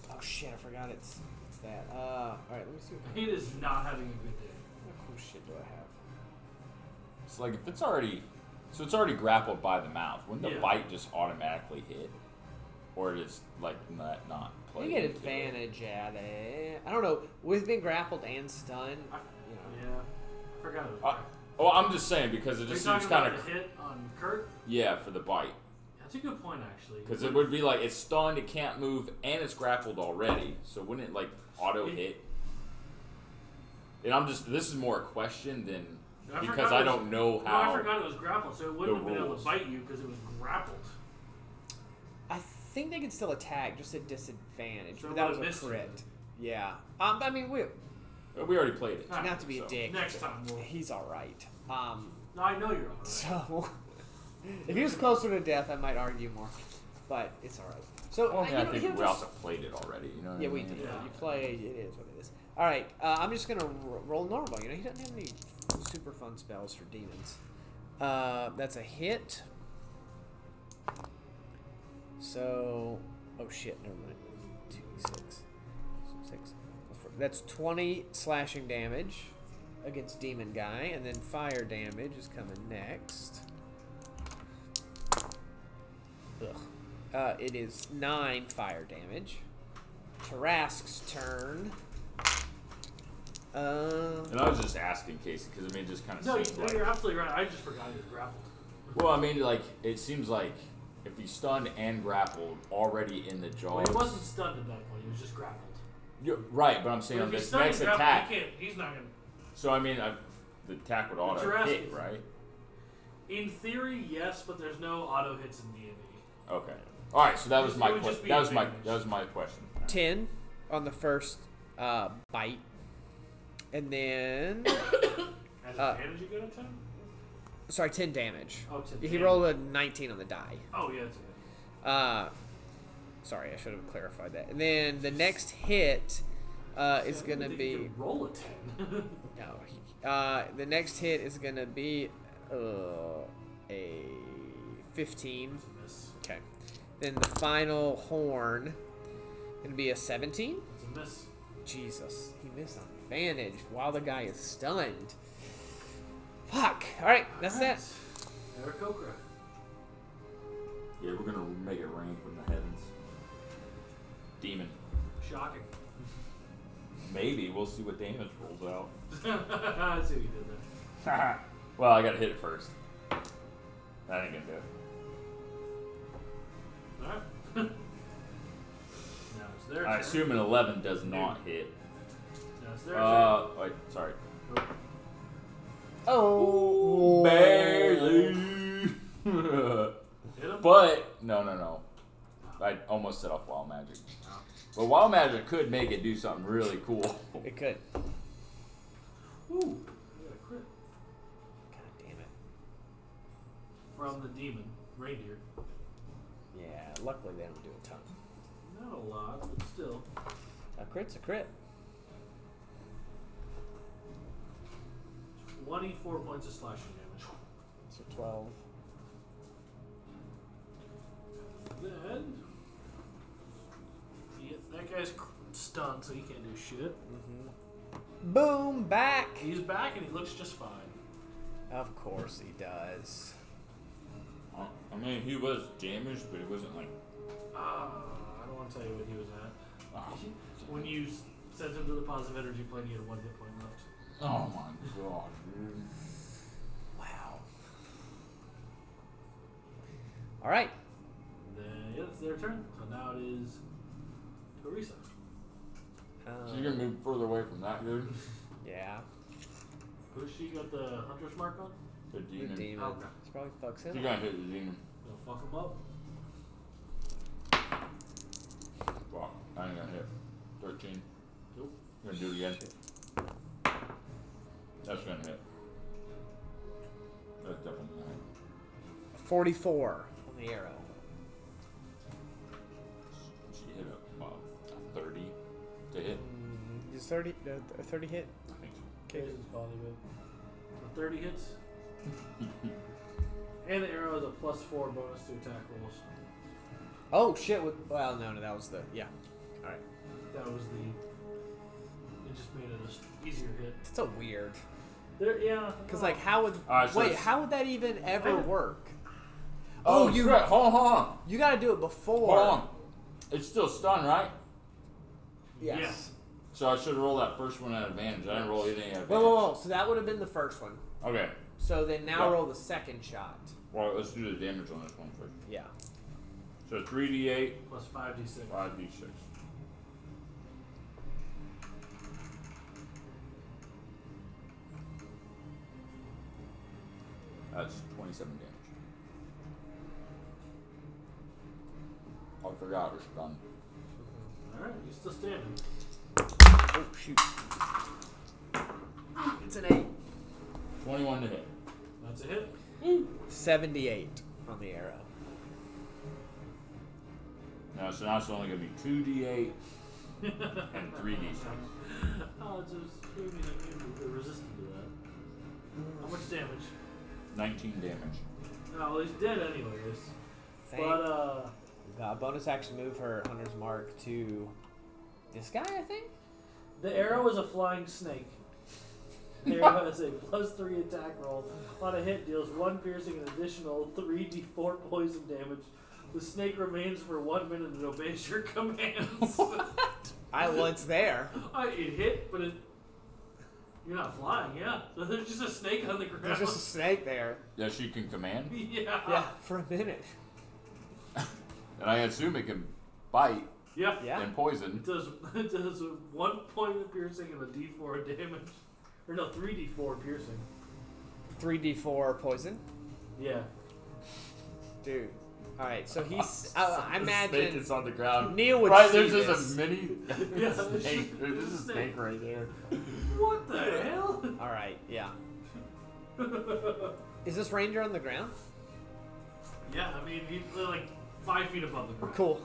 D: Oh shit! I forgot it's it's that. Uh. All right. Let me see. What kind
A: he is not having a good day.
D: of cool shit do I have?
B: It's like if it's already, so it's already grappled by the mouth. Wouldn't the
A: Yeah.
B: bite just automatically hit, or it is like not not played?
D: You get
B: into it?
D: advantage at it. I don't know. With being grappled and stunned,
A: I-
D: you know.
A: Yeah. I forgot it was.
B: Uh, oh, I'm just saying because it
A: Are you
B: just
A: talking
B: seems
A: about
B: kind of
A: the hit on Kurt?
B: yeah for the bite.
A: That's a good point, actually.
B: Because it would be like it's stunned, it can't move, and it's grappled already. So wouldn't it like auto hit? And I'm just this is more a question than
A: I
B: because
A: forgot
B: I
A: it was-
B: don't know
A: No, I
B: how.
A: forgot it was grappled, so it wouldn't
B: The
A: have been able
B: rules.
A: to bite you because it was grappled.
D: I think they can still attack, just at disadvantage.
A: So
D: but
A: it
D: that was
A: would've
D: a
A: missed you.
D: crit. Yeah. Um. I mean, we
B: But we already played it.
A: Alright,
D: not to be
B: so-
D: a dick.
A: Next time we'll.
D: He's all right. Um.
A: No, I know you're on. Right?
D: So, *laughs* if he was closer to death, I might argue more, but it's all right. So, uh,
B: Well, yeah,
D: you know,
B: I think
D: he'll
B: we
D: just-
B: also played it already. You know. What
D: yeah,
B: I
D: we
B: mean?
D: did.
A: Yeah.
D: You play. It is what it is. All right. Uh, I'm just gonna ro- roll normal. You know, he doesn't have any super fun spells for demons. Uh, that's a hit. So, oh shit, never mind. Two six, six. four. That's twenty slashing damage against demon guy, and then fire damage is coming next. Ugh. Uh, it is nine fire damage. Tarask's turn. Uh,
B: And I was just asking Casey because I mean, it just kind of
A: No, you,
B: seems
A: no,
B: like.
A: you're absolutely right. I just forgot he was grappled.
B: Well, I mean, like it seems like if he's stunned and grappled already in the
A: Well,
B: jaws.
A: he wasn't stunned at that point. He was just grappled.
B: You're right, but I'm saying
A: But
B: on
A: if he's
B: this
A: stunned
B: next
A: and grappled,
B: attack.
A: he can't. He's not gonna.
B: So I mean, I, the attack would auto
A: Jurassic
B: hit,
A: is-
B: right?
A: In theory, yes, but there's no auto hits in D and D.
B: Okay. All right. So that was
A: It
B: my
A: would just
B: question.
A: be
B: That was my
A: advantage.
B: that was my question.
D: 10 on the first uh, bite. And then *coughs*
A: At
D: Uh, Ah.
A: advantage, you get a ten.
D: sorry, ten damage.
A: Oh, 10
D: he
A: damage.
D: rolled a nineteen on the die.
A: Oh yeah, it's okay.
D: Uh, sorry, I should have clarified that. And then the next hit uh, is
A: I didn't
D: gonna
A: think you
D: be
A: could roll a ten. *laughs*
D: no. he- Uh, the next hit is gonna be uh, a fifteen.
A: miss.
D: Okay. Then the final horn gonna be a seventeen.
A: It's a miss.
D: Jesus, he missed on advantage while the guy is stunned. Fuck. All right, that's that.
A: Eric Okra.
B: Yeah, we're gonna make it rain from the heavens. Demon.
A: Shocking. *laughs*
B: Maybe we'll see what damage rolls out.
A: I see what you did there.
B: well, I gotta hit it first. That ain't gonna do it.
A: Alright. now *laughs* it's their
B: I
A: turn.
B: assume an 11 does not hit.
A: Now it's
B: Uh,
A: their turn.
B: oh, sorry. Oh, barely. *laughs*
A: Hit him.
B: but no, no, no. I almost set off wild magic. But wild magic could make it do something really cool.
D: It could. God
A: Ooh. I got a crit.
D: damn it.
A: From the demon. Reindeer.
D: Yeah, luckily they don't do a ton.
A: Not a lot, but still.
D: A crit's a crit.
A: 24 points of slashing damage.
D: So 12.
A: Then. Yeah, that guy's cr- stunned, so he can't do shit.
D: Boom, back!
A: He's back and he looks just fine.
D: Of course he does.
B: I mean, he was damaged, but it wasn't like.
A: Ah, I don't want to tell you what he was at.
B: ah.
A: When you s- sent him to the positive energy plane, you had one hit point left.
B: Oh my god, dude.
D: Wow. All right.
A: Then, yeah, it's their turn. So now it is Teresa.
B: So you're
D: Um,
B: gonna move further away from that dude?
D: yeah.
A: Who's she got the hunter's mark on?
B: The
D: The
B: demon.
D: demon.
A: Okay.
D: This probably fucks
B: You're
D: him.
B: gonna hit the demon.
A: Gonna fuck him up.
B: Fuck. I ain't gonna hit. 13.
A: Nope.
B: You're gonna do it again. That's gonna hit. That's definitely gonna hit.
D: 44 on the arrow.
B: She hit a, uh, a 30 to hit. Mm,
D: Is 30, uh, 30 hit?
B: I think so.
D: Okay.
A: Teresa's body with the 30 hits. and the arrow is a plus 4 bonus to attack rolls.
D: Oh, shit. With, well, no, no, that was the. Yeah.
A: That was the. It just made it a s- easier hit.
D: It's a weird.
A: There, yeah.
D: Because, like, how would.
B: right, so
D: wait,
B: it's-
D: how would that even ever
A: I-
D: work?
B: Oh,
D: Oh, you-
B: you. Right. Hold on, hold on.
D: You gotta do it before.
B: Hold on. It's still stunned, right?
D: Yes.
A: Yes.
B: So I should have rolled that first one at advantage. I didn't roll any at advantage.
D: Whoa, whoa, whoa. So that would have been the first one.
B: Okay.
D: So then now
B: Yeah.
D: roll the second shot.
B: Well, let's do the damage on this one first.
D: Yeah.
B: So 3d8,
A: Plus 5d6.
B: 5d6. That's 27 damage. Oh, I forgot her stun.
A: Alright, you're still standing.
D: Oh, shoot. *gasps* It's an 8.
B: 21 to hit.
A: That's a hit.
D: 78 on the arrow.
B: No, so now it's only going to be 2d8 and 3d6.
A: *laughs* Oh, it's just gave me that game. They're resistant to that. How much damage?
B: 19 damage.
A: Oh, well, he's dead anyways.
D: Thank
A: But, uh,
D: God. Bonus action move her Hunter's Mark to this guy, I think?
A: the arrow is a flying snake. The arrow has a plus 3 attack roll. On a hit, deals 1 piercing and additional 3d4 poison damage. The snake remains for 1 minute and obeys your *laughs* commands.
D: I well, it's there.
A: I, it hit, but it. You're not flying, yeah. So there's just a snake on the ground.
D: There's just *laughs* a snake there.
B: Yeah, she can command.
A: *laughs* yeah.
D: Yeah, for a minute.
B: And I assume it can bite
A: Yeah.
D: Yeah.
B: and poison.
A: It does *laughs* it does one point of piercing and a D four damage. Or no, three D four piercing.
D: 3d4 poison.
A: Yeah.
D: Dude. Alright, so
B: *laughs*
D: he's. oh, I, I
B: The snake
D: imagine.
B: is on the ground.
D: Neil would
B: right,
D: see
B: there's
D: this. *laughs*
B: just a mini *laughs*
A: Yeah,
B: snake. There's just a snake right there.
A: *laughs* What the hell?
D: Alright, yeah. Is this ranger on the ground?
A: Yeah, I mean, he's like five feet above the ground.
D: Cool.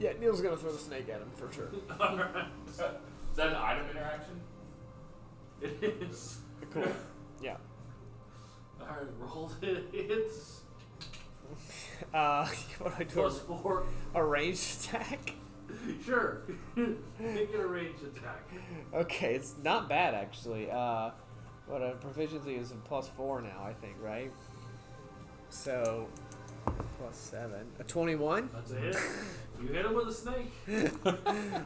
D: Yeah, Neil's gonna throw the snake at him for sure.
A: Alright.
B: *laughs* Is that an item interaction?
A: *laughs* It is.
D: Cool. Yeah.
A: Alright, roll *laughs* it. It's
D: *laughs* Uh, what do I do?
A: plus four. *laughs*
D: A ranged attack? *laughs*
A: Sure. *laughs* Make it a ranged attack.
D: Okay, it's not bad actually. Uh, what a proficiency is a plus four now, I think, right? So, plus seven, a twenty-one. *laughs*
A: That's a hit. You hit him with a snake.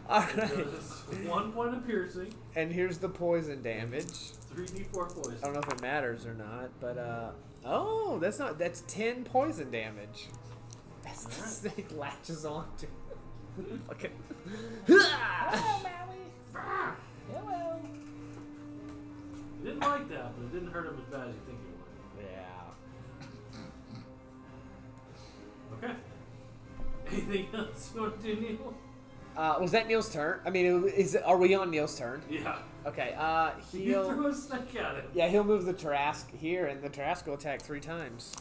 D: All right.
A: Does *laughs* one point of piercing,
D: And here's the poison damage.
A: 3d4 poison.
D: I don't know if it matters or not, but uh, oh, that's not. That's ten poison damage. That's the snake latches onto. *laughs* Fucking. *laughs* Hello.
A: You didn't like that, but it didn't hurt him as bad as you think it
D: Yeah.
A: would. Okay. *laughs* Anything else you want to do, Neil?
D: Uh, was that Neil's turn? I mean, is are we on Neil's turn?
A: Yeah. *laughs*
D: Okay. Uh,
A: You
D: he'll.
A: threw a snake at him.
D: Yeah, he'll move the Tarask here, and the Tarask will attack three times.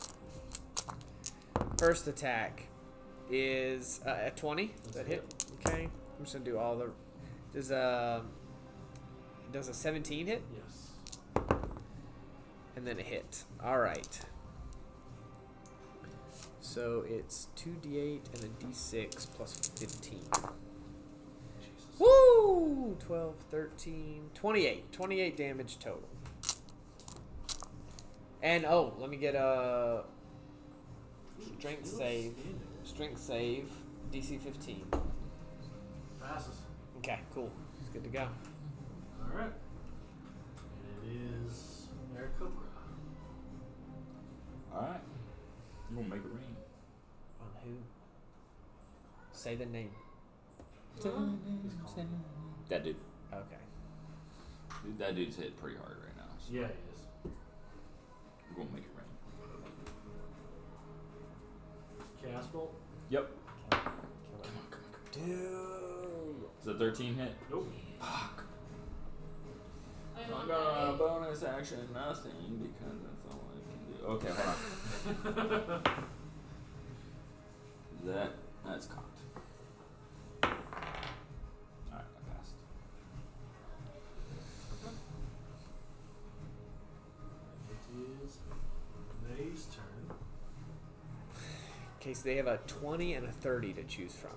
D: First attack is uh, at twenty. Does that hit? Okay. I'm just gonna do all the. Does a does a seventeen hit?
A: Yes.
D: And then a hit. All right. So it's two d8 and a d6 plus 15.
A: Jesus.
D: Woo! 12, 13, 28. 28 damage total. And oh, let me get a strength
A: Neil's
D: save.
A: standing.
D: Strength save, DC 15.
A: Passes.
D: Okay, cool. It's good to go.
A: Alright. And it is Eric Cobra.
B: Alright. You gonna make it rain.
D: On who? Say the name.
A: He's calling.
B: That dude.
D: Okay.
B: That dude's hit pretty hard right now. So
A: Yeah, he is.
B: we're gonna make it rain.
A: Chaos Bolt?
B: Yep.
D: Kill it.
B: Come on, come on, come
D: Dude.
B: on. Is a 13 hit?
A: Nope.
B: Fuck.
F: I
B: I'm
F: want
B: gonna
F: that.
B: bonus action nothing because that's all I can do. Okay, hold on. *laughs* that that's cocked. Alright, I passed.
A: It is May's turn.
D: Okay, so they have a 20 and a 30 to choose from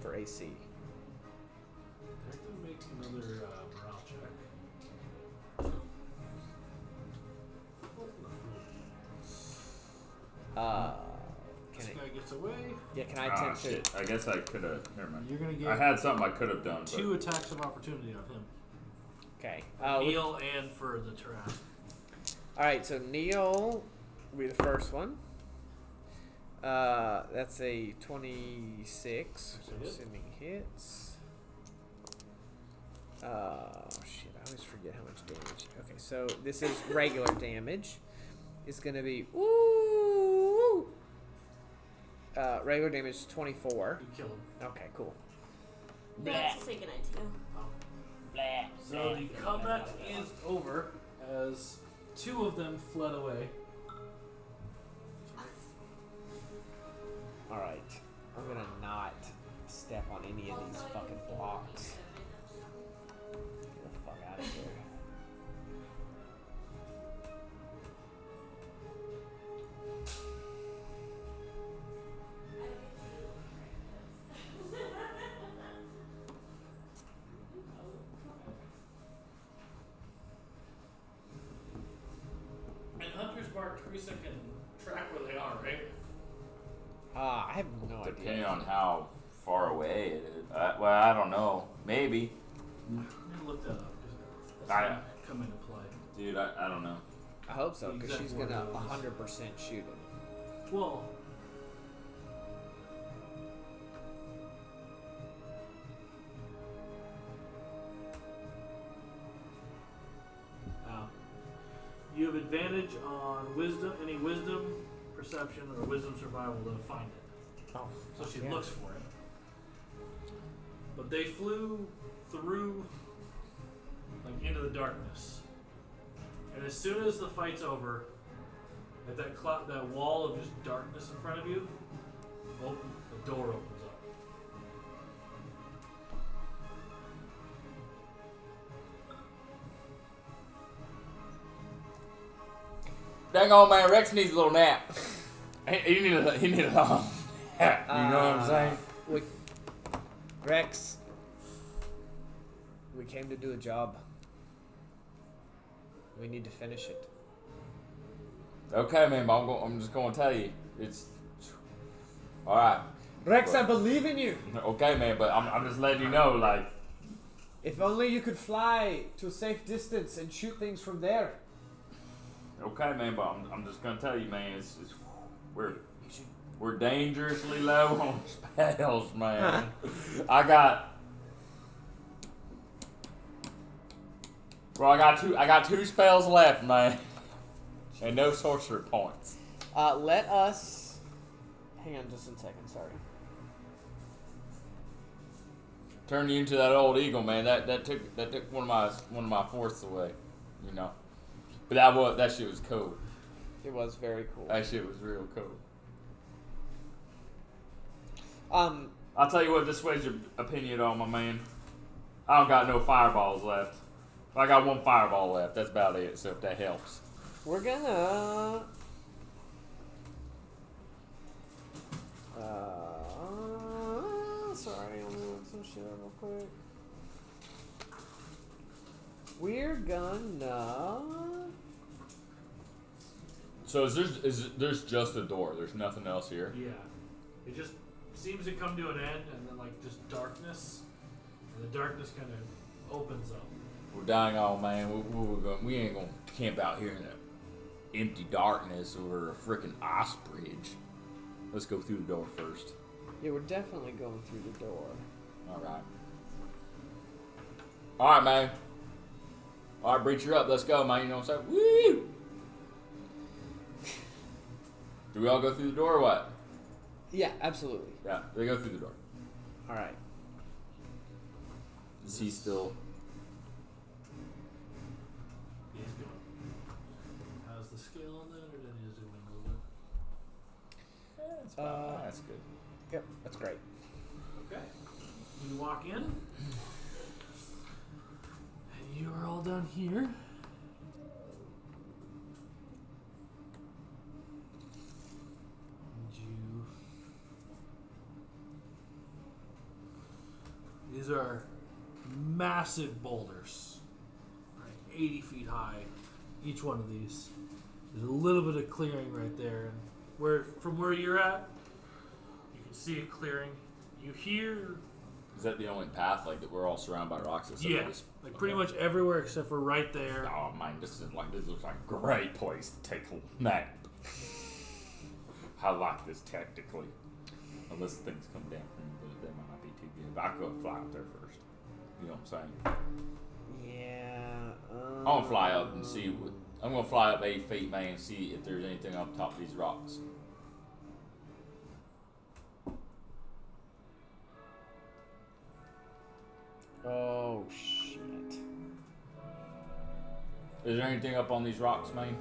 D: for AC.
A: They're going to make another uh, morale check.
D: Uh,
A: This
D: can I,
A: guy gets away.
D: yeah, can
A: Ah,
D: I attempt to?
B: Ah, I guess I could have. Never mind.
I: You're gonna get
B: I had something I could have done.
A: Two attacks of opportunity on him.
D: Okay. Uh, we-
A: Neil and for the Terran.
D: all right, so Neil will be the first one. Uh, that's a 26, which I'm
A: Hit.
D: assuming hits. Uh, shit, I always forget how much damage. Okay, so this is regular damage. It's going to be, ooh, uh, regular damage is 24.
A: You kill him.
D: Okay, cool.
E: That's the second I do.
A: So the combat is over as two of them fled away.
D: All right, I'm gonna not step on any of these fucking blocks. Get the fuck out of here.
A: And Hunter's Mark Teresa can track where they are, right?
D: Ah, I have no
B: Depending
D: idea.
B: on how far away it is. Uh, well, I don't know. Maybe.
A: I need to look that up because that's
B: I-
A: gonna come into play.
B: Dude, I, I don't know.
D: I hope so, because
A: Exact
D: she's
A: word
D: gonna
A: it is.
D: 100% shoot him.
A: Well, Ow. um, you have advantage on wisdom, any wisdom, perception, or wisdom survival to find it.
D: Oh,
A: So she
D: yeah.
A: looks for it. But they flew through, like, into the darkness. And as soon as the fight's over, at that clo that wall of just darkness in front of you, open the door opens up.
B: Dang old man Rex needs a little nap. *laughs* He, he need a he need a long *laughs* nap. You know what I'm
D: Uh,
B: saying?
D: We, Rex, we came to do a job. We need to finish it.
B: Okay, man, but I'm, go- I'm just gonna tell you, it's all right.
D: Rex, I believe in you.
B: Okay, man, but I'm, I'm just letting you know, like,
D: If only you could fly to a safe distance and shoot things from there.
B: okay, man, but I'm, I'm just gonna tell you, man, it's, it's we're we're dangerously low on *laughs* spells, man. I got, well, I got two, I got two spells left, man, and no sorcery points.
D: Uh, let us. Hang on just a second, sorry.
B: Turned you into that old eagle, man. That that took that took one of my one of my fourths away, you know. But that was that shit was cool.
D: It was very cool.
B: That shit was real cool.
D: Um,
B: I'll tell you what, this sways your opinion at all, my man. I don't got no fireballs left. I got one fireball left. That's about it. So if that helps.
D: we're gonna. Uh, sorry, I'm doing some shit real quick. We're gonna.
B: So is there's is there's just a door. There's nothing else here.
A: Yeah. It just seems to come to an end and then like just darkness. And the darkness kind of opens up.
B: We're dying all man. We, we, we're going, we ain't gonna camp out here in the empty darkness over a freaking ice bridge. Let's go through the door first.
D: Yeah, we're definitely going through the door.
B: All right. All right, man. All right, breach, you're up. Let's go, man. You know what I'm saying? Woo! Do we all go through the door or what?
D: Yeah, absolutely.
B: Yeah, they go through the door.
D: Alright.
B: Is he still?
A: He's going. How's the scale on that or did he just do a little bit?
D: Uh,
B: that's good.
D: Yep, that's great.
A: Okay. You walk in. And you are all down here. And you. These are massive boulders. Like 80 feet high, each one of these. There's a little bit of clearing right there. And where, from where you're at, you can see a clearing. You hear
B: Is that the only path? Like that we're all surrounded by rocks? Except for
A: yeah,
B: this-
A: like pretty
B: okay.
A: much everywhere except for right there.
B: Oh man, this is like this looks like a great place to take a nap. I like this tactically. Unless things come down from the they might not be too good. But I go fly up there first. You know what I'm saying?
D: Yeah. Um,
B: I'm gonna fly up and see what I'm gonna fly up eight feet, man, and see if there's anything up top of these rocks.
D: Oh shit.
B: Is there anything up on these rocks, man?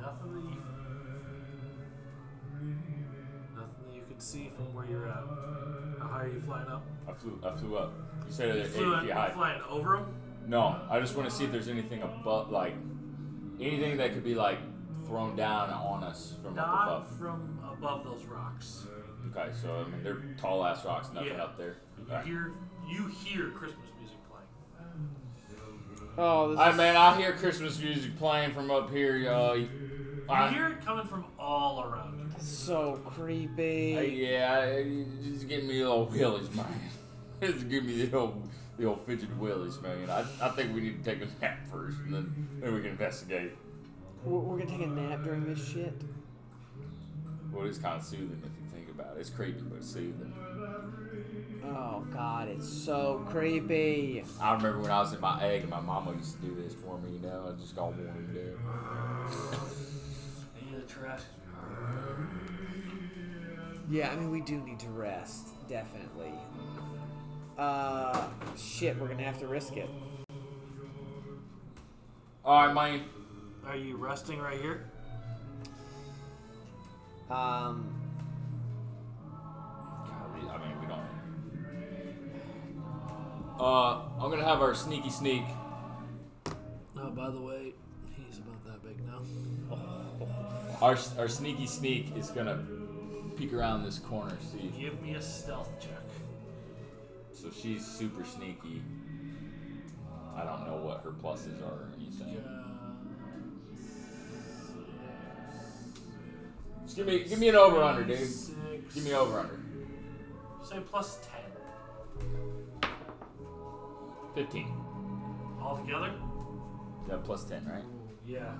A: Nothing that you, nothing that you can see from where you're at. How high are you flying up?
B: I flew I flew up. You said
A: You
B: they're eight
A: flew in,
B: feet
A: you
B: high.
A: flying over them.
B: No, I just want to see if there's anything above, like anything that could be like thrown down on us from up
A: Not
B: above.
A: from above those rocks.
B: Okay, so I mean they're tall ass rocks, nothing
A: Yeah.
B: up there.
A: You
B: Alright.
A: hear, you hear Christmas music playing.
D: Oh, this
B: I
D: is-
B: man, I hear Christmas music playing from up here, y'all.
A: You
B: I-
A: hear it coming from all around you.
D: so creepy.
B: I- yeah, I- it's just give me the old willies, man. *laughs* Just give me the old, the old fidget willies, man. I, I think we need to take a nap first, and then, then we can investigate.
D: we're, we're gonna take a nap during this shit.
B: Well, it's kind of soothing if you think about it. It's creepy, but it's soothing.
D: Oh god, it's so creepy.
B: I remember when I was in my egg, and my mama used to do this for me. You know, I just got warmed up.
A: And you hear the trash.
D: Yeah, I mean we do need to rest, definitely. Uh, shit, we're gonna have to risk it.
B: All right, man.
A: Are you resting right here?
D: Um,
B: God, we- I mean, we don't. Uh, I'm gonna have our sneaky sneak.
I: Oh, by the way, he's about that big now.
B: Our our sneaky sneak is gonna peek around this corner, see.
A: Give me a stealth check.
B: So she's super sneaky. I don't know what her pluses are or anything. Just give me give me an over under, dude.
A: Six.
B: Give me over under.
A: Say plus ten.
B: Fifteen.
A: All together?
B: Yeah, plus ten, right?
A: Yeah.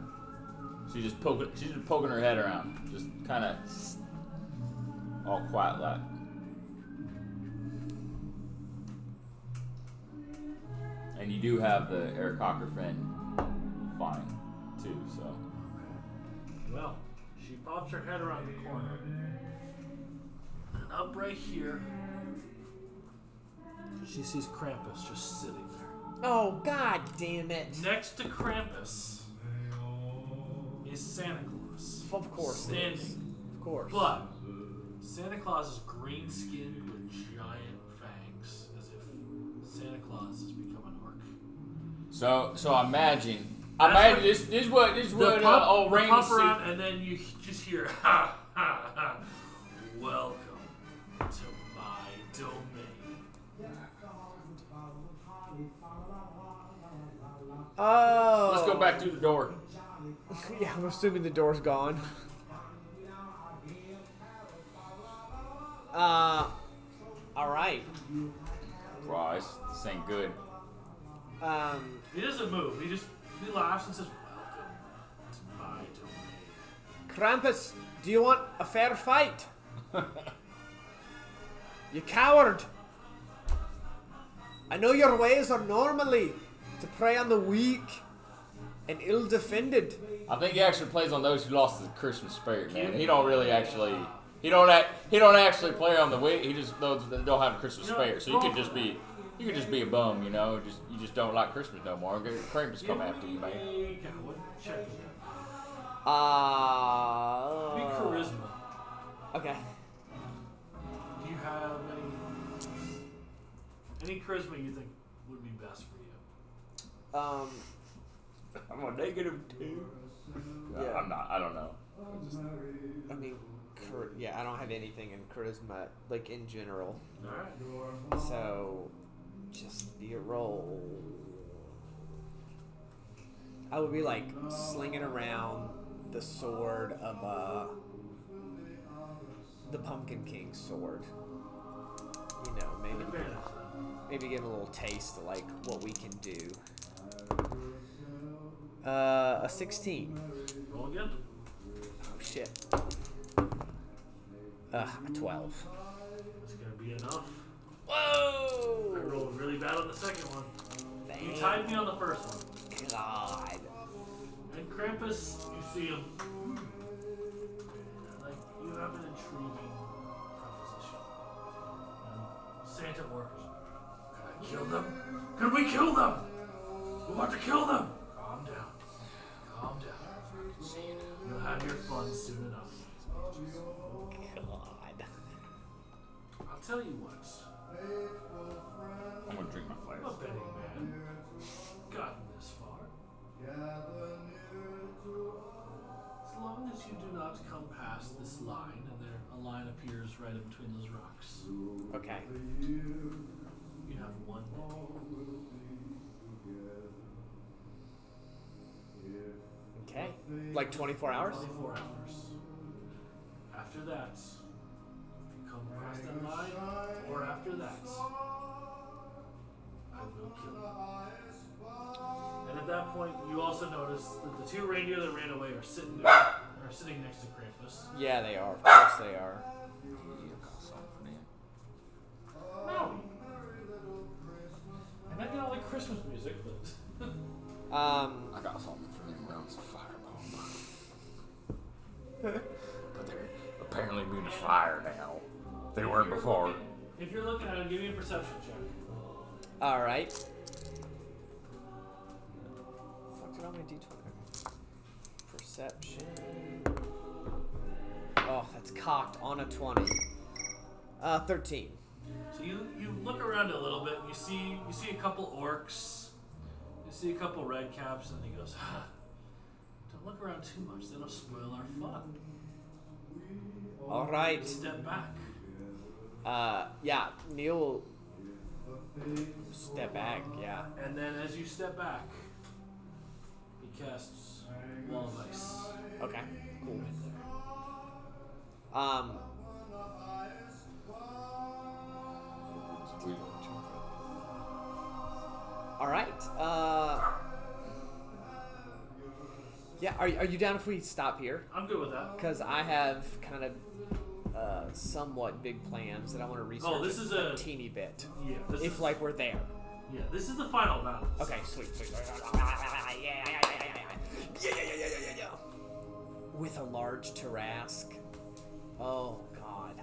B: She just poking she's just poking her head around. Just kinda s- all quiet like. And you do have the Eric Cocker friend fine too, so
A: Well, she pops her head around the corner. And up right here, she sees Krampus just sitting there.
D: oh god damn it!
A: Next to Krampus is Santa Claus.
D: Of course it
A: Standing.
D: is. Of course.
A: But Santa Claus is green skinned with giant fangs, as if Santa Claus has become an orc.
B: So, so I imagine. I
A: That's
B: imagine
A: what-
B: this. This what this what
A: the
B: uh,
A: pump,
B: old
A: the
B: Rainy
A: pump
B: Season-
A: around, and then you *laughs* just hear, ha, ha, ha. Welcome to my domain.
D: oh.
B: Let's go back through the door.
D: *laughs* Yeah, I'm assuming the door's gone. Uh, all right.
B: Christ, this ain't good.
D: Um,
A: He doesn't move. He just he laughs and says, "Welcome to my domain."
D: Krampus, do you want a fair fight? you coward! I know your ways are normally to prey on the weak and ill-defended.
B: I think he actually plays on those who lost the Christmas spirit, man. He don't really actually. He don't act. He don't actually play on the way. He just those that don't have a Christmas
A: You know,
B: spirit. So you could
A: roll-
B: just be. You could just be a bum, you know. Just you just don't like Christmas no more. Get- Krampus come after you, man.
A: Make out what check. Be
D: Ah.
A: charisma.
D: okay.
A: Do you have any any charisma you think would be best for you?
D: Um,
B: I'm a negative two.
D: Yeah.
B: I'm not. I don't know.
D: I mean, char- yeah, I don't have anything in charisma, like in general.
A: All right.
D: So, just be a roll. I would be like slinging around the sword of uh, the Pumpkin King's sword. You know, maybe
A: Advantage.
D: maybe give him a little taste of like what we can do. Uh, a sixteen.
A: Roll again.
D: Oh shit. Uh, a twelve.
A: That's gonna be enough. I
D: Whoa!
A: rolled really bad on the second one. You tied me on the first one.
D: God.
A: And Krampus, you see him. Like, you have an intriguing proposition. And Santa orders. Could I kill them? Could we kill them? We want to kill them! Calm down. Calm down. You'll have your fun soon enough.
D: God.
A: I'll tell you what.
B: I'm gonna drink my
A: I'm
B: flask.
A: a betting man. Gotten this far. As long as you do not come past this line, and there a line appears right in between those rocks.
D: Okay.
A: You have one minute.
D: Okay. Like 24 hours?
A: 24 hours. After that, if you come across that line, or after that, I will kill you. And at that point, you also notice that the two reindeer that ran away are sitting there, are sitting next to Krampus.
D: Yeah, they are. Of course they are.
A: Maui. And I got all like Christmas music, but
D: Um,
B: I got something for them rounds of
A: *laughs*
B: firebomb. but they're apparently immune to fire now. They weren't before.
A: *laughs* if you're looking at it, give me a perception check.
D: alright. Fuck, did all my d20? Perception. Oh, That's cocked on a 20. Uh, 13.
A: So you you look around a little bit. You see you see a couple orcs. You see a couple red caps, and he goes, ah, "Don't look around too much. That'll spoil our fun."
D: All right.
A: Step back.
D: Uh, yeah, Neil will step back, yeah.
A: And then as you step back, he casts wall of ice.
D: Okay, cool. Um,
B: We,
D: all right. Uh, yeah, are, are you down if we stop here?
A: I'm good with that.
D: Because I have kind of uh, somewhat big plans that I want to research
A: Oh, this is a-
D: teeny bit.
A: Yeah. This
D: If
A: is,
D: like we're there.
A: yeah, this is the final battle.
D: Okay, sweet, sweet. sweet. Yeah, yeah, yeah, yeah, yeah, yeah, yeah, yeah, yeah, yeah, yeah, yeah. With a large Tarask. Oh God.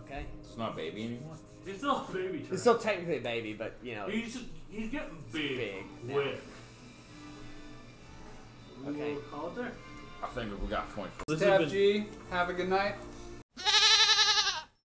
D: Okay.
B: it's not baby anymore.
A: He's still a baby. Turn.
D: It's still technically a baby, but you know.
A: He's he's getting big.
D: big now.
A: Quick.
D: Okay.
A: We'll call it there.
B: I think we got point four.
A: This has
J: Tab
A: been-
J: G, have a good night.